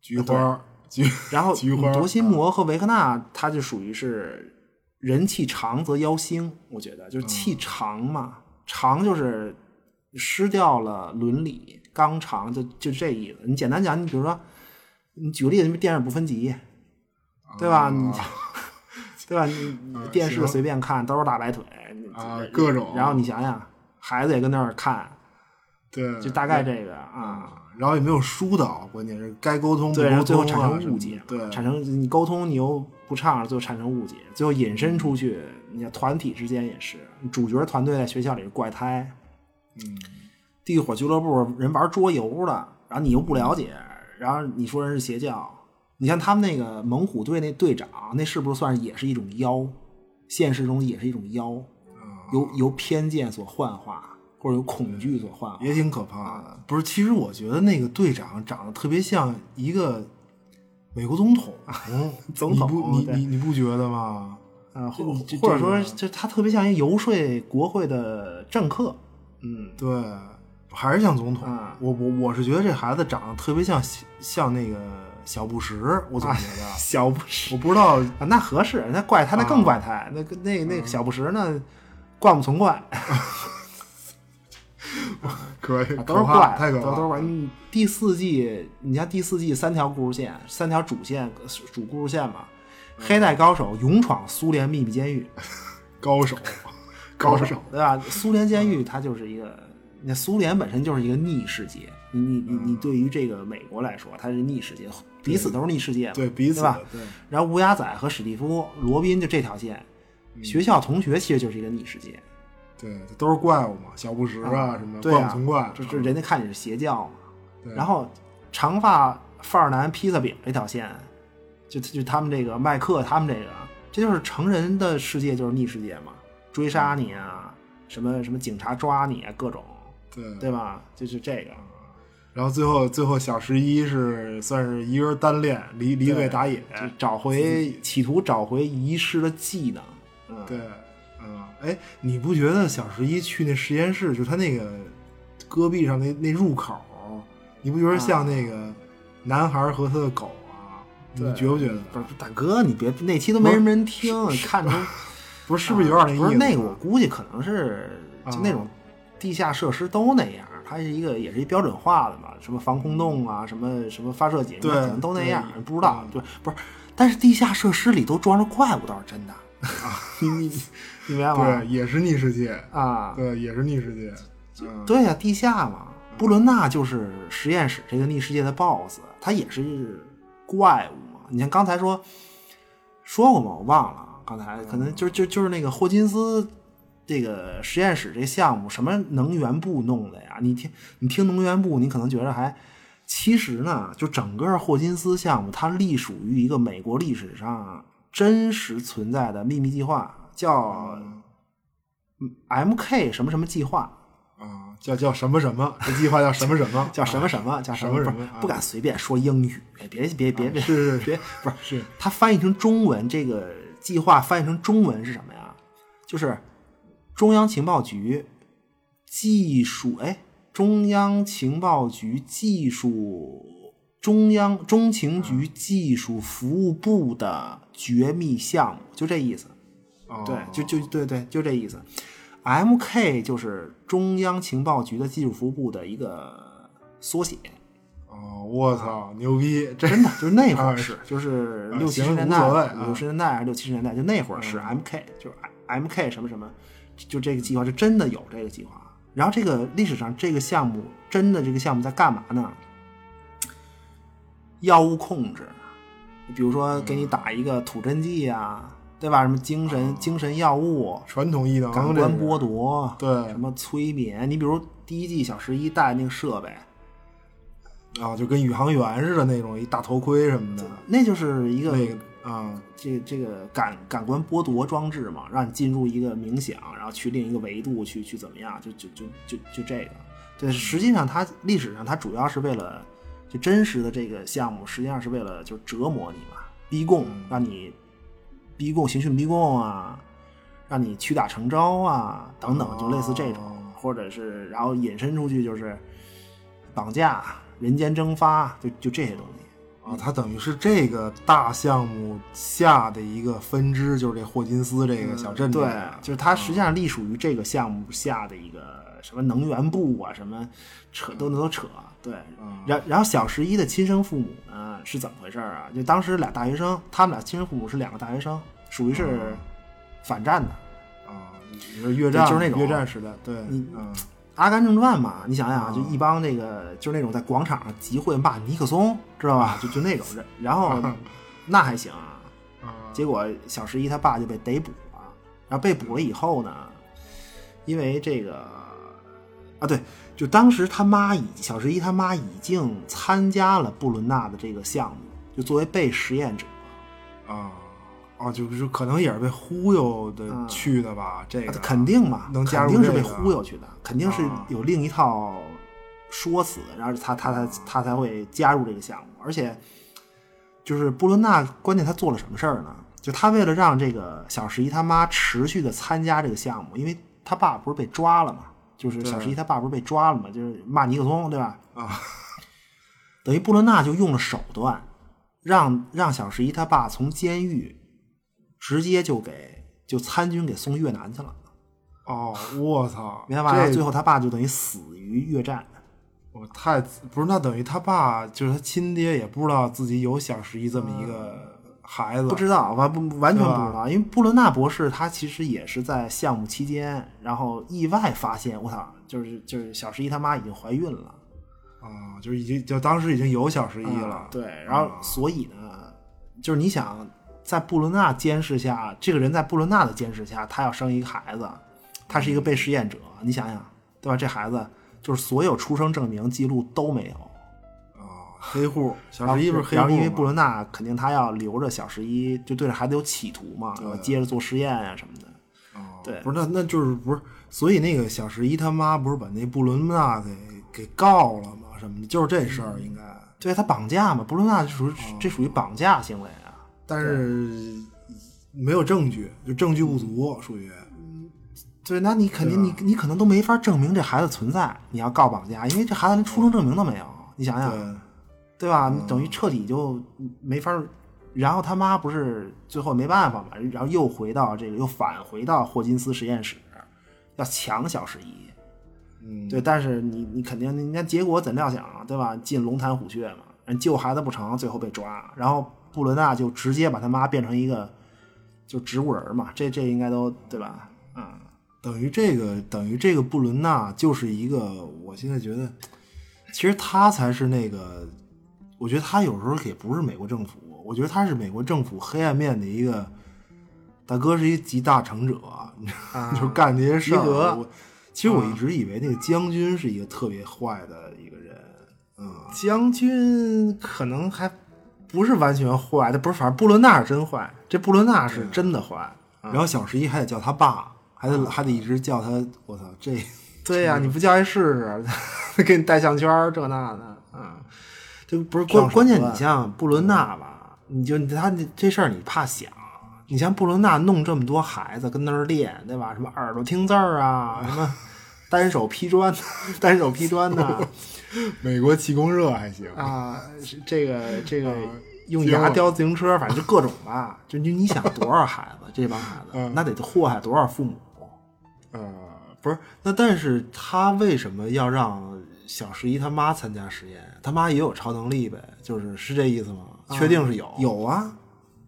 Speaker 7: 菊花菊
Speaker 5: 然后
Speaker 7: 菊花 啊
Speaker 5: 夺心魔和维克纳，他就属于是人气长则妖星，我觉得就是
Speaker 7: 嗯
Speaker 5: 气长嘛，长就是失掉了伦理，纲常就就这意思。你简单讲，你比如说，你举个例子，你电影不分级，
Speaker 7: 啊
Speaker 5: 对吧？ 你对吧？你
Speaker 7: 啊
Speaker 5: 电视
Speaker 7: 行
Speaker 5: 随便看都是大白腿
Speaker 7: 啊各种
Speaker 5: 然后你想想，孩子也跟那儿看，
Speaker 7: 对，
Speaker 5: 就大概这个啊。
Speaker 7: 然后也没有疏导，关键是该沟通不
Speaker 5: 对，然
Speaker 7: 沟
Speaker 5: 后最后
Speaker 7: 通
Speaker 5: 产
Speaker 7: 啊什
Speaker 5: 生
Speaker 7: 么
Speaker 5: 误
Speaker 7: 的
Speaker 5: 解，
Speaker 7: 对，
Speaker 5: 产生你沟通你又不畅，最后产生误解，最后引申出去。你看团体之间也是，主角团队在学校里是怪胎，
Speaker 7: 嗯，
Speaker 5: 地火俱乐部人玩桌游的，然后你又不了解，然后你说人是邪教，你看他们那个猛虎队那队长，那是不是算也是一种妖？现实中也是一种
Speaker 7: 哦
Speaker 5: 妖，由由偏见所幻化，或者由恐惧所幻化。
Speaker 7: 也挺可怕的。不是，其实我觉得那个队长长得特别像一个美国总 统，
Speaker 5: 总统
Speaker 7: 你不你
Speaker 5: 对
Speaker 7: 你你不觉得吗？
Speaker 5: 啊，或
Speaker 7: 你这
Speaker 5: 或者
Speaker 7: 这
Speaker 5: 说，
Speaker 7: 个
Speaker 5: 就他特别像一游说国会的政客，嗯，
Speaker 7: 对，还是像总统。
Speaker 5: 啊
Speaker 7: 我我我是觉得这孩子长得特别像像那个小布什，我总觉得，
Speaker 5: 小布什
Speaker 7: 我不知啊道
Speaker 5: 啊，那合适，那怪他那更怪他，那个那那
Speaker 7: 嗯
Speaker 5: 小布什那怪不从怪，
Speaker 7: 啊可以，
Speaker 5: 都是
Speaker 7: 可怕
Speaker 5: 怪，
Speaker 7: 太可
Speaker 5: 都
Speaker 7: 怕了，
Speaker 5: 都是怪。嗯第四季，你看第四季三条故事线，三条主线呃主故事线嘛，
Speaker 7: 嗯
Speaker 5: 黑带高手勇闯苏联秘密监 狱，
Speaker 7: 高 手，高手，
Speaker 5: 对吧？苏联监
Speaker 7: 嗯
Speaker 5: 狱它就是一个，那苏联本身就是一个逆世界，你你你你对于这个美国来说，它是逆世界，彼此都是逆世界嘛，
Speaker 7: 嗯对彼此
Speaker 5: 吧
Speaker 7: 的，？对，
Speaker 5: 然后乌鸦仔和史蒂夫、罗宾就这条线，
Speaker 7: 嗯
Speaker 5: 学校同学其实就是一个逆世界，
Speaker 7: 对，都是怪物嘛，小布什
Speaker 5: 啊
Speaker 7: 啊什么，
Speaker 5: 对
Speaker 7: 怪
Speaker 5: 啊
Speaker 7: 不从怪，
Speaker 5: 这这人家看你是邪教嘛。
Speaker 7: 对
Speaker 5: 然后长发范儿男披萨饼这条线，就就他们这个麦克他们这个，这就是成人的世界，就是逆世界嘛，追杀你啊，什么什么警察抓你啊，各种，
Speaker 7: 嗯对
Speaker 5: 对吧？就是这个。
Speaker 7: 然后最后最后小十一是算是一人单练，离离
Speaker 5: 对
Speaker 7: 队打野，嗯
Speaker 5: 就找回企图找回遗失的技能，嗯，
Speaker 7: 对，嗯，哎，你不觉得小十一去那实验室，就他那个戈壁上那那入口，你不觉
Speaker 5: 啊
Speaker 7: 得像那个男孩和他的狗啊？你觉不觉得？
Speaker 5: 不是大哥，你别那期都没什么人听，看着
Speaker 7: 不是，是不是有点那意思？
Speaker 5: 啊不是那个，我估计可能是就
Speaker 7: 啊
Speaker 5: 那种地下设施都那样，它是一个也是一标准化的嘛，什么防空洞啊，什么什么发射井，啊
Speaker 7: 对
Speaker 5: 可能都那样，
Speaker 7: 对嗯
Speaker 5: 不知道，对，不是，但是地下设施里都装着怪物倒是真的，
Speaker 7: 啊
Speaker 5: 你你你明白吗
Speaker 7: 对，？也是逆世界，
Speaker 5: 啊，
Speaker 7: 对，也是逆世界，嗯，
Speaker 5: 对呀、地下嘛，布伦纳就是实验室这个逆世界的 BOSS，他也是怪物嘛。你像刚才说说过吗？我忘了，啊刚才可能就就就是那个霍金斯这个实验室这项目，什么能源部弄的呀？你听你听能源部，你可能觉得还。其实呢，就整个霍金斯项目，它隶属于一个美国历史上真实存在的秘密计划，叫 M.K. 什么什么计划。
Speaker 7: 啊，叫叫什么什么，这计划叫什么什么，
Speaker 5: 叫什么
Speaker 7: 啊
Speaker 5: 什么叫
Speaker 7: 什么
Speaker 5: 什
Speaker 7: 什么
Speaker 5: 不
Speaker 7: 啊
Speaker 5: 不敢随便说英语，别别别别
Speaker 7: 是
Speaker 5: 别，不是
Speaker 7: 是
Speaker 5: 它翻译成中文，这个计划翻译成中文是什么呀？就是中央情报局技术，哎，中央情报局技术，中央中情
Speaker 7: 嗯
Speaker 5: 局技术服务部的绝密项目，就这意思。
Speaker 7: 哦
Speaker 5: 对，就就对对，就这意思。M K 就是中央情报局的技术服务部的一个缩写，
Speaker 7: 哦，我操，牛逼，真
Speaker 5: 真的就是那会儿
Speaker 7: 啊
Speaker 5: 是，就是
Speaker 7: 啊嗯
Speaker 5: 六七
Speaker 7: 行
Speaker 5: 十年
Speaker 7: 无
Speaker 5: 代
Speaker 7: 所谓，
Speaker 5: 五十年代还是六七十年代，就那会儿是 M K，就是 M K 什么什么，就这个计划就真的有这个计划。然后这个历史上这个项目真的这个项目在干嘛呢？药物控制，比如说给
Speaker 7: 嗯
Speaker 5: 你打一个吐真剂啊，对吧？什么精神
Speaker 7: 哦
Speaker 5: 精神药物，
Speaker 7: 传统异能，
Speaker 5: 感官剥，夺，
Speaker 7: 哦对
Speaker 5: 什么催眠。你比如第一季小十一戴那个设备，
Speaker 7: 啊，就跟宇航员似的那种，一大头盔什么的，
Speaker 5: 那就是一个、
Speaker 7: 那个啊，
Speaker 5: 这个这个感感官剥夺装置嘛，让你进入一个冥想，然后去另一个维度去去怎么样，就就就就就这个。对，实际上它历史上它主要是为了就真实的这个项目，实际上是为了就是折磨你嘛，逼供，让你逼供刑讯逼供啊，让你屈打成招啊，等等，就类似这种，或者是然后引申出去就是绑架、人间蒸发，就就这些东西。
Speaker 7: 啊，它等于是这个大项目下的一个分支，就是这霍金斯这个小镇、
Speaker 5: 嗯
Speaker 7: 啊
Speaker 5: 对，就是
Speaker 7: 嗯
Speaker 5: 它实际上隶属于这个项目下的一个什么能源部啊，什么扯都能都扯。对，
Speaker 7: 嗯
Speaker 5: 然然后小十一的亲生父母呢是怎么回事儿啊？就当时俩大学生，他们俩亲生父母是两个大学生，属于
Speaker 7: 嗯
Speaker 5: 是反战的。
Speaker 7: 啊，你说越战
Speaker 5: 对就是那种
Speaker 7: 越战时代，对，
Speaker 5: 你
Speaker 7: 嗯
Speaker 5: 阿甘正传嘛，你想想啊，就一帮那个就是那种在广场上集会骂尼克松，知道吧？就就那种人，然 后那还行啊，
Speaker 7: 啊
Speaker 5: 结果小十一他爸就被逮捕了，然后被捕了以后呢，因为这个啊，对，就当时他妈已小十一他妈已经参加了布伦纳的这个项目，就作为被实验者，
Speaker 7: 啊哦，就是可能也是被忽悠的去的吧，这个
Speaker 5: 嗯啊肯定嘛，
Speaker 7: 能加入
Speaker 5: 肯定是被
Speaker 7: 这个
Speaker 5: 忽悠去的，肯定是
Speaker 7: 啊
Speaker 5: 有另一套说辞，然后他他才他才会加入这个项目，而且就是布伦纳，关键他做了什么事儿呢？就他为了让这个小十一他妈持续的参加这个项目，因为他爸不是被抓了嘛，就是小十一他爸不是被抓了嘛，就是骂尼克松对吧？啊，等于布伦纳就用了手段，让让小十一他爸从监狱直接就给就参军给送越南去了。
Speaker 7: 哦，我操，
Speaker 5: 没办法，然后
Speaker 7: 这
Speaker 5: 最后他爸就等于死于越战。
Speaker 7: 我太不是那等于他爸就是他亲爹也不知道自己有小十一这么一个孩
Speaker 5: 嗯
Speaker 7: 子，
Speaker 5: 不知道，完不完全
Speaker 7: 对吧
Speaker 5: 不知道，因为布伦纳博士他其实也是在项目期间，然后意外发现，我操，就是就是小十一他妈已经怀孕了，
Speaker 7: 啊，就是已经就当时已经有小十一了
Speaker 5: 啊，对，然后所以呢，就是你想在布伦纳监视下，这个人在布伦纳的监视下，他要生一个孩子，他是一个被试验者，你想想，对吧？这孩子就是所有出生证明记录都没有，
Speaker 7: 啊，黑户
Speaker 5: 然
Speaker 7: 小
Speaker 5: 后
Speaker 7: 十一不是黑
Speaker 5: 然
Speaker 7: 户
Speaker 5: 后因为
Speaker 7: 吗
Speaker 5: 布伦纳肯定他要留着小十一，就对这孩子有企图嘛，要接着做实验啊什么
Speaker 7: 嗯
Speaker 5: 的。对
Speaker 7: 不是那那就是不是，所以那个小十一他妈不是把那布伦纳给给告了吗？什么的，就是这事儿
Speaker 5: 嗯
Speaker 7: 应该，
Speaker 5: 对他绑架嘛，布伦纳就属于这属于绑架行为啊。
Speaker 7: 但是没有证据，就证据不足，属于
Speaker 5: 对，那你肯定你你可能都没法证明这孩子存在，你要告绑架，因为这孩子连出生证明都没有，你想
Speaker 7: 对嗯
Speaker 5: 想，对吧？你等于彻底就没法儿。然后他妈不是最后没办法嘛，然后又回到这个，又返回到霍金斯实验室，要抢小十一。
Speaker 7: 嗯
Speaker 5: 对，但是你你肯定人家结果怎料想啊，对吧？进龙潭虎穴嘛，人救孩子不成，最后被抓，然后布伦纳就直接把他妈变成一个就植物人嘛，这这应该都对吧？嗯，
Speaker 7: 等于这个，等于这个布伦纳就是一个，我现在觉得，其实他才是那个，我觉得他有时候也不是美国政府，我觉得他是美国政府黑暗面的一个大哥，是一集大成者，你知道吗 就是干这些事
Speaker 5: 皮革
Speaker 7: 儿。我其实我一直以为那个将军是一个特别坏的一个人，
Speaker 5: 将军可能还不是完全坏，但不是，反正布伦纳是真坏，这布伦纳是真的坏。
Speaker 7: 嗯
Speaker 5: 嗯
Speaker 7: 然后小十一还得叫他爸，还得还得一直叫他，我操，这
Speaker 5: 对呀、你不叫一试试， 给你戴项圈儿这那的，嗯，这不是关
Speaker 7: 上手
Speaker 5: 关键，
Speaker 7: 了
Speaker 5: 你像布伦纳吧，你就你他这事儿你怕想，你像布伦纳弄这么多孩子跟那儿练，对吧？什么耳朵听字儿啊，什么单手劈砖，单手劈砖呐、
Speaker 7: 美国气功热还行啊
Speaker 5: 啊，是这个这个用
Speaker 7: 结
Speaker 5: 牙
Speaker 7: 果
Speaker 5: 雕自行车，反正就各种吧，就你你想多少孩子，这帮孩子
Speaker 7: 嗯
Speaker 5: 那得祸害多少父母，
Speaker 7: 呃，不是，那但是他为什么要让小十一他妈参加实验？他妈也有超能力呗，就是是这意思吗？确定是有，
Speaker 5: 有啊，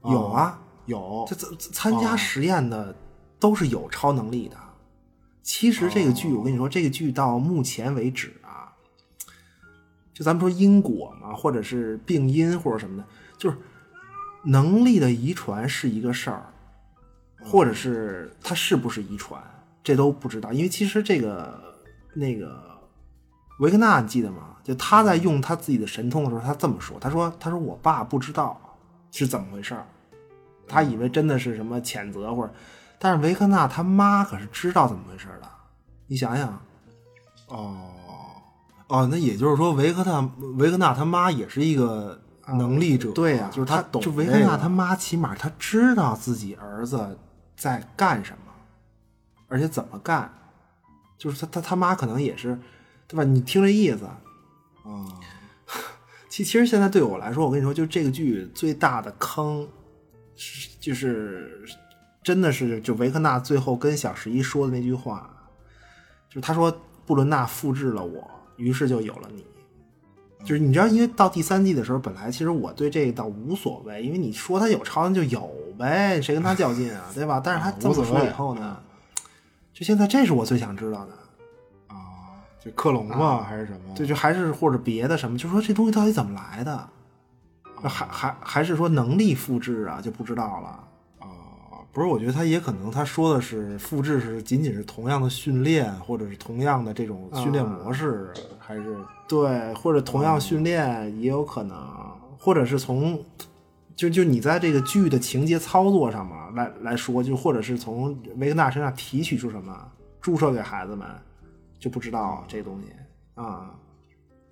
Speaker 5: 有哦啊。
Speaker 7: 有
Speaker 5: 这参参加实验的都是有超能力的。其实这个剧，我跟你说，这个剧到目前为止啊，就咱们说因果嘛，或者是病因或者什么的，就是能力的遗传是一个事儿，或者是它是不是遗传，这都不知道。因为其实这个那个维克纳，你记得吗？就他在用他自己的神通的时候，他这么说：“他说，他说我爸不知道是怎么回事儿，他以为真的是什么谴责或者，但是维克纳他妈可是知道怎么回事儿的。你想想，
Speaker 7: 哦哦，那也就是说维克纳维克纳他妈也是一个能力者，
Speaker 5: 对呀、
Speaker 7: 就是
Speaker 5: 他
Speaker 7: 懂
Speaker 5: 就
Speaker 7: 这个，
Speaker 5: 维克纳他妈起码他知道自己儿子在干什么，而且怎么干，就是他他他妈可能也是，对吧？你听这意思，
Speaker 7: 啊，
Speaker 5: 其其实现在对我来说，我跟你说，就这个剧最大的坑，是就是真的是就维克纳最后跟小十一说的那句话，就是他说布伦纳复制了我，于是就有了你。就是你知道，因为到第三季的时候，本来其实我对这个倒无所谓，因为你说他有超能就有呗，谁跟他较劲啊，对吧？但是他这么说以后呢，就现在这是我最想知道的。
Speaker 7: 就克隆嘛，还是什么？
Speaker 5: 啊对，就还是或者别的什么，就说这东西到底怎么来的，还还还是说能力复制啊，就不知道了。
Speaker 7: 啊，不是，我觉得他也可能他说的是复制是仅仅是同样的训练，或者是同样的这种训练模式，还是
Speaker 5: 啊
Speaker 7: 啊
Speaker 5: 对，或者同样训练也有可能，或者是从就就你在这个剧的情节操作上嘛来来说，就或者是从维克纳身上提取出什么注射给孩子们。就不知道这东西啊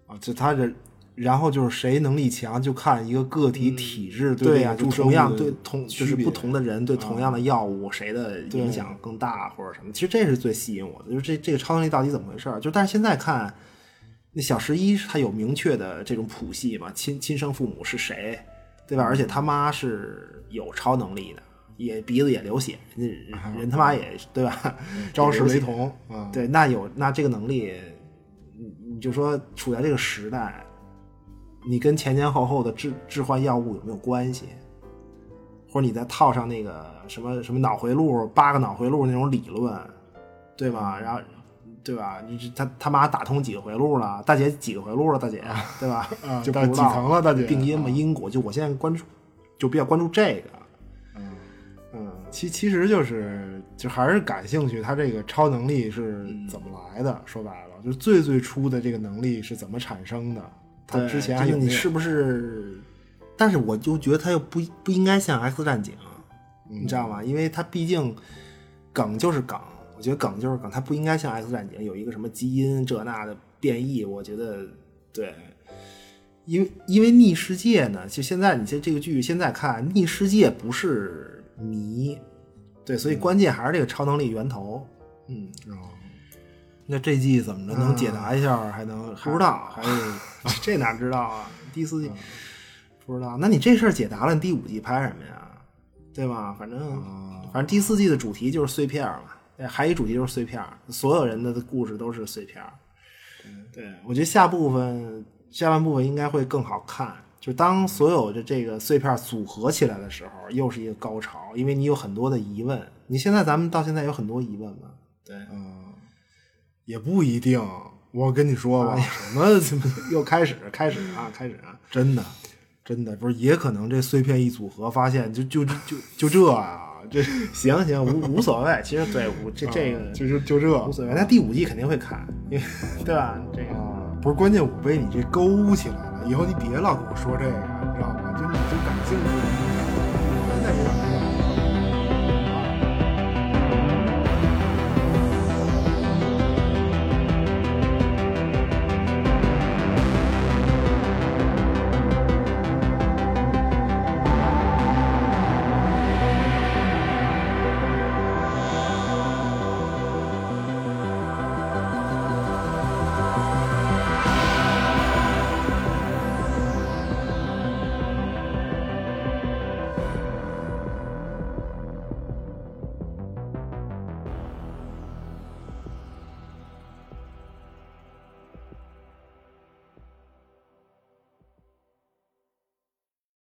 Speaker 7: 啊，就他人，然后就是谁能力强，就看一个个体体质
Speaker 5: 对
Speaker 7: 嗯呀，
Speaker 5: 呀，就
Speaker 7: 注射
Speaker 5: 同样
Speaker 7: 物的
Speaker 5: 对同就
Speaker 7: 区
Speaker 5: 是
Speaker 7: 别
Speaker 5: 不同的人对同样的药物谁的影响更大或者什么，其实这是最吸引我的，就是这这个超能力到底怎么回事儿？就但是现在看那小十一，他有明确的这种谱系嘛，亲亲生父母是谁，对吧？而且他妈是有超能力的，也鼻子也流血，人家人他妈也对吧？
Speaker 7: 招式
Speaker 5: 也流血
Speaker 7: 雷同啊，
Speaker 5: 对，那有那这个能力，你你就说处在这个时代，你跟前前后后的置置换药物有没有关系？或者你再套上那个什么什么脑回路八个脑回路那种理论，对
Speaker 7: 啊
Speaker 5: 吧？然后对吧？你这他他妈打通几个回路了？大姐几个回路了？ 大姐对吧？
Speaker 7: 啊
Speaker 5: 就不
Speaker 7: 到
Speaker 5: 知
Speaker 7: 几
Speaker 5: 道
Speaker 7: 层了大姐啊
Speaker 5: 病因嘛，因果。就我现在关注，就比较关注这个。嗯，
Speaker 7: 其其实就是就还是感兴趣，他这个超能力是怎么来的？说白了，就是最最初的这个能力是怎么产生的？他
Speaker 5: 对
Speaker 7: 之前
Speaker 5: 就
Speaker 7: 还
Speaker 5: 是
Speaker 7: 有没
Speaker 5: 你
Speaker 7: 有
Speaker 5: 是不是？但是我就觉得他又不不应该像 X 战警，你知
Speaker 7: 嗯
Speaker 5: 道吗？因为他毕竟梗就是梗，我觉得梗就是梗，他不应该像 X 战警有一个什么基因这那的变异，我觉得对。因为因为逆世界呢，就现在你这这个剧现在看逆世界不是谜，对，所以关键还是这个超能力源头，嗯，
Speaker 7: 那这季怎么着能解答一下？还能
Speaker 5: 嗯不知道，还是 这哪知道啊？第四季、不知道，那你这事儿解答了，你第五季拍什么呀？对吧？反正、反正第四季的主题就是碎片儿嘛，哎还有一主题就是碎片儿，所有人的故事都是碎片儿。对，我觉得下部分下半部分应该会更好看。就当所有的这个碎片儿组合起来的时候，又是一个高潮，因为你有很多的疑问。你现在咱们到现在有很多疑问嘛？对，
Speaker 7: 也不一定。我跟你说吧，什么什么
Speaker 5: 又开始开始 啊，开始啊，
Speaker 7: 真的，真的不是，也可能这碎片一组合，发现就就就就就这啊，这
Speaker 5: 行行，无无所谓。其实 对我这这个
Speaker 7: 就是啊就这
Speaker 5: 无所谓，那第五季肯定会看，因为对吧？这个
Speaker 7: 啊，不是关键，我被你这勾起来了。以后你别老跟我说这个，你知道吗？就你就感兴趣。